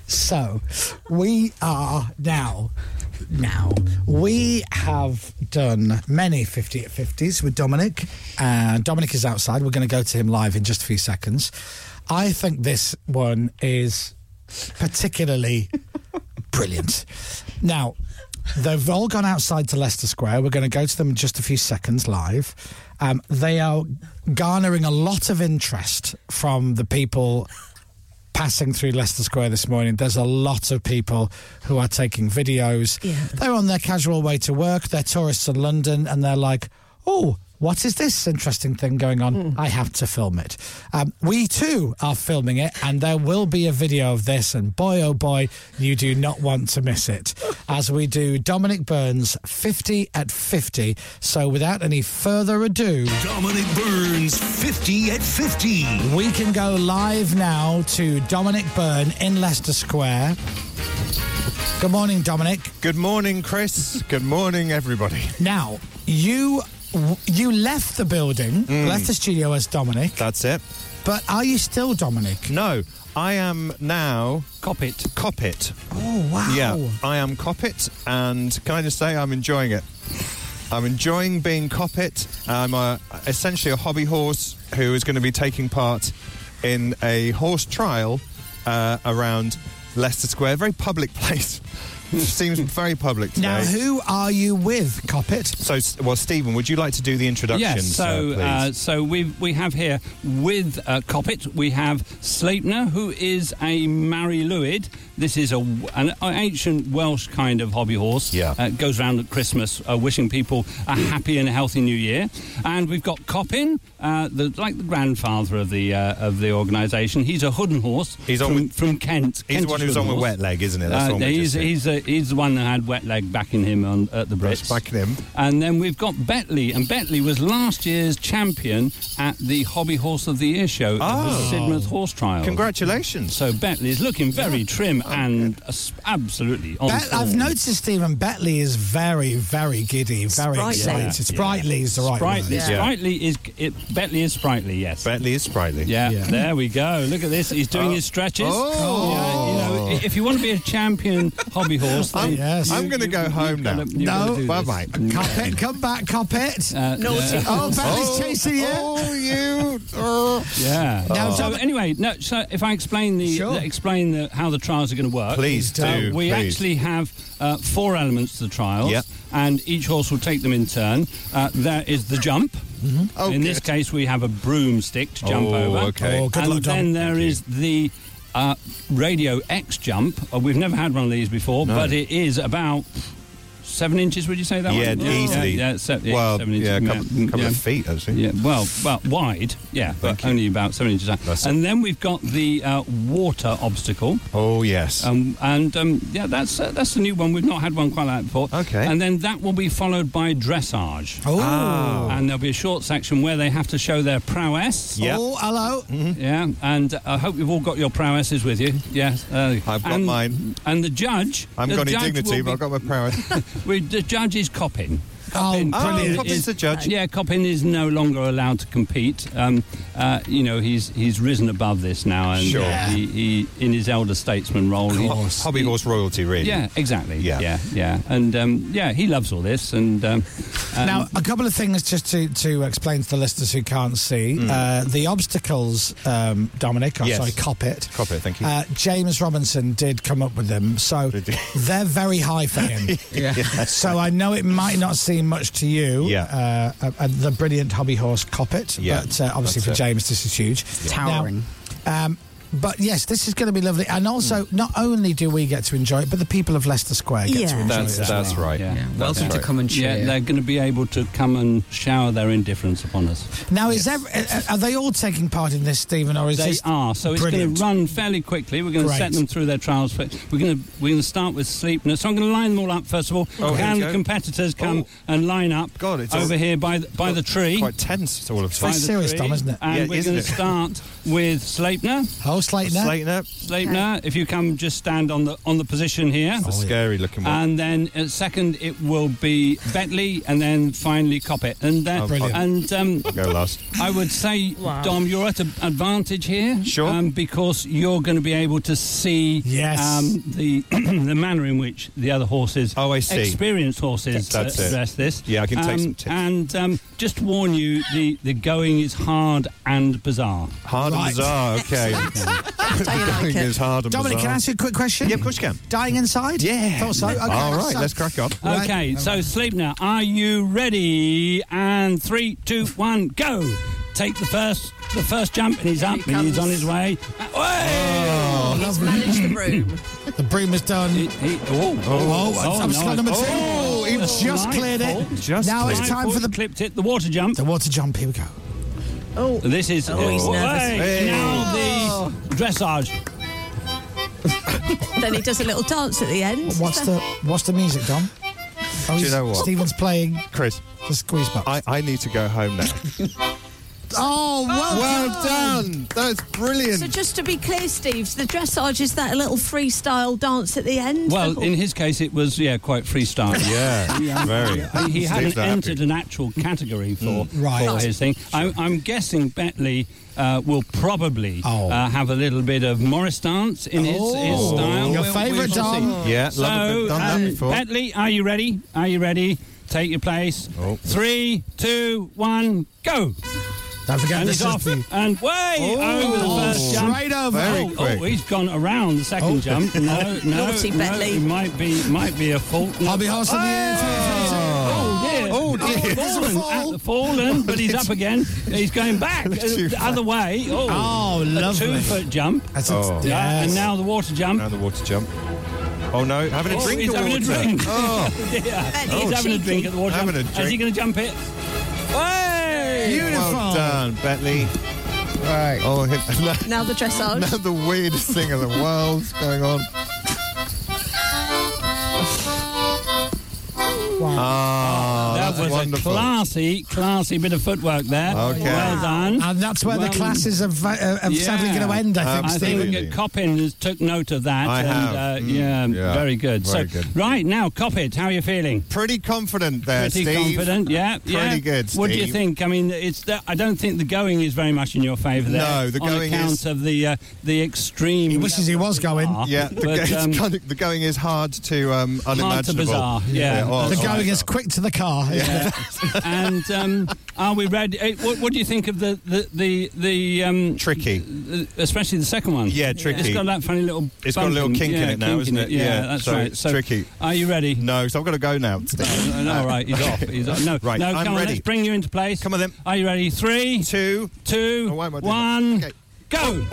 so we are now, now we have done many 50 at 50s with Dominic. Uh, Dominic is outside. We're going to go to him live in just a few seconds. I think this one is particularly brilliant. Now, they've all gone outside to Leicester Square. We're going to go to them in just a few seconds live. Um, they are garnering a lot of interest from the people passing through Leicester Square this morning. There's a lot of people who are taking videos. They're on their casual way to work. They're tourists in London, and they're like, oh, what is this interesting thing going on? I have to film it. Um, we too are filming it, and there will be a video of this. And boy, oh boy, you do not want to miss it as we do Dominic Burns 50 at 50. So, without any further ado,
Dominic Burns 50 at 50.
we can go live now to Dominic Byrne in Leicester Square. Good morning, Dominic.
Good morning, Chris. Good morning, everybody.
Now, you you left the building, left the studio as Dominic.
That's it.
But are you still Dominic?
No, I am now Coppet. Coppet.
Oh wow!
Yeah, I am Coppet, and can I just say I'm enjoying it. I'm enjoying being Coppet. I'm a, essentially a hobby horse who is going to be taking part in a horse trial uh, around Leicester Square, very public place. Seems very public today.
Now, who are you with, Coppet?
So, well, Stephen, would you like to do the introduction?
Yes, so
please?
uh, so we we have here with uh, Coppet we have Sleipner, who is a Mary Lewid. This is a an ancient Welsh kind of hobby horse. Yeah, uh, goes around at Christmas, uh, wishing people a happy and healthy New Year. And we've got Coppin, uh, the like the grandfather of the uh, of the organisation. He's a hoodden horse. He's from, from Kent.
He's the one
Kentish
who's on
hoodden horse.
with wet leg, isn't it? That's
Uh,
the one we
he's
just did.
he's, uh, he's the one that had wet leg backing him on at the Brits.
backing him.
And then we've got Bentley, and Bentley was last year's champion at the Hobby Horse of the Year show at the
Oh.
Sidmouth Horse Trial.
Congratulations!
So Bentley's looking very trim and as- absolutely on.
Bet- I've
form.
noticed Stephen Betley is very, very giddy, very
Sprightly.
excited.
Yeah.
Sprightly is the right
Sprightly,
word.
sprightly is it, Bentley is sprightly, yes.
Bentley is sprightly.
Yeah,
Yeah.
there we go. Look at this. He's doing his stretches.
Oh.
Yeah, you know, i- if you want to be a champion hobby horse, then
I'm,
you-
I'm going to
you-
go
you've
home now.
gotta- you've gotta do
bye
this.
bye.
Coppet, come back, Coppet.
Uh,
Naughty
Oh,
horse.
Betley's
Oh.
chasing you. Oh,
you. uh,
Yeah.
Now,
Oh.
so
Dominic-
anyway, no. So if I explain the,
Sure.
the- explain the, how the trials are going to work,
Please
Uh,
do,
we
please.
actually have uh, four elements to the trials,
Yep.
and each horse will take them in turn. Uh, there is the jump.
Oh,
in this
good.
case, we have a broomstick to jump
Oh,
over.
okay. Oh, good
and
luck, Dom.
then there is the. Uh, radio X jump. Uh, we've never had one of these before, but it is about seven inches. Would you say that
Yeah,
one?
easily.
Yeah, yeah, se- yeah,
well,
seven inches.
yeah, a couple, couple
yeah.
of feet, I think.
Yeah, well, well, wide, yeah, but only about seven inches high. and then we've got the uh, water obstacle.
Oh yes.
Um, and um, yeah, that's uh, that's a new one. We've not had one quite like that before.
Okay.
And then that will be followed by dressage.
Oh.
Ah.
And there'll be a short section where they have to show their prowess.
Oh, hello.
Mm-hmm.
Yeah, and uh, I hope you've all got your prowesses with you. Yeah, uh, I've
got mine.
And the judge.
I'm
the
got
judge
indignity,
will
but I've got my prowess.
be- we- the judge is copping.
Oh,
Oh,
brilliant.
Coppin's the judge.
Yeah, Coppin is no longer allowed to compete. Um, uh, you know, he's he's risen above this now, and
Sure.
uh, he, he in his elder statesman role. he-
Hobby horse royalty, really.
yeah, exactly.
Yeah.
Yeah, yeah, and um, yeah, he loves all this, and um, um,
now, a couple of things just to, to explain to the listeners who can't see. Uh, the obstacles, um, Dominic, I'm
Hmm. Yes.
sorry, Coppet.
Coppet, thank you.
Uh, James Robinson did come up with them, so they're very high for him. So I know it might not seem much to you,
Yeah.
uh, uh, uh, the brilliant hobby horse Coppet,
Yeah,
but uh, obviously
that's
for
it.
James this is huge.
Yeah.
Now,
Towering.
um, but yes, this is going to be lovely, and also not only do we get to enjoy it, but the people of Leicester Square get to enjoy
That's
it. as
that's
well.
right.
yeah.
Welcome
That's
to
right.
come and cheer.
yeah, they're going to be able to come and shower their indifference upon us.
Now, is ev- uh, are they all taking part in this, Stephen, or is
They
this
are. So it's going
brilliant?
to run fairly quickly. We're going to
Great.
set them through their trials. But we're going to we're going to start with Sleepner. So I'm going to line them all up first of all.
Oh, here
Can
we
the
go. Oh.
competitors come and line up
God, it's
over
all-
here by the, by the tree?
Quite tense all of a
That's
sudden.
serious,
tree,
Dom, isn't it?
And
Yeah,
we're
isn't
going
it?
to start with Sleipner.
Oh, Hello, Slayton.
Sleipner, if you come, just stand on the on the position here.
It's a scary looking one.
And then uh, second, it will be Bentley, and then finally Coppet. And then
Oh, brilliant.
and um,
Go last.
I would say, Dom, you're at an advantage here, sure, um, because you're going to be able to see
Yes.
um, the the manner in which the other horses, oh, I
see.
experienced horses,
That's it.
address this.
Yeah, I can take
Um,
some tips.
And um, just to warn you, the the going is hard and bizarre.
Hard and Right. bizarre, okay. Going is hard and
Dominic, can I ask you a quick question? Yeah, of
course you can.
Dying inside? Yeah. Thought so. Okay,
All right,
so-
let's crack on.
Okay, so Sleepner, are you ready? And three, two, one, go! Take the first, the first jump, and he's up, and he's on his way. Oh,
He's managed the broom. the broom is done.
oh,
oh,
oh,
I'm
no,
slot number two.
oh,
he
it's
just
right
cleared it.
fault, just
now it's
cleared.
time for the
clipped it. The water jump.
The water jump. Here we go.
Oh,
this is
Oh, he's nervous.
hey,
Hey.
now the dressage.
then he does a little dance at the end.
What's the What's the music, Dom? Oh,
Do you
he's-
know what?
Stephen's playing.
Chris.
The squeeze box.
I, I need to go home now.
Oh,
well
done. That's brilliant.
So just to be clear, Steve, the dressage is that little freestyle dance at the end.
Well, in his case, it was yeah, quite freestyle.
Yeah, very.
He, he
Steve's
hadn't
not happy.
entered an actual category for,
right.
for his thing. I'm, I'm guessing Bentley. Uh, will probably uh, have a little bit of Morris dance in his, his
Oh.
style.
Your
We'll-
favourite,
shall see.
Dom. Yeah,
so,
love a bit- done that
um,
before.
Bentley, are you ready? Are you ready? Take your place.
Oh.
Three, two, one, go.
Don't forget
and
this
he's
is
off
the-
and way
Oh,
over the first jump.
straight over. Very
Oh,
quick.
oh, he's gone around the second
Oh.
jump. No, no,
Naughty
no,
Bentley.
It might be, might be a fault. No.
Hobby horse in the air.
Oh dear!
Oh, dear. There's a
Fallen,
fall.
At the fallen, but he's up again. He's going back uh,
Too
the
far.
other way. Oh,
Oh, lovely.
A two-foot jump.
That's a-
yeah.
yes.
And now the water jump.
Now the water jump. Oh no, having a
Oh,
drink
he's
of
having
water.
a drink.
Oh.
yeah.
Bet
He's
he's
having a drink at the water
Having
jump.
a drink.
Is he going to jump it? Hey!
Well done, Bentley. Right. Oh, hit,
now the dressage.
Now the weirdest thing in the world's going on. Ah,
that
that's
was
wonderful.
a classy, classy bit of footwork there.
Okay.
Well done.
And that's where
Well
the classes are, va- uh, are sadly
Yeah.
going to end, I think,
I
Stephen.
think uh, Coppin has took note of that.
I
and,
have.
Uh,
Mm,
yeah,
yeah.
very good.
Very
so,
good.
right now, Coppit, how are you feeling?
Pretty confident there,
Pretty
Steve.
confident, yeah.
Pretty
yeah.
good,
What do you
Steve.
think? I mean, it's the, I don't think the going is very much in your favour there.
No, the
on
going
account
is-
of the uh, the extreme. He
wishes he was going.
Yeah, the,
But,
it's
um,
kind of- the going is hard to um, unimaginable.
bizarre, yeah.
oh,
the
oh,
going is quick to the car. isn't it?
and um, are we ready? eh, What, what do you think of the the the, the um,
tricky,
especially the second one?
Yeah, tricky.
It's got that funny little.
It's got a
bump
little kink in
yeah,
it now,
kink
isn't
in
it?
Yeah, that's
so
right.
It's
So,
tricky.
Are you ready?
No, so I've got to go now.
No, no, all right, he's off. He's off. No,
right,
no, come
I'm
on,
ready.
let's bring you into place. Come on then. Are you ready? Three,
two,
two, one,
doing that? Okay.
go.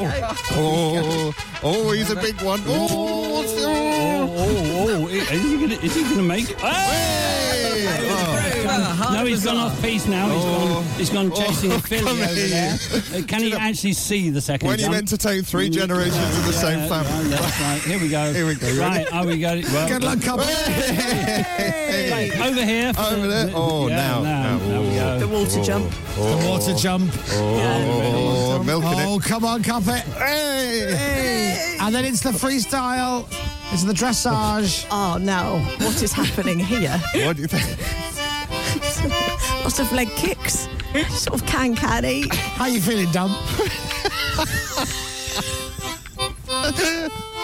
Oh, oh, he's a big one. Oh, it's- oh.
Oh, oh, is he gonna, is he gonna make it?
Hey!
Oh. Ah! No, he's gone off piece now. He's
Oh.
gone. He's gone chasing a filly over there. Uh, Can he actually see the second?
When you
jump? Uh,
entertain three generations of the same family.
Yeah, that's right. Here we go. Here we
go. You
Right,
ready?
are we going? Well,
Good luck, couple.
Right, over here.
Over there. Oh,
Yeah,
now.
now,
now.
now we go. The water
oh,
jump.
Oh,
The water jump.
Oh, milking
Oh,
it.
come on, Coppet. Hey. And then it's the freestyle. It's the dressage.
Oh no! What is happening here?
What do you think?
Lots of leg kicks, sort of can canny.
How you feeling, Dom?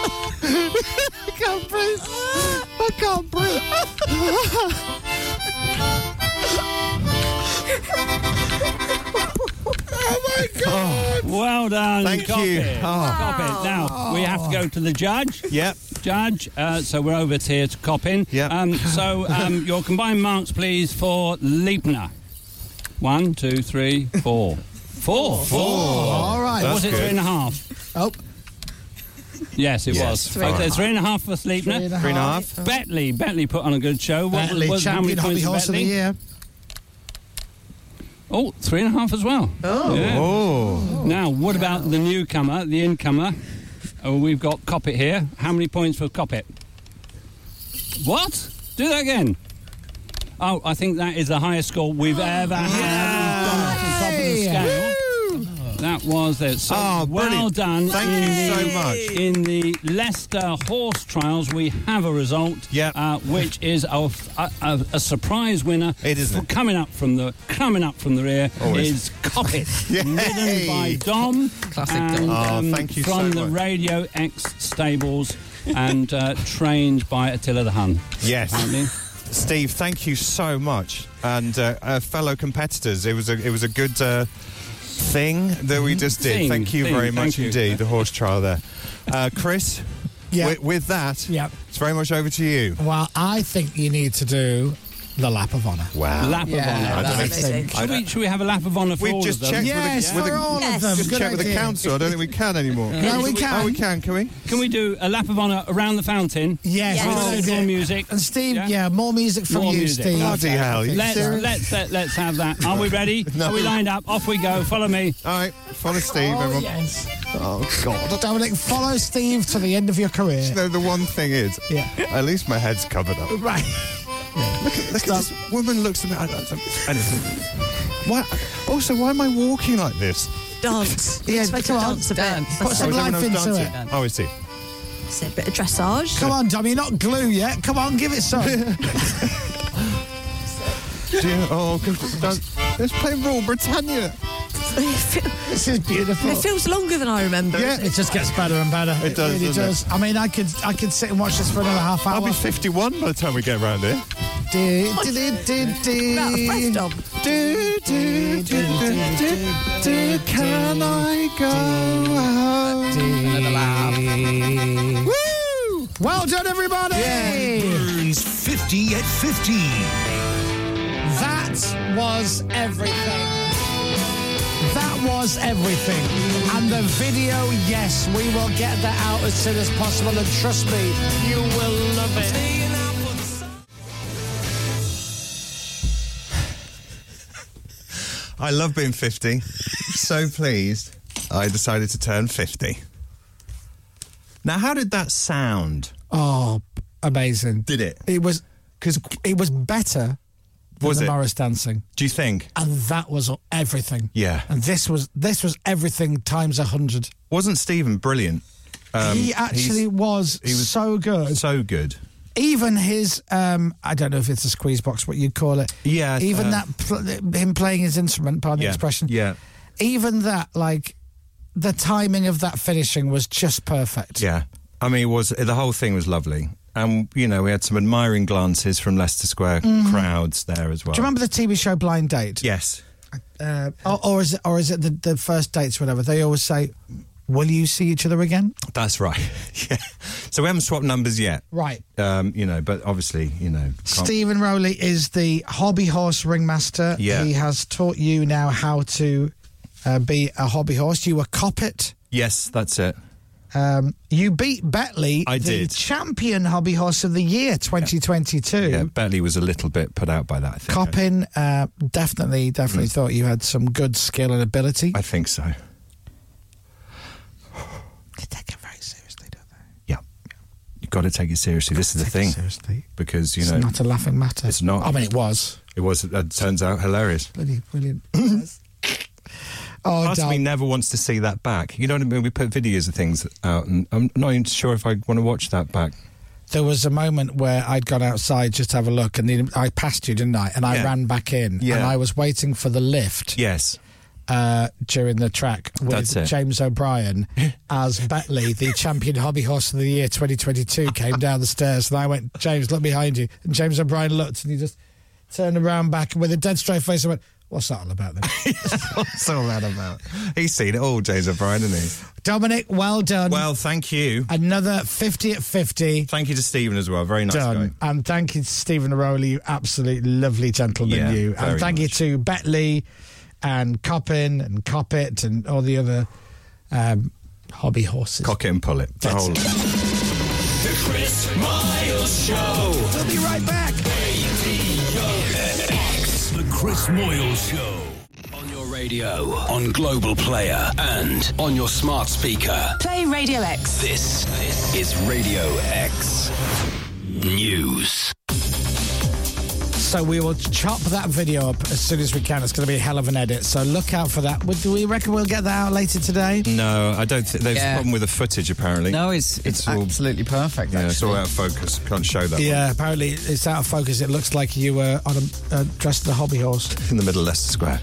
I can't breathe. I can't breathe. oh my god!
Well done.
Thank
Cop
you.
It.
Oh.
Cop it. Now we have to go to the judge.
Yep.
Judge, uh, so we're over here to Coppin. Yeah. Um, so um, your combined marks, please, for Liebner. One, two, three, four. Four.
Four. All right.
Or was
That's
it
good.
three and a half?
Oh.
Yes, it
Yes.
was.
Three
okay,
and a
three and a half for Sleepner.
Three and a Three and a half.
Bentley. Bentley put on a good show. What
Bentley,
was, how many
champion hobby
points did
horse of the
Bentley?
year.
Oh, three and a half as well. Oh.
Oh.
Now, what about the newcomer, the incomer? Oh, we've got Coppet here. How many points for Coppet? What? Do that again. Oh, I think that is the highest score we've ever had. We've gone off the top of the scale. That that was it. So
Oh,
well
brilliant.
done.
Thank
in
you so
the-
much.
In the Leicester horse trials, we have a result, yeah. uh, which is a, f- a- a- a surprise winner. It is coming up from the coming up from the rear
Always.
is Coppet, ridden by Dom.
Classic
and, um,
Dom. Oh, thank you so
from the
much.
Radio X stables and uh, trained by Attila the Hun.
Yes. Steve, thank you so much, and uh, uh, fellow competitors. It was a it was a good uh, thing that we just did.
Mm-hmm. Thing,
thank you
thing,
very
thank
much
you.
indeed. The horse trial there, uh, Chris.
Yeah.
With, with that,
Yeah.
it's very much over to you.
Well, I think you need to do the lap of honour.
Wow.
Lap
Yeah,
of honour.
that's amazing.
Should we, should we have a lap of honour for
We've
all
just
of them?
checked with the, with the, Just checked with the council. I don't think we can anymore.
No, we
Oh,
can.
we can. Can we?
Can we do a lap of honour around the fountain?
Yes,
With
good
old
idea.
more music.
And Steve, yeah, more music from
More
you,
music.
Steve.
Bloody hell, you
Let's,
serious?
let's, let, us let us have that. Are we ready? Are we lined up? Off we go. Follow me.
All right. Follow Steve,
Oh, everyone.
Oh God.
Dominic, follow Steve to the end of your career.
No, the one thing is,
Yeah.
at least my head's covered up.
Right.
Look at, look at this woman looks at me. I don't know. Why? Also, why am I walking like this?
Dance.
Yeah,
You're supposed to
come on.
dance a bit.
Dance.
That's
Put some
it.
life into it.
Oh, I see.
That's it. Bit of dressage.
Come on, Dom, you're not glue yet. Come on, give it some.
Do you, oh, good. Don't- Let's play Royal Britannia.
this is beautiful.
It feels longer than I remember.
Yeah, it just gets better and better.
It does,
really
doesn't it?
does. I mean, I could I could sit and watch this for another half
I'll
hour.
be 51 by the time we get around here.
Do, do, do, do, do.
Do, do, do, do, do, do. Can I go out?
Woo! Well done, everybody.
Burns 50 at 50.
That was everything. That was everything. And the video, yes, we will get that out as soon as possible. And trust me, you will love it.
I love being 50. so pleased I decided to turn 50. Now, how did that sound?
Oh, amazing.
Did it?
It was because it was better than
Was
the
it?
Morris dancing.
Do you think?
And that was everything.
Yeah.
And this was this was everything times a hundred.
Wasn't Stephen brilliant? Um,
he actually
he's
was,
he was
so good.
so good.
even his um I don't know if it's a squeeze box, what you call it.
Yeah,
Even
uh,
that pl- him playing his instrument, pardon
Yeah,
the expression.
yeah.
Even that, like the timing of that finishing was just perfect.
Yeah. I mean, it was the whole thing was lovely. And, you know, we had some admiring glances from Leicester Square
Mhm.
crowds there as well.
Do you remember the TV show Blind Date?
Yes.
Uh, or, or is it or is it the, the first dates, whatever? They always say, "Will you see each other again?"
That's right. yeah. So we haven't swapped numbers yet.
Right.
Um, you know, but obviously, you know. can't-
Stephen Rowley is the hobby horse ringmaster.
Yeah.
He has taught you now how to uh, be a hobby horse. You were coppet.
Yes, that's it.
Um, you beat Betley,
I
the
did.
champion hobby horse of the year 2022.
Yeah, Bentley was a little bit put out by that, I think.
Coppin uh, definitely, definitely thought you had some good skill and ability.
Mm. I think so. You've got to take it seriously. This is the thing. seriously. Because, you
it's
know.
not a laughing matter.
It's not.
I mean, it was.
It was. It turns out hilarious.
Bloody brilliant. Oh,
Part of me never wants to see that back. You know what I mean? We put videos of things out, and I'm not even sure if I want to watch that back.
there was a moment where I'd gone outside just to have a look, and then I passed you, didn't I? And I
Yeah.
ran back in,
Yeah.
and I was waiting for the lift.
Yes.
Uh, during the track
That's
with
it.
James O'Brien as Betley, the champion hobby horse of the year 2022, came down the stairs, and I went, James, look behind you. And James O'Brien looked, and he just turned around back with a dead straight face and went, What's that all about then?
What's all that about? He's seen it all, James O'Brien, hasn't he?
Dominic, well done.
Well, thank you.
Another 50 at 50.
Thank you to Stephen as well. Very nice
done.
guy.
And thank you to Stephen Rowley, you absolute lovely gentleman,
Yeah,
you.
very
And thank you to Betley and Coppin and Coppet and all the other um, hobby horses.
Cock it and pull it. The whole lot.
The Chris Miles Show.
We'll be right back.
The Chris Moyle Show.
On your radio, on Global Player, and on your smart speaker.
Play Radio X.
This is Radio X News.
So we will chop that video up as soon as we can. It's going to be a hell of an edit. So look out for that. Would- Do we reckon we'll get that out later today?
No, I don't think there's
Yeah.
a problem with the footage apparently.
No,
it's it's, absolutely
perfect.
Yeah, it's all
actually.
out of focus. Can't show that.
yeah, apparently it's out of focus. It looks like you were on a uh, dressed as a hobby horse.
one. in the middle of Leicester Square.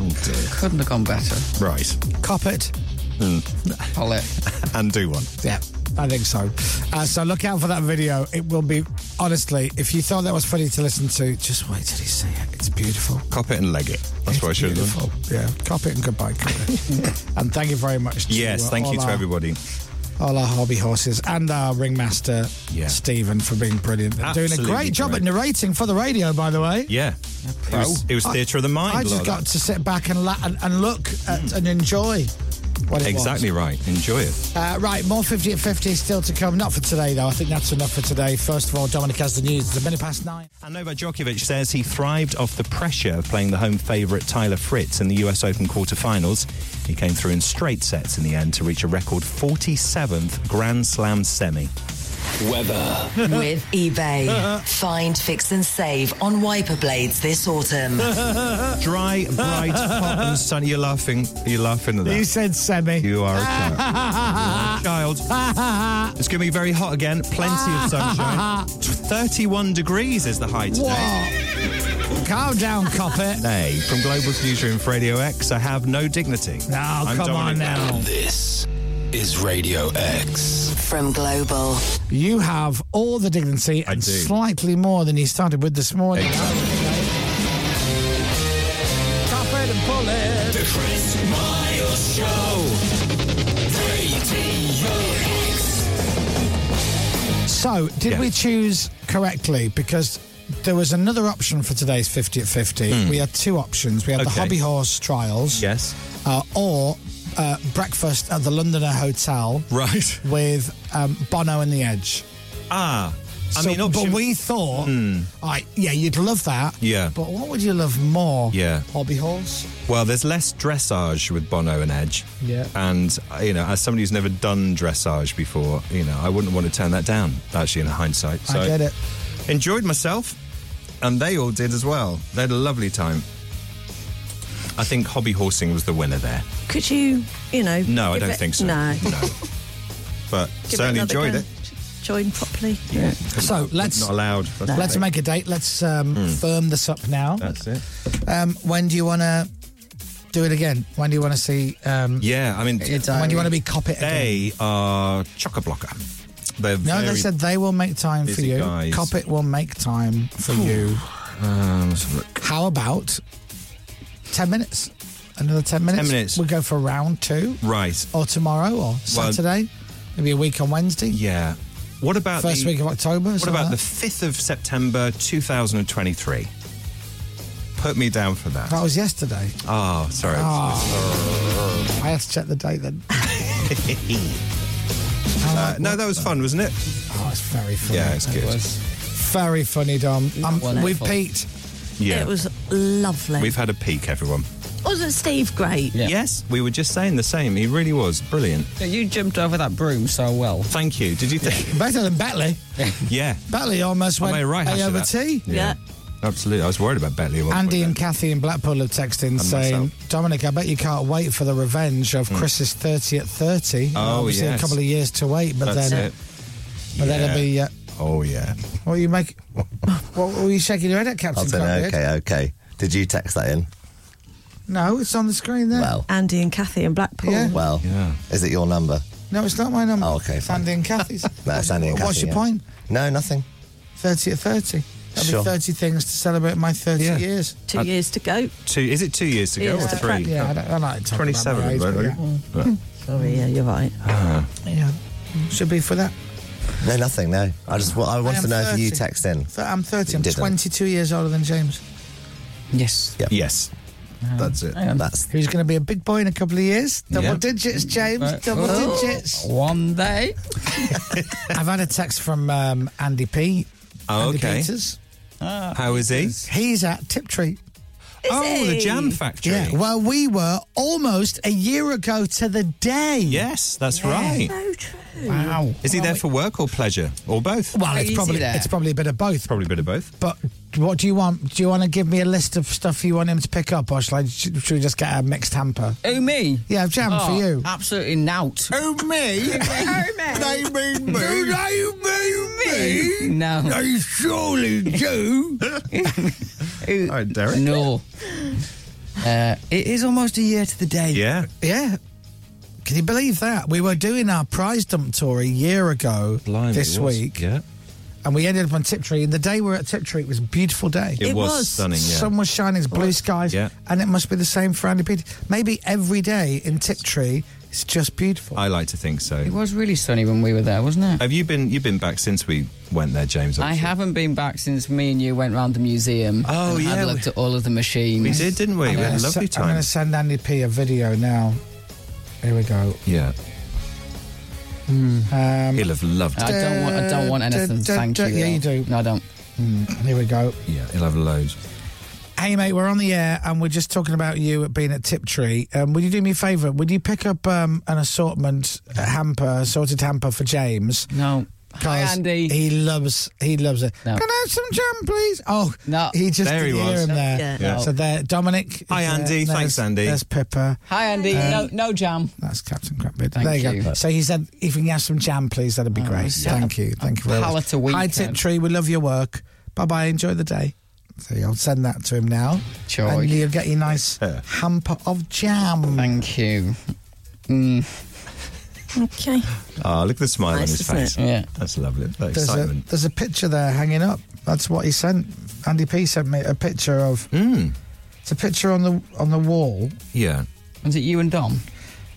Oh dear. Couldn't have gone better. Right.
Cop it.
Mm. and do one.
Yeah, I think so. Uh, so look out for that video. It will be honestly, if you thought that was funny to listen to, just wait till you see it. It's beautiful.
Cop it and leg it. That's what I should have done.
Yeah, cop it and goodbye. cop it. and thank you very much. To,
Yes,
uh,
thank you
all
to
our-
everybody.
All our hobby horses and our ringmaster Stephen for being brilliant, and doing a
Absolutely
great job
great.
at narrating for the radio. By the way,
Yeah. It was, it was
I-
theatre of the mind.
I
a lot
just
of
got
that.
to sit back and la- and, and look at, and enjoy. What it was.
exactly right. Enjoy it.
Uh, right, more 50 at 50 still to come. Not for today, though. I think that's enough for today. First of all, Dominic has the news. It's a minute past nine.
And Novak Djokovic says he thrived off the pressure of playing the home favourite Tyler Fritz in the US Open quarterfinals. He came through in straight sets in the end to reach a record 47th Grand Slam semi.
Weather.
With eBay. Find, fix, and save on wiper blades this autumn.
Dry, bright, hot and sunny. You're laughing. You're laughing at that.
You said semi.
You are a child. child. It's going to be very hot again. Plenty of sunshine. T- 31 degrees is the high today.
Calm down, Copper.
Hey, from Global's newsroom for Radio X, I have no dignity. No, I'm
come on
Dominic.
now.
This is Radio X.
From Global.
You have all the dignity and
do.
slightly more than you started with this morning. Top it and pull it.
The Chris Miles Show. Radio X.
So, did we choose correctly? Because there was another option for today's 50 at 50. We had two options. We had the
Okay.
hobby horse trials.
Yes.
uh, or uh, breakfast at the Londoner Hotel.
Right.
With um, Bono and the Edge.
Ah. I
So-
mean,
but
option-
we thought,
Hmm.
all right, yeah, you'd love that.
Yeah.
But what would you love more?
Yeah.
Hobby horse?
Well, there's less dressage with Bono and Edge.
Yeah.
And, uh, you know, as somebody who's never done dressage before, you know, I wouldn't want to turn that down, actually, in hindsight.
I get it.
Enjoyed myself, and they all did as well. They had a lovely time. I think hobby horsing was the winner there,
Could you, you know?
No, I
give
don't
it-
think so.
No,
but
Give it
certainly
another
enjoyed
go.
it.
Join properly.
Yeah.
So let's
Not allowed. That's the
let's
thing.
make a date. Let's um,
Hmm.
firm this up now.
That's it.
Um, when do you want to do it again? When do you want to see? Um,
Yeah, I mean,
when do you want to be cop it again?
They are chocker blocker. They're
No, they
very-
said they will make time for
busy
you.
guys.
Cop it will make time for
Phew.
you.
Um, let's have a look.
How about 10 minutes? Another 10 minutes?
10 minutes.
We'll go for round two
right.
or tomorrow or Saturday. maybe a week on Wednesday.
Yeah. What about
First
the,
week of October.
What about the 5th of September 2023? Put me down for that.
That was yesterday.
Oh, sorry.
I had to check the date then.
Uh, no, that was fun, wasn't it?
Oh, it's very funny.
Yeah, it's good.
Very funny, Dom. Um, we've peaked.
Yeah.
It was lovely.
We've had a peak, everyone.
Wasn't Steve great?
Yes, we were just saying the same. He really was brilliant.
You jumped over that broom so well.
Thank you. Did you think?
Better than Batley.
Yeah.
Batley almost
I
went
made a right hash
A
of
over
that.
T.
Absolutely. I was worried about Bentley. at one
Andy and Kathy in Blackpool have texted in
And
saying,
myself.
Dominic, I bet you can't wait for the revenge
Hmm.
of Chris's 30 at 30.
Oh,
Obviously,
yes.
a couple of years to wait, but
That's
then
it.
but then it'll be.
Yeah.
Uh,
Oh, yeah.
what you make? what were you shaking your head at, Captain?
I'll say,
Crackhead?
okay, okay. Did you text that in?
No, it's on the screen there.
Well.
Andy and Kathy in Blackpool.
Well, is it your number?
No, it's not my number.
Oh, okay.
It's Andy and Kathy's.
No, it's Andy and
What's
Cathy,
your
yeah.
point?
No, nothing.
30 at 30. That'll
Sure.
be 30 things to celebrate my 30
Yeah.
years.
Two years to go.
Two, is it two years ago
Yeah.
or three?
Yeah, I don't, I like talking
27,
about my age,
right? Uh,
but
Yeah.
Sorry, yeah, you're right.
Ah.
Yeah. Should be for that.
No, nothing. No. I just wa- I wanted
am
to know if you
30.
text in.
Th- I'm 30. I'm
Didn't.
22 years older than James.
Yes.
Yes. That's it.
That's
Who's going to be a big boy in a couple of years? Double
Yeah.
digits, James.
Right.
Double
Oh.
digits.
One day.
I've had a text from um, Andy P.
Oh,
Andy
okay.
Peters.
How is he?
He's at Tiptree.
oh, the jam factory.
Yeah, well, we were almost a year ago to the day.
Yes, that's right.
Wow.
Is he there for work or pleasure or both?
Well, it's probably it's probably a bit of both.
Probably a bit of both.
But What do you want? Do you want to give me a list of stuff you want him to pick up, or shall I? Should we just get a mixed hamper?
Who me?
Yeah, jam for
Oh.
you.
Absolutely nout.
Who me?
They
mean
me. No.
They surely do.
oh, Derek. No. Uh, it is almost a year to the day.
Yeah.
Yeah. Can you believe that? We were doing our prize dump tour a year ago
Blimey,
this
it was.
week.
Yeah.
And we ended up on Tiptree, and the day we were at Tiptree, it was a beautiful day.
It It was was. stunning, yeah.
Sun was shining, it's blue skies,
Yeah.
and it must be the same for Andy Peter. Maybe every day in Tiptree, it's just beautiful.
I like to think so.
It was really sunny when we were there, wasn't it?
Have you been? You've been back since we went there, James.
I haven't been back since me and you went round the museum.
Oh,
and had
yeah,
looked at all of the machines.
We did, didn't we?
I'm
we had
gonna
a lovely
se- I'm going
time.
to send Andy P a video now. Here we go.
Yeah.
Um,
He'll have loved it.
I don't want. I don't want anything.
Da- da-
Thank
da-
you.
yeah, you
though.
do.
No, I don't.
Mm, here we go.
Yeah, he'll have loads.
Hey, mate, we're on the air and we're just talking about you being at Tiptree. Um, would you do me a favour? Would you pick up um, an assortment a hamper, assorted hamper for James?
No.
Hi, Andy. He loves he loves it. Can I have some jam, please? Oh, no. He just
There he
didn't hear
was.
him there.
Yeah. Yeah.
So there, Dominic.
Hi,
is there.
Andy.
There's-
Thanks, Andy.
There's Pippa.
Hi, Andy.
Um,
no, no jam.
That's Captain Crapbit.
Thank
there you,
you.
go. So he said, if we can have some jam, please, that'd be great.
so-
Thank you. Thank you very much.
palate a
Hi,
weekend.
Tiptree. We love your work. Bye bye. Enjoy the day. So I'll send that to him now.
Joy.
And you'll get your nice hamper of jam.
Thank you. Mm.
Okay.
Oh, look at the smile on
Nice,
his
isn't
face.
it? Yeah.
That's lovely. The
There's a,
excitement.
there's a picture there hanging up. That's what he sent. Andy P sent me a picture of.
Hmm.
It's a picture on the on the wall.
Yeah.
Is it you and Dom?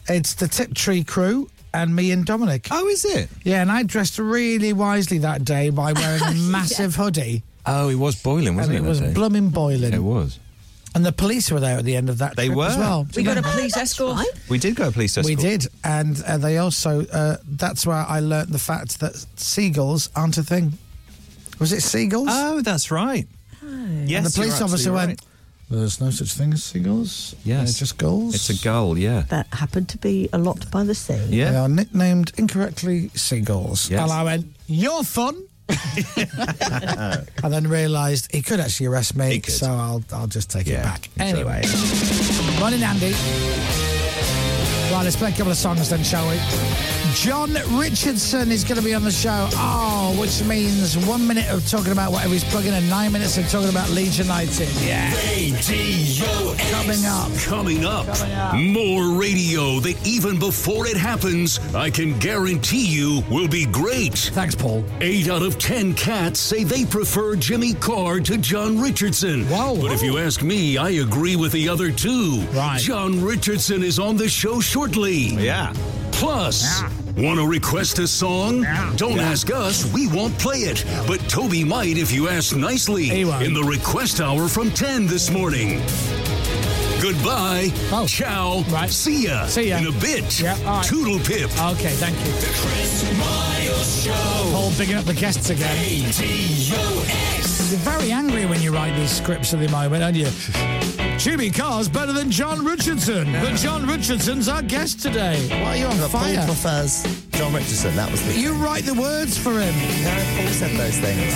It's the Tiptree crew and me and Dominic.
Oh, is it?
Yeah, and I dressed really wisely that day by wearing a massive hoodie.
Oh, it was boiling, wasn't
and
it?
it was
that day?
blooming boiling.
It was.
And the police were there at the end of that.
They
trip
were.
as well.
We got a
police escort.
We did go to police escort.
We did, and uh, they also. Uh, that's where I learnt the fact that seagulls aren't a thing. Was it seagulls?
Oh, that's right. Yes,
and the
you're
police officer
absolutely
went. There's no such thing as seagulls.
Yes.
They're just gulls.
It's a gull, yeah.
That happened to be a lot by the sea.
They are nicknamed incorrectly seagulls.
Yes.
And I went, "You're fun." and then realised he could actually arrest me, so I'll I'll just take it back. Anyway, Ron and Andy. Right, let's play a couple of songs then, shall we? John Richardson is going to be on the show. Oh, which means one minute of talking about whatever he's plugging and nine minutes of talking about Leeds United. Yeah.
Radio
Coming up.
Coming up. More radio that even before it happens, I can guarantee you will be great.
Thanks, Paul.
Eight out of ten cats say they prefer Jimmy Carr to John Richardson. Wow. But if you ask me, I agree with the other two. Right. John Richardson is on the show shortly.
Yeah.
Plus. Want to request a song? Don't ask us, we won't play it. But Toby might if you ask nicely in the request hour from 10 this morning. Goodbye. Ciao. Right. See ya. See ya. In a bit. Toodle pip.
Okay, thank you.
The Chris Miles Show.
Paul bigging up the guests again. You're very angry when you write these scripts at the moment, aren't you? Jimmy Carr's better than John Richardson, but John Richardson's our guest today. Why are you on
But
fire?
Paul prefers John Richardson. That was the.
You write the words for him.
Paul said those things.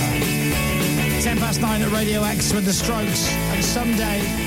10 past 9 at Radio X with the Strokes, and someday.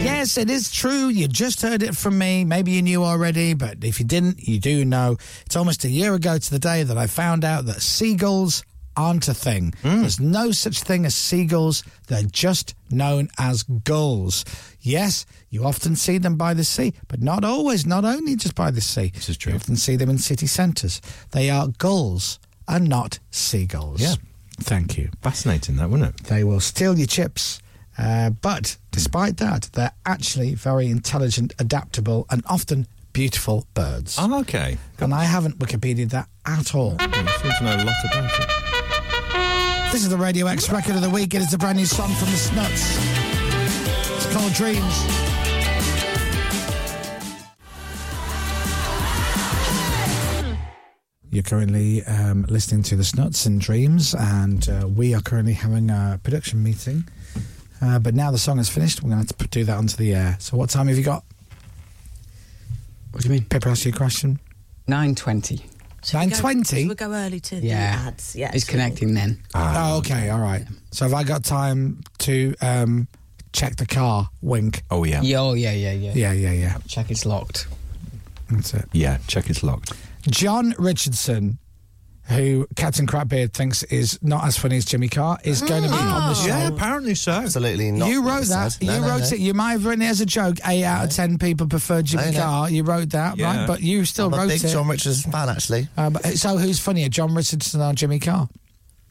Yes, it is true. You just heard it from me. Maybe you knew already, but if you didn't, you do know. It's almost a year ago to the day that I found out that seagulls aren't a thing. There's no such thing as seagulls. They're just known as gulls. Yes, you often see them by the sea, but not always, not only just by the sea. This is true. You often see them in city centres. They are gulls and not seagulls.
Yeah.
Thank you.
Fascinating, that, wasn't it?
They will steal your chips. Uh, but despite that, they're actually very intelligent, adaptable, and often beautiful birds.
Oh, okay.
And I haven't Wikipedia that at all.
I seem to know a lot about it.
This is the Radio X record of the week. It is a brand new song from the Snuts. It's called Dreams. You're currently um, listening to the Snuts and Dreams, and uh, we are currently having a production meeting. Uh, but now the song is finished, we're going to have to do that onto the air. So, what time have you got? What do you mean? Pippa asked you a question.
Nine twenty.
Nine
We
twenty.
will go early to
Yeah.
the ads. Yeah,
It's connecting
then.
oh, okay, all right. So have I got time to um, check the car? Wink.
Oh yeah.
Oh yeah, yeah, yeah.
Yeah, yeah, yeah.
Check it's locked.
That's it.
Yeah, check it's locked.
John Richardson, who Captain Crabbeard thinks is not as funny as Jimmy Carr, is going to be on the show.
Yeah,
apparently so.
Absolutely Hmm. not.
you
what
wrote
I
that.
said. No,
you
no,
wrote
no.
it. You might have written it as a joke. Eight out of ten people prefer Jimmy
No, no.
Carr. You wrote that,
Yeah.
right? But you still
I'm a
wrote
big
it.
John Richardson fan, actually.
Um, so who's funnier, John Richardson or Jimmy Carr?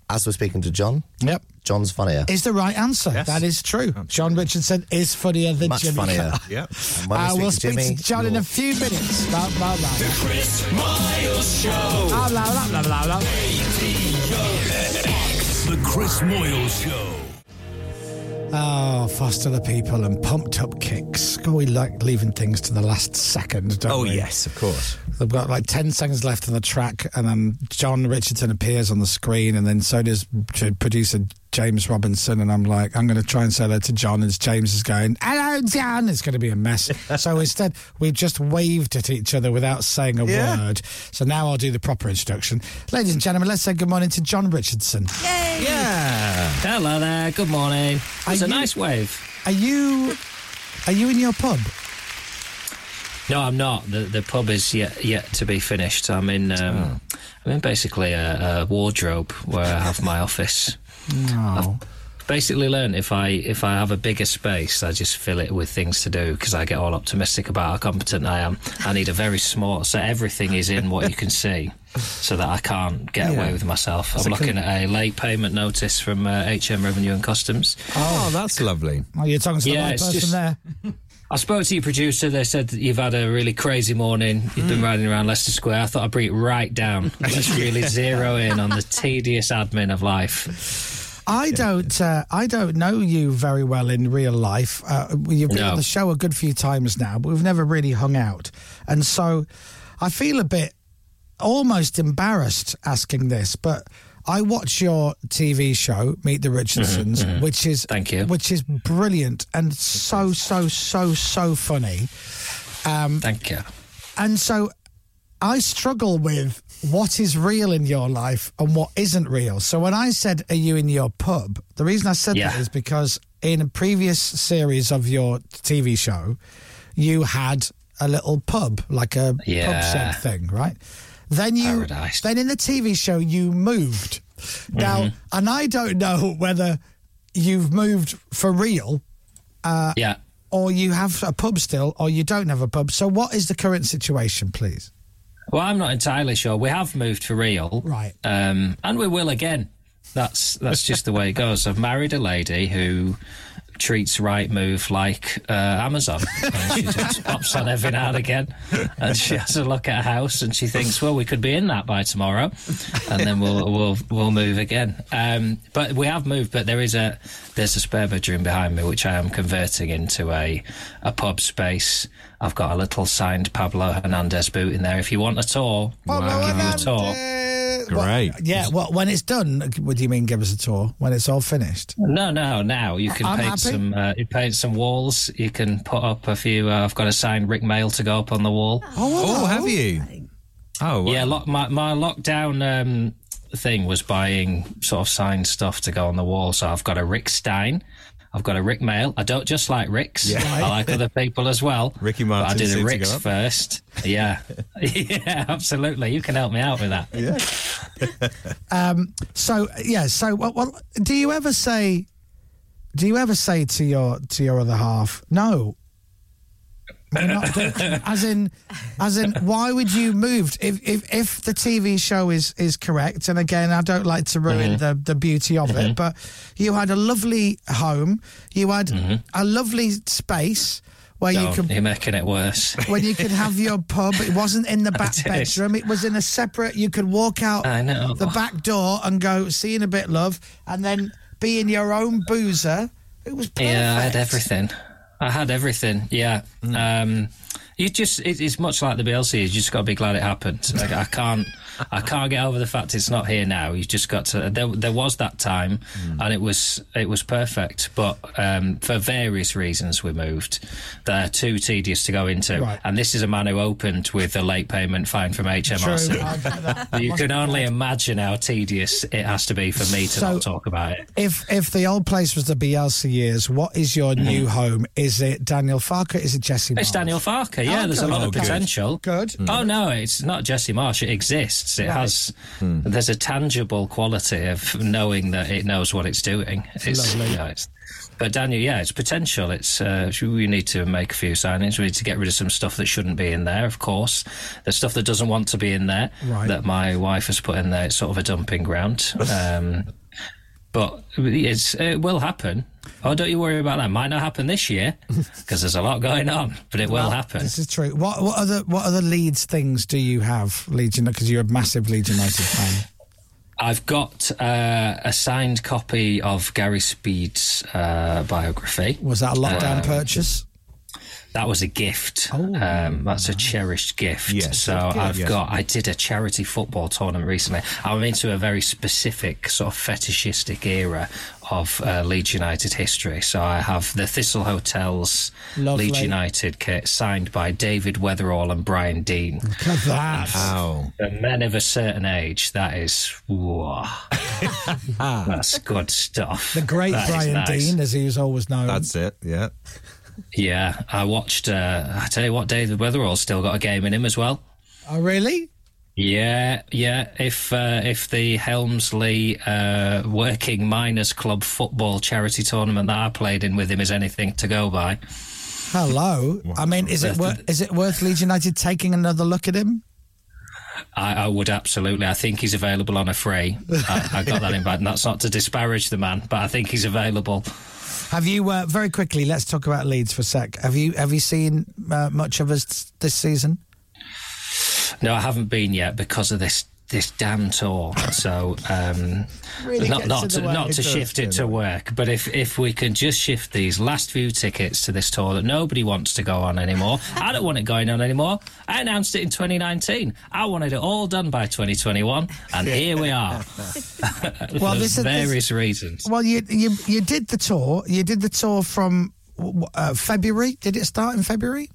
As we're speaking to John.
Yep.
John's funnier.
Is the right answer. That is true. John Richardson is funnier than
Much
Jimmy
funnier.
Carr.
Yep. And when we
Uh,
speak
we'll
to
speak
Jimmy,
to John in a few minutes. Blah, blah, blah.
The Chris Miles Show.
Ah, blah, blah, blah, blah, blah.
The Chris Moyle Show.
Oh, foster the people and pumped up kicks. God, we like leaving things to the last second, don't
Oh,
we?
yes, of course.
They've got like 10 seconds left on the track, and then John Richardson appears on the screen, and then so does j- producer James Robinson. And I'm like, I'm going to try and say hello to John as James is going, Hello, John. It's going to be a mess. so instead, we've just waved at each other without saying a
Yeah.
word. So now I'll do the proper introduction. Ladies and gentlemen, let's say good morning to John Richardson.
Yeah. Hello there. Good morning. It's a nice wave.
Are you are you in your pub?
No, I'm not. The the pub is yet yet to be finished. I'm in um, I'm in basically a, a wardrobe where I have my office.
No.
Basically, learned if I if I have a bigger space, I just fill it with things to do because I get all optimistic about how competent I am. I need a very small, so everything is in what you can see, so that I can't get
Yeah.
away with myself.
That's
I'm
a con-
looking at a late payment notice from uh, HM Revenue and Customs.
Oh, that's lovely.
Oh, you're talking to the
Yeah,
right
it's
person
just-
there.
I spoke to your producer. They said that you've had a really crazy morning. You've
Mm.
been riding around Leicester Square. I thought I'd bring it right down. Let's really zero in on the tedious admin of life.
I don't. Uh, I don't know you very well in real life. Uh, you've been
No.
on the show a good few times now, but we've never really hung out, and so I feel a bit almost embarrassed asking this, but. I watch your TV show Meet the Richardsons,
mhm.
which is Mm-hmm, thank you, which is brilliant and so so so so funny. Um,
thank you.
And so I struggle with what is real in your life and what isn't real. So when I said, Are you in your pub? The reason I said that
Yeah.
is because in a previous series of your TV show, you had a little pub, like a pub
Yeah.
set thing, right? Then you then in the TV show you moved. Now,
Mhm.
and I don't know whether you've moved for real uh,
Yeah.
or you have a pub still, or you don't have a pub. So, what is the current situation, please?
Well, I'm not entirely sure. We have moved for real,
right?
Um, and we will again. That's that's just the way it goes. I've married a lady who treats Right Move like uh, Amazon. And she just pops on every now and again, and she has a look at a house, and she thinks, "Well, we could be in that by tomorrow," and then we'll we'll we'll move again. Um, but we have moved. But there is a there's a spare bedroom behind me which I am converting into a a pub space. I've got a little signed Pablo Hernandez boot in there. If you want a tour, I'll give you a tour.
Great. yeah. Well, when it's done, what do you mean? Give us a tour when it's all finished.
No, no, now you can
I'm
paint
happy.
some. Uh, you paint some walls. You can put up a few. Uh, I've got a signed Rick Mail to go up on the wall.
Oh,
have
you? Oh,
yeah. Lo- my my lockdown um, thing was buying sort of signed stuff to go on the wall. So I've got a Rick Stein. I've got a Rick Mail. I don't just like Ricks.
Yeah.
I like other people as well. Ricky But I
Martin
do
seemed
the
to
Ricks
go up.
first. Yeah, yeah, absolutely. You can help me out with that. Yeah.
Um, so yeah. So well, well, do you ever say? Do you ever say to your to your other half? No. We're not doing-" as in, as in, why would you move if, if if the TV show is is correct? And again, I don't like to ruin
Mm-hmm.
Mhm.
the the beauty of it, but you had a lovely home, you had a lovely space where you could
You're making Mm-hmm. Oh, it worse.
when you could have your pub. It wasn't in the back
did.
bedroom. It was in a separate. You could walk out
I know.
the back door and go see you in a bit, love, and then be in your own boozer. It was perfect. Hmm.
Yeah, I had everything. I had everything. Yeah. Um, You just it, it's much like the BLC. You just got to be glad it happened. Like, I can't I can't get over the fact it's not here now. You've just got to. There, there was that time,
Hmm.
and it was it was perfect. But um, for various reasons, we moved. They're too tedious to go into.
Right.
And this is a man who opened with a late payment fine from HMRC.
True, I get that.
You can only imagine how tedious it has to be for me to
So-
not talk about it.
If if the old place was the BLC years, what is your new home? Is it Daniel Farker? Is it Jesse?
Mm. It's Daniel Farker. Yeah,
Oh,
there's a
good.
lot
Oh,
of
good.
potential.
Good. Hmm.
Oh no, it's not Jesse Marsh. It exists. It
Right. Hmm.
has. There's a tangible quality of knowing that it knows what it's doing. It's
lovely.
yeah, it's- but Daniel, yeah, it's potential. It's uh, we need to make a few signings. We need to get rid of some stuff that shouldn't be in there. Of course, there's stuff that doesn't want to be in there
Right.
that my wife has put in there. It's sort of a dumping ground. Um, but it's, it will happen. Oh, don't you worry about that. Might not happen this year because there's a lot going on, but it will happen.
This is true. What what other what other Leeds things do you have, Leeds United? Because you're a massive Leeds United fan.
I've got uh, a signed copy of Gary Speed's uh, biography.
Was that a lockdown
Um,
purchase?
That was a gift. um, that's a cherished gift.
Oh. Yes,
so
good,
I've
yes.
got. I did a charity football tournament recently. I'm into a very specific sort of fetishistic era of uh, Leeds United history. So I have the Thistle Hotels
Lovely.
Leeds United kit signed by David Weatherall and Brian Dean.
Look at that.
The men of a certain age. That is. Whoa. that's good stuff.
The great
That is
Brian
nice.
Dean, as he was always known.
That's
it. Yeah.
Yeah, I watched. Uh, I tell you what, David Weatherall's still got a game in him as well.
Oh, really?
Yeah, yeah. If uh, if the Helmsley uh, Working Miners Club football charity tournament that I played in with him is anything to go by,
Hello. I mean, is it worth is it worth Leeds United taking another look at him?
I, I would absolutely. I think he's available on a free. I, I got that invite, and that's not to disparage the man, but I think he's available.
Have you uh, very quickly? Let's talk about Leeds for a sec. Have you have you seen uh, much of us this season?
No, I haven't been yet because of this this damn tour. So um,
Really
not
gets
not
in the
to,
way.
not
It
to
does,
shift it
yeah.
to work, but if if we can just shift these last few tickets to this tour that nobody wants to go on anymore, I don't want it going on anymore. I announced it in 2019. I wanted it all done by 2021, and here we are.
Well,
well,
this is-
there's
this-
various reasons.
Well, you you you did the tour. You did the tour from w- w- uh, February. Did it start in February?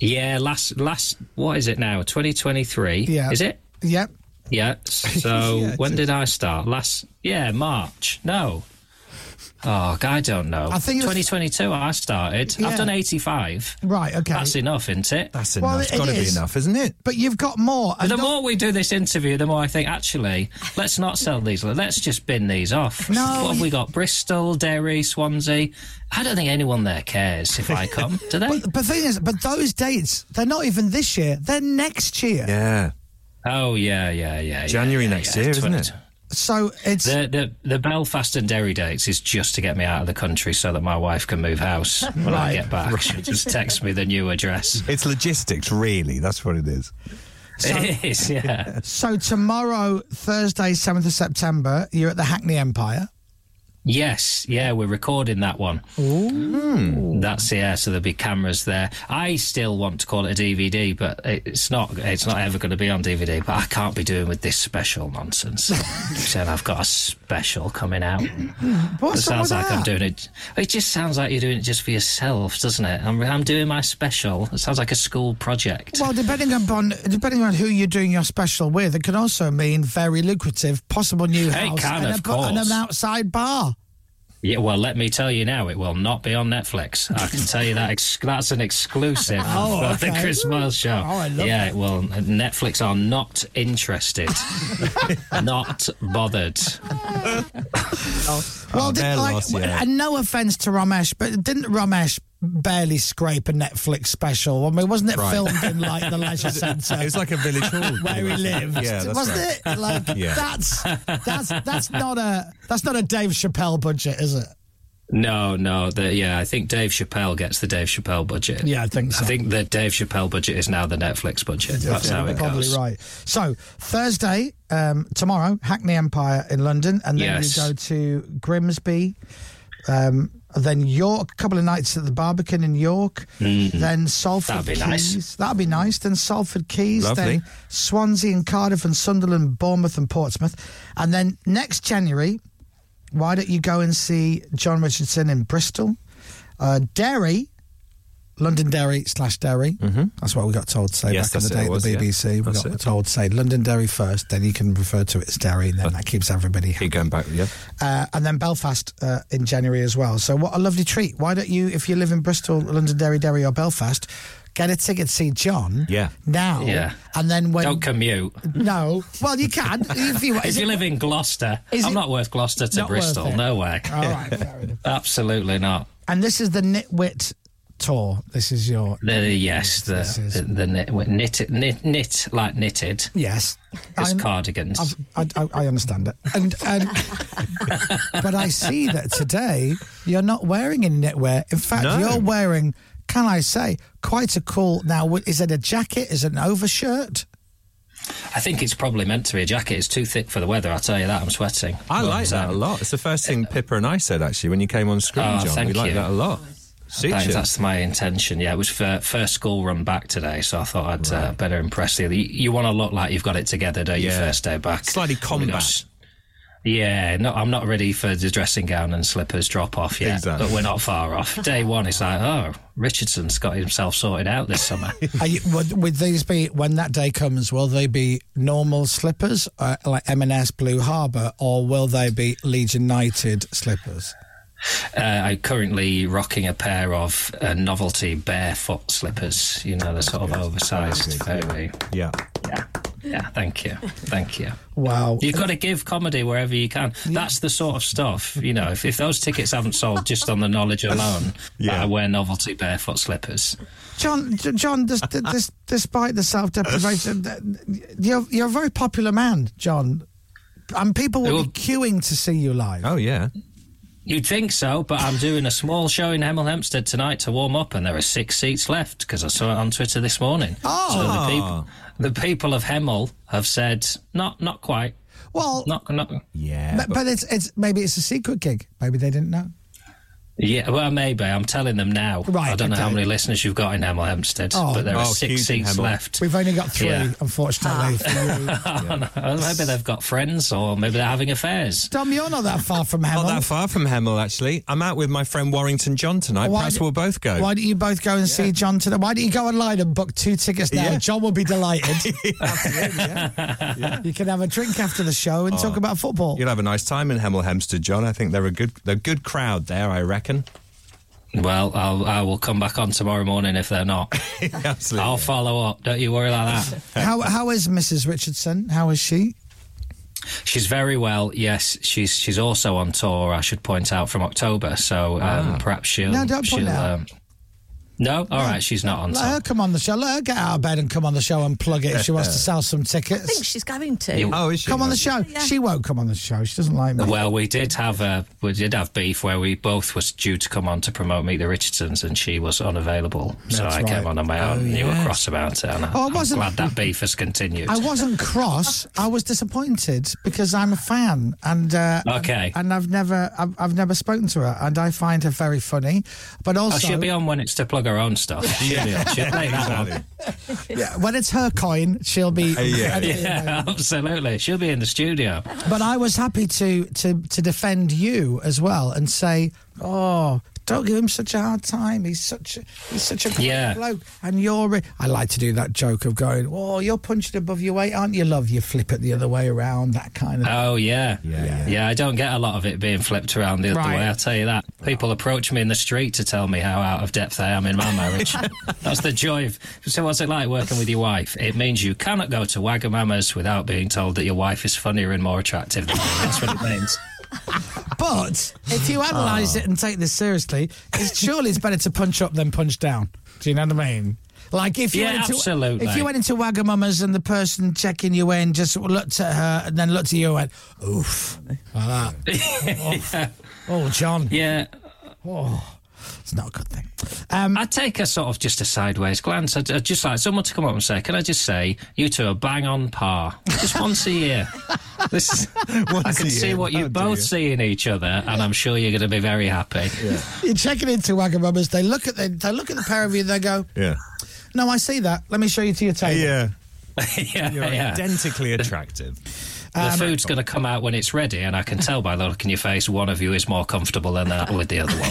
Yeah, last last what is it now? 2023.
Yeah.
is it?
Yep.
Yeah. So when did I start? Last yeah, March. No. Oh, I don't know.
I think it was-
2022 I started.
Yeah.
I've done 85.
Right. Okay.
That's enough, isn't it? That's
Well, enough. It's it gotta be is. enough,
isn't it?
But you've got more.
The more we do this interview, the more I think actually, let's not sell these. Let's just bin these off.
No,
what have
you-
we got? Bristol, Derry, Swansea. I don't think anyone there cares if I come, do they?
But the thing is, but those dates, they're not even this year. They're next year.
Yeah. Oh yeah, yeah, yeah.
January
next year,
isn't it? So it's
the, the the Belfast and Derry dates is just to get me out of the country so that my wife can move house when I
Right.
get back. She just text me the new address.
It's logistics, really. That's what it is.
it is, yeah.
so tomorrow, Thursday, seventh of September, you're at the Hackney Empire.
Yes, yeah, we're recording that one. Mm. That's yeah. So there'll be cameras there. I still want to call it a DVD, but it's not. It's not ever going to be on DVD. But I can't be doing with this special nonsense. Said I've got a special coming out.
What's
it
wrong
sounds
with
like I'm
that?
doing it. It just sounds like you're doing it just for yourself, doesn't it? I'm, I'm doing my special. It sounds like a school project.
Well, depending upon depending on who you're doing your special with, it can also mean very lucrative, possible new
It
house
can,
and,
of
a bu- and
course.
an outside bar.
Yeah, well, let me tell you now, it will not be on Netflix. I can tell you that. Ex- that's an exclusive
Oh,
for the
okay.
Chris Miles show.
Oh, I love
yeah, it will. Netflix are not interested, not bothered.
Well,
Oh,
did-
they're
like,
lost, yeah.
and no offense to Ramesh, but didn't Ramesh barely scrape a Netflix special? I mean, wasn't it
Right.
filmed in like the leisure centre?
It's like a village hall
where he lived.
Yeah, that's
wasn't
right.
it? Like
Yeah.
that's that's that's not a that's not a Dave Chappelle budget, is it?
No, no. The, yeah, I think Dave Chappelle gets the Dave Chappelle budget.
Yeah, I think so.
I think the Dave Chappelle budget is now the Netflix budget. That's how
You're
it
probably
goes.
right. So Thursday, um, tomorrow, Hackney Empire in London, and then
Yes.
you go to Grimsby. Um, then York, a couple of nights at the Barbican in York.
Mm.
Then Salford
That'd be
Keys.
nice.
That'd be nice. Then Salford Keys.
Lovely.
Then Swansea and Cardiff and Sunderland, Bournemouth and Portsmouth. And then next January, why don't you go and see John Richardson in Bristol? Uh, Derry, Londonderry slash Derry. Mm-hmm. That's what we got told to say
Yes,
back in
that's
the
it,
day
it was,
at
yeah.
the BBC. We
That's
got
it.
told to say Londonderry first, then you can refer to it as Derry, and then that keeps everybody happy.
Keep going back, yeah.
Uh, and then Belfast uh, in January as well. So what a lovely treat! Why don't you, if you live in Bristol, Londonderry, Derry, or Belfast, get a ticket to see John
Yeah.
now.
Yeah.
and then when
Don't commute.
no, well you can if you
if you live in Gloucester,
Is
I'm
it-
not worth Gloucester to
Not worth
Bristol.
it.
No way.
All right,
Absolutely not.
And this is the Nitwit tour. This is your
The, Uh, yes, the the, the knit, knit, knit, knit like knitted.
Yes,
as
I'm-
cardigans.
I've, I, I, I understand it, and, and but I see that today you're not wearing any knitwear. In fact,
No.
you're wearing, can I say, quite a cool. Now, wh- is it a jacket? Is it an overshirt?
I think it's probably meant to be a jacket. It's too thick for the weather. I'll tell you that. I'm sweating.
I
But,
like that a
um,
lot. It's the first thing Pippa and I said actually when you came on screen,
Oh,
John.
thank
We like
you.
that a lot. Suits
That-
you.
that's my intention. Yeah, it was fir- first school run back today, so I thought I'd uh, better impress the. You, you want to look like you've got it together, don't you?
Yeah.
First day back,
Slightly
We don't
combat.
s- Yeah, no, I'm not ready for the dressing gown and slippers drop off yet,
Exactly.
but we're not far off. Day one, it's like, oh, Richardson's got himself sorted out this summer.
Are you, would, would these be when that day comes? Will they be normal slippers uh, like M&S Blue Harbour, or will they be Leeds United slippers?
Uh, I'm currently rocking a pair of uh, novelty barefoot slippers. You know, the sort of oversized, very.
Yeah.
Yeah. Yeah. Thank you. Thank you.
Wow.
You've got to give comedy wherever you can. That's the sort of stuff, you know, if, if those tickets haven't sold just on the knowledge alone, uh, that I wear novelty barefoot slippers.
John, J- John, this, this, despite the self-deprivation, th- you're you're a very popular man, John, and people will be queuing to see you live.
Oh, yeah. You'd think so, but I'm doing a small show in Hemel Hempstead tonight to warm up, and there are six seats left because I saw it on Twitter this morning.
Oh.
So the, peop- the people of Hemel have said, not not quite.
Well,
not, not
yeah,
but, but it's it's maybe it's a secret gig. Maybe they didn't know.
Yeah, well, maybe. I'm telling them now.
Right,
I don't know how
okay.
many listeners you've got in Hemel Hempstead,
Oh.
but there are
Oh, huge
six
in
seats
Hemel.
left.
We've only got three,
Yeah.
unfortunately.
Ah.
for you.
Well, maybe they've got friends or maybe they're having affairs.
Dom, you're not that far from Hemel.
Not that far from Hemel, actually. I'm out with my friend Warrington John tonight.
Why
Perhaps
d-
we'll both go.
Why don't you both go and see John today? Why don't you go online and book two tickets now?
Yeah.
John will be delighted. You can have a drink after the show and
Oh.
talk about football.
You'll have a nice time in Hemel Hempstead, John. I think they're a good, they're a good crowd there. I reckon.
Well, I'll, I will come back on tomorrow morning if they're not.
Absolutely.
I'll follow up. Don't you worry about that.
How how is Mrs. Richardson? How is she?
She's very well. Yes, she's she's also on tour. I should point out from October, so um, perhaps she'll.
Ah. No, don't point
she'll,
it out.
Um, no, all right, she's not on
Let
tour.
her come on the show. Let her get out of bed and come on the show and plug it if she wants to sell some
I
tickets.
think she's going
Yeah.
to.
Oh, is she?
Come on the show.
Yeah.
She won't come on the show. She doesn't like me.
Well, we did have a we did have beef where we both was due to come on to promote Meet the Richardsons, and she was unavailable. so
That's
I
right.
came on on my
Oh,
own. and You were
yes.
cross about it, and I,
Oh, I
am
wasn't-
glad that beef has continued.
I wasn't cross. I was disappointed because I'm a fan, and uh,
Okay.
and I've never I've, I've never spoken to her, and I find her very funny. But
oh,
also,
she'll be on when it's to plug her own stuff. She'll be on. She'll play that one.
yeah, when it's her coin, she'll be.
Uh,
yeah, absolutely. She'll be in the studio.
But I was happy to to to defend you as well and say, oh, don't give him such a hard time. He's such a he's such a great
Yeah.
bloke, and you're. re- I like to do that joke of going, oh, you're punching above your weight, aren't you, love? You flip it the other way around, that kind of.
Oh yeah. Yeah, yeah, I don't get a lot of it being flipped around the other
Right.
way. I'll tell you that. People approach me in the street to tell me how out of depth I am in my marriage. That's the joy of. So, what's it like working with your wife? It means you cannot go to Wagamama's without being told that your wife is funnier and more attractive than you. That's what it means.
But if you analyse it and take this seriously, it's surely it's better to punch up than punch down. Do you know what I mean? Like if you
Yeah,
went into,
absolutely.
if you went into Wagamama's and the person checking you in just looked at her and then looked at you and went, oof, like that. oh, John.
Yeah.
Oh, it's not a good thing.
I take a sort of just a sideways glance. I'd, I'd just like someone to come up and say, "Can I just say you two are bang on par, just once a year." This,
What
I
is
can
he
see
in?
what
Oh,
you
dear.
both see in each other, and I'm sure you're going to be very happy.
You're checking into Wagamummers. They look at the, they look at the pair of you. and They go,
Yeah.
"No, I see that. Let me show you to your table."
Yeah. yeah,
You're
yeah.
identically attractive.
The
Um,
food's going to come out when it's ready, and I can tell by the look in your face, one of you is more comfortable than that with the other one.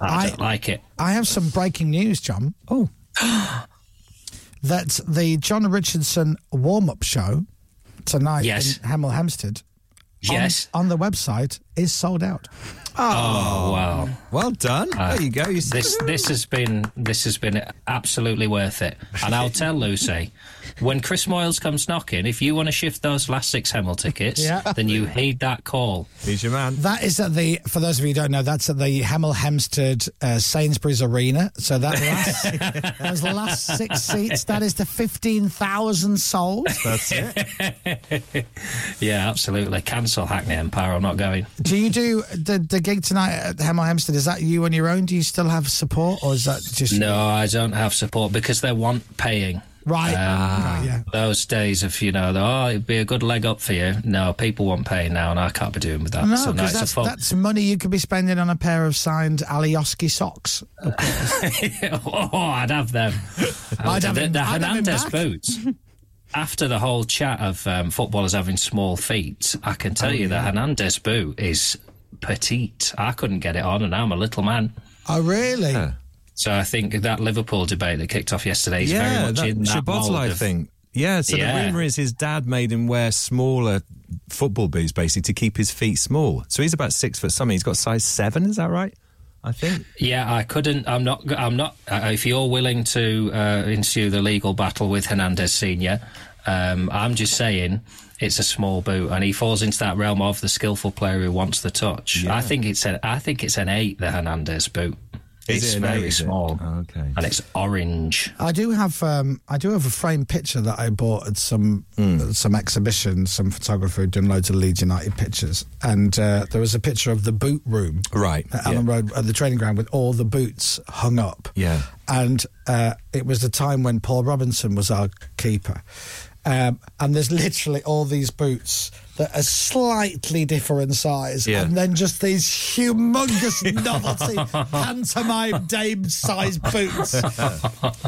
I, don't like it.
I have some breaking news, John. Oh. that the John Richardson warm up show tonight
Yes.
in Hemel Hempstead on-
Yes.
on, the website is sold out.
Oh, wow!
Well done.
there you go. Uh, this this has been this has been absolutely worth it. And I'll tell Lucy, when Chris Moyles comes knocking, if you want to shift those last six Hemel tickets,
Yeah.
then you heed that call.
He's your man.
That is at the, for those of you who don't know, that's at the Hemel Hempstead uh, Sainsbury's Arena. So that last, those last six seats, that is the 15,000 sold.
That's it. yeah, absolutely. Cancel Hackney Empire. I'm not going.
Do you do the, the gig tonight at Hemel Hempstead? Is that you on your own? Do you still have support or is that just.
No, I don't have support because they want paying.
Right.
Ah,
Right, yeah.
Those days of, you know, the, oh, it'd be a good leg up for you. No, people want paying now, and I can't be doing with that.
No,
so no,
because
it's a
that's,
full.
that's money you could be spending on a pair of signed Alioski socks.
oh, I'd have them.
I'd have
Oh, the,
him-
the
I'd have him
Hernandez
back.
boots. After the whole chat of um, footballers having small feet, I can
Oh,
tell you the Hernandez boot is petite. I couldn't get it on, and I'm a little man.
Oh, really?
So I think that Liverpool debate that kicked off yesterday is very much
that
in that mould
Szoboszlai
of-
thing. Yeah, so the
Yeah.
rumour is his dad made him wear smaller football boots basically to keep his feet small. So he's about six foot something. He's got size seven, is that right? I think.
Yeah, I couldn't. I'm not. I'm not. Uh, if you're willing to uh, ensue the legal battle with Hernandez Senior, um, I'm just saying it's a small boot, and he falls into that realm of the skillful player who wants the touch. I think it's an. I think it's an eight. The Hernandez boot.
Is
it's
it an eight,
very
is it? Oh,
small.
okay.
And it's orange.
I do have um, I do have a framed picture that I bought at some
Hmm.
at some exhibition. Some photographer had done loads of Leeds United pictures, and uh, there was a picture of the boot room,
right,
at Allen Road at the training ground with all the boots hung up.
Yeah.
and uh, it was the time when Paul Robinson was our keeper. Um, and there's literally all these boots that are slightly different size,
Yeah.
and then just these humongous novelty pantomime dame size boots.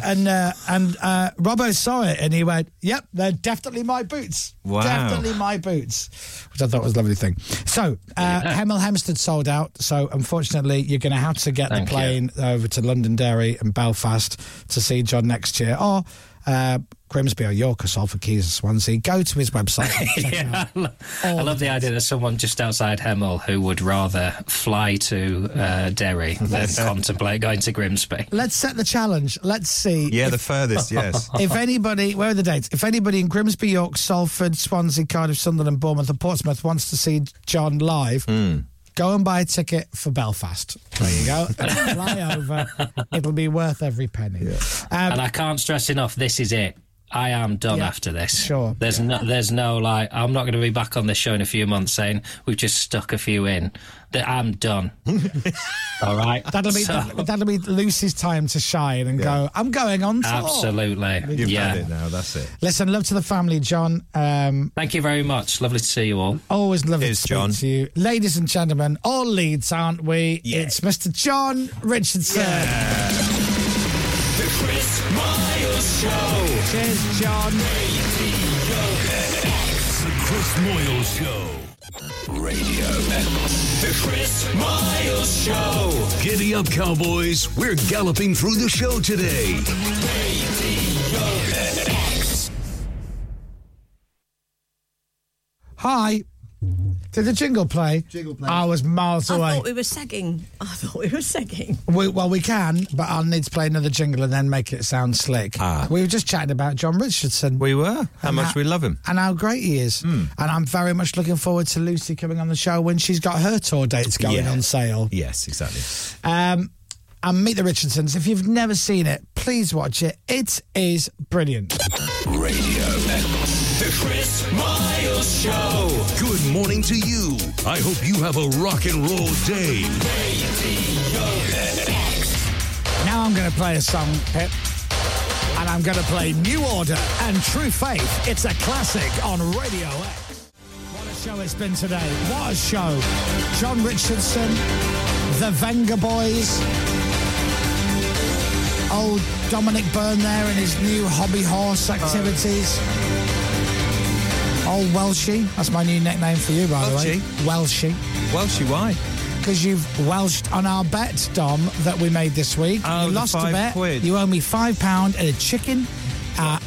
and uh, and uh, Robbo saw it and he went, "Yep, they're definitely my boots.
Wow.
Definitely my boots," which I thought was a lovely thing. So uh, Hemel Hempstead sold out. So unfortunately, you're going to have to get
Thank
the
you.
plane over to Londonderry and Belfast to see John next year, or. Uh, Grimsby or York or Salford Keys or Swansea. Go to his website.
yeah, I, lo- I love the idea that someone just outside Hemel who would rather fly to uh, Derry than contemplate going to Grimsby.
Let's set the challenge. Let's see.
Yeah, the furthest, yes.
If anybody, where are the dates? If anybody in Grimsby, York, Salford, Swansea, Cardiff, Sunderland, Bournemouth, or Portsmouth wants to see John live, go and buy a ticket for Belfast. There you go. And fly over. It'll be worth every penny. Um,
and I can't stress enough, this is it. I am done after this. Sure. There's no, there's no like, I'm not going to be back on this show in a few months saying we've just stuck a few in. That I'm done. All right.
That'll be
So-
that'll, be Lucy's time to shine and go. I'm going on tour.
absolutely.
You've
yeah.
done it
now. That's it.
Listen, love to the family, John. Um,
Thank you very much. Lovely to see you all.
Always lovely to speak to you. Ladies and gentlemen, all leads, aren't we? It's Mr. John Richardson.
The Chris Miles Show.
Cheers, John.
The Chris Miles Show. Radio X. The Chris Miles Show.
Giddy up, cowboys. We're galloping through the show today.
Hi. Did the jingle play? Jingle play. I was miles
I
away.
thought we were segging. I thought we were segging.
We, well, we can, but I'll need to play another jingle and then make it sound slick. We were just chatting about John Richardson.
We were. How
And
much
that-
we love him.
And how great he is. And I'm very much looking forward to Lucy coming on the show when she's got her tour dates going
Yeah.
on sale.
Yes, exactly.
Um, and Meet the Richardsons. If you've never seen it, please watch it. It is brilliant.
Radio X. The Chris Miles Show.
Good morning to you. I hope you have a rock and roll day.
Now I'm going to play a song, Pip. And I'm going to play New Order and True Faith. It's a classic on Radio X.
show
it's been today. What a show. John Richardson, the Venga Boys, old Dominic Byrne there and his new hobby horse activities. Old Welshie, that's my new nickname for you, by the way. Welshie.
Welshie, why?
Because you've Welshed on our bet, Dom, that we made this week.
Oh,
you
the
lost a
five
bet.
quid.
You owe me five pound and a chicken. Uh,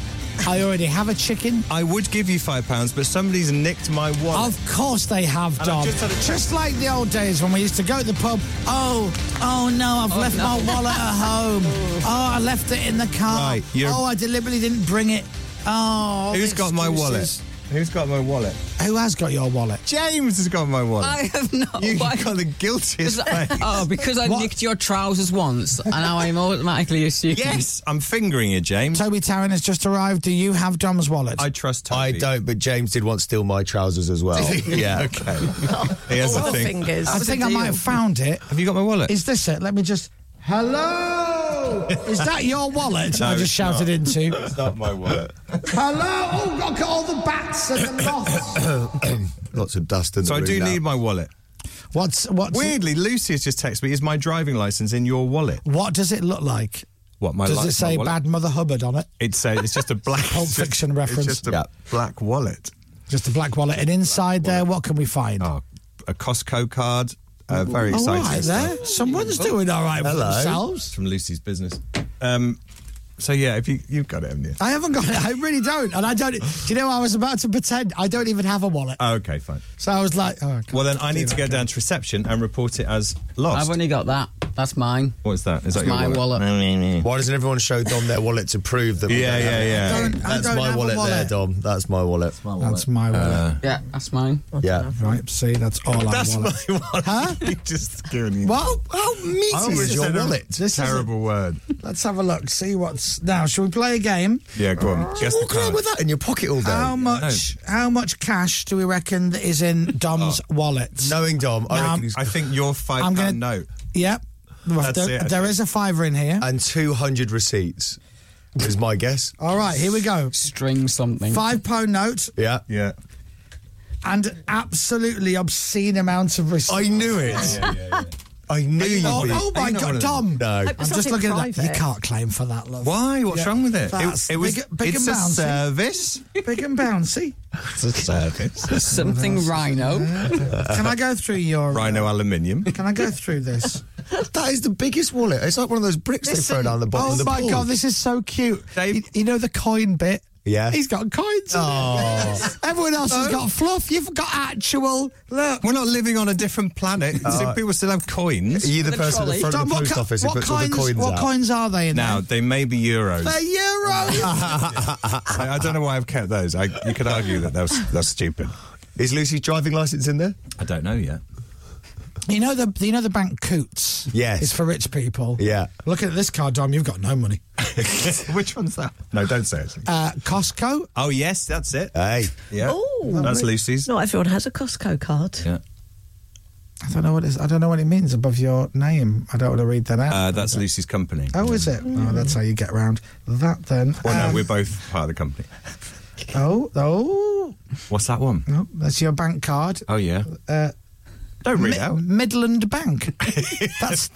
I already have a chicken.
I would give you five pounds, but somebody's nicked my wallet.
Of course they have,
And I've
Dom.
just had a check.
like the old days when we used to go to the pub. Oh, oh no, I've
Oh,
left
no.
my wallet at home. Oh, I left it in the car.
Right, you're-
Oh, I deliberately didn't bring it. Oh,
Who's
who's
got my wallet? Who's got my wallet?
Who has got your wallet?
James has got my wallet.
I have not.
You've
Why?
got the guiltiest face.
oh, because I nicked your trousers once, and now I'm automatically assuming.
Yes, I'm fingering you, James.
Toby Tarrant has just arrived. Do you have Dom's wallet?
I trust
Toby. I don't, but James did once steal my trousers as well. yeah.
Okay. he
has
Four
a thing.
I think I might have found it.
Have you got my wallet?
Is this it? Let me just. Hello! Is that your wallet?
No,
I just
it's
shouted
not.
into.
It's not my wallet.
Hello! Oh, look at all the bats and the moths.
Lots of dust in the
So I
room
do
now.
need my wallet.
What's what?
Weirdly, Lucy has just texted me. Is my driving license in your wallet?
What does it look like?
What my?
Does
li-
it say
my wallet?
Bad Mother Hubbard on it?
It's a, It's just a black
Pulp
it's just-
Fiction
it's
reference.
just a
Yeah.
black wallet.
Just a black wallet. And inside there, what can we find? Oh,
A Costco card. Uh, very exciting.
All right,
stuff.
there. Someone's doing all right with themselves.
From Lucy's business. Um, so yeah, if you you've got it, haven't you?
I haven't got it. I really don't. And I don't. Do you know, I was about to pretend I don't even have a wallet.
Oh, okay, fine.
So I was like, oh,
Well, then I need to go down to reception and report it as lost.
I've only got that. That's mine.
What's that? Is that
That's
your
my wallet.
Why doesn't everyone show Dom their wallet to prove that? we
Yeah,
don't have
yeah,
it?
yeah. I don't- I
That's
don't
my
have a
wallet, there,
wallet. Uh,
Dom. That's my wallet. That's my wallet.
That's my wallet.
yeah, that's mine.
yeah.
Right, see, that's all I
That's
wallet.
my wallet.
Huh?
you just given
Well, how meaty
I
is
always
your
said a
wallet? This is a-
terrible word.
Let's have a look. See what's now. Shall we play a game?
Yeah, go on. Guess the card.
that in your pocket all day.
How much? How much cash do we reckon that is in Dom's wallet?
Oh, Knowing Dom, I,
Now,
reckon
I'm-
he's-
I think your five
I'm
pound
gonna-
note.
Yep. Well,
That's
there-
it, I
there
think.
is a fiver in here.
and two hundred receipts is my guess.
All right, here we go.
String something.
Five pound note
Yeah,
yeah.
and an absolutely obscene amount of receipts.
I knew it. I knew
Are you
you'd
not-
be.
oh
Are
my
you not one
god,
of
Dom!
them? No.
I'm
Like, but
just
something
looking at that. You
private.
can't claim for that, love.
Why? What's wrong with it?
That's
It, it was.
big, big
it's
and
a
bouncy.
service.
Big and bouncy.
It's a service.
Something rhino.
Can I go through your?
Rhino aluminium.
Can I go through this?
That is the biggest wallet. It's like one of those bricks they throw down the bottom
oh
of the
my
pool.
god, this is so cute. You, you know the coin bit.
Yeah.
he's got coins. in it.
Oh.
Everyone else has
Oh.
got fluff. You've got actual. Look,
We're not living on a different planet. So people still have coins.
Uh, Are you the The person in trolley. front of
Dom,
the
what,
post
ki-
office who
what
puts all the
coins?
coins
what
out?
coins are they in
Now they may be euros.
there? They're euros.
I, I don't know why I've kept those. I, you could argue that that's that's stupid.
Is Lucy's driving license in there?
I don't know yet.
you know the you know the bank Coots.
Yes.
it's for rich people.
Yeah.
Looking at this card, Dom, you've got no money.
Which one's that? No, don't say it.
Uh, Costco.
Oh yes, that's it.
Hey.
Yeah.
Oh,
That's Lucy's.
Not everyone has a Costco card.
Yeah.
I don't know what it is. I don't know what it means above your name. I don't want to read that out.
Uh, that's Lucy's company.
oh, is it? Oh, that's how you get around that then.
Well,
Um,
no, we're both part of the company.
oh, oh,
What's that one?
no, that's your bank card.
Oh yeah.
Uh,
Don't read
Mi-
out.
Midland Bank. That's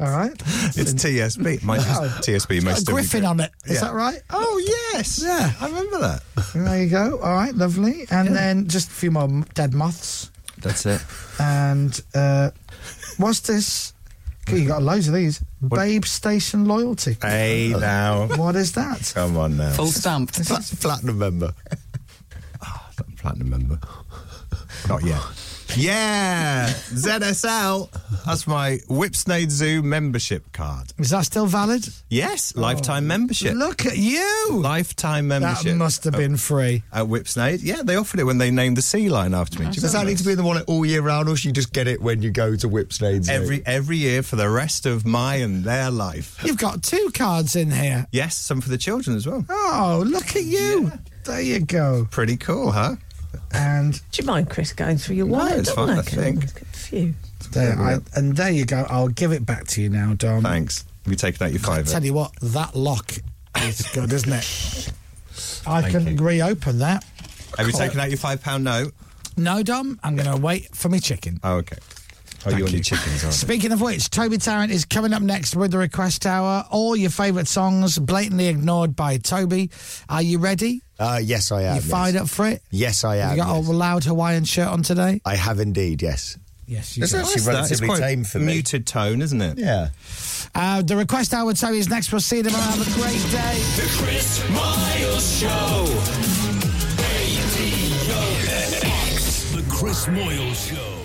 all right.
It's TSB. Might just, TSB
It's
may
got a
still be
griffin
good.
on it. Is
Yeah.
that right?
Oh yes.
Yeah.
I remember that.
There you go. All right, lovely. And then just a few more m- dead moths.
That's it.
And uh, what's this? Okay, you got loads of these. Babe Station Loyalty.
Hey now.
What is that?
Come on now.
Full stamped.
Pla- platinum member.
Ah, platinum member. Not yet. Yeah, ZSL. That's my Whipsnade Zoo membership card.
Is that still valid?
Yes,
Oh,
lifetime membership.
Look at you.
Lifetime membership.
That must have been free.
At Whipsnade. Yeah, they offered it when they named the sea line after me. Do you
Does that
remember?
need to be in the wallet all year round, or should you just get it when you go to Whipsnade's?
every every year for the rest of my and their life?
You've got two cards in here.
Yes, some for the children as well.
Oh, look at you. There you go.
Pretty cool, huh?
And
Do you mind, Chris, going through your wallet?
it's fine, I think.
Phew.
there, I, and there you go. I'll give it back to you now, Dom.
Thanks. We taking out your fiver.
Tell you what, that lock is good, isn't it? I
Thank
can
you.
reopen that.
Have you taken out your five pound note?
No, Dom, I'm going to wait for my chicken.
Oh, okay. Oh, you want your chickens, aren't
Speaking of which, Toby Tarrant is coming up next with the request hour. All your favourite songs blatantly ignored by Toby. Are you ready?
Uh, yes, I am.
You
yes.
fired up for it?
Yes, I
you
am.
got
yes.
a loud Hawaiian shirt on today?
I have indeed, yes.
Yes,
It's actually relatively tame for me.
Muted tone, isn't it?
Yeah.
Uh, the request hour with Toby is next. We'll see you tomorrow. Have a great day.
The Chris Miles Show. Radio X.
The Chris Moyle Show.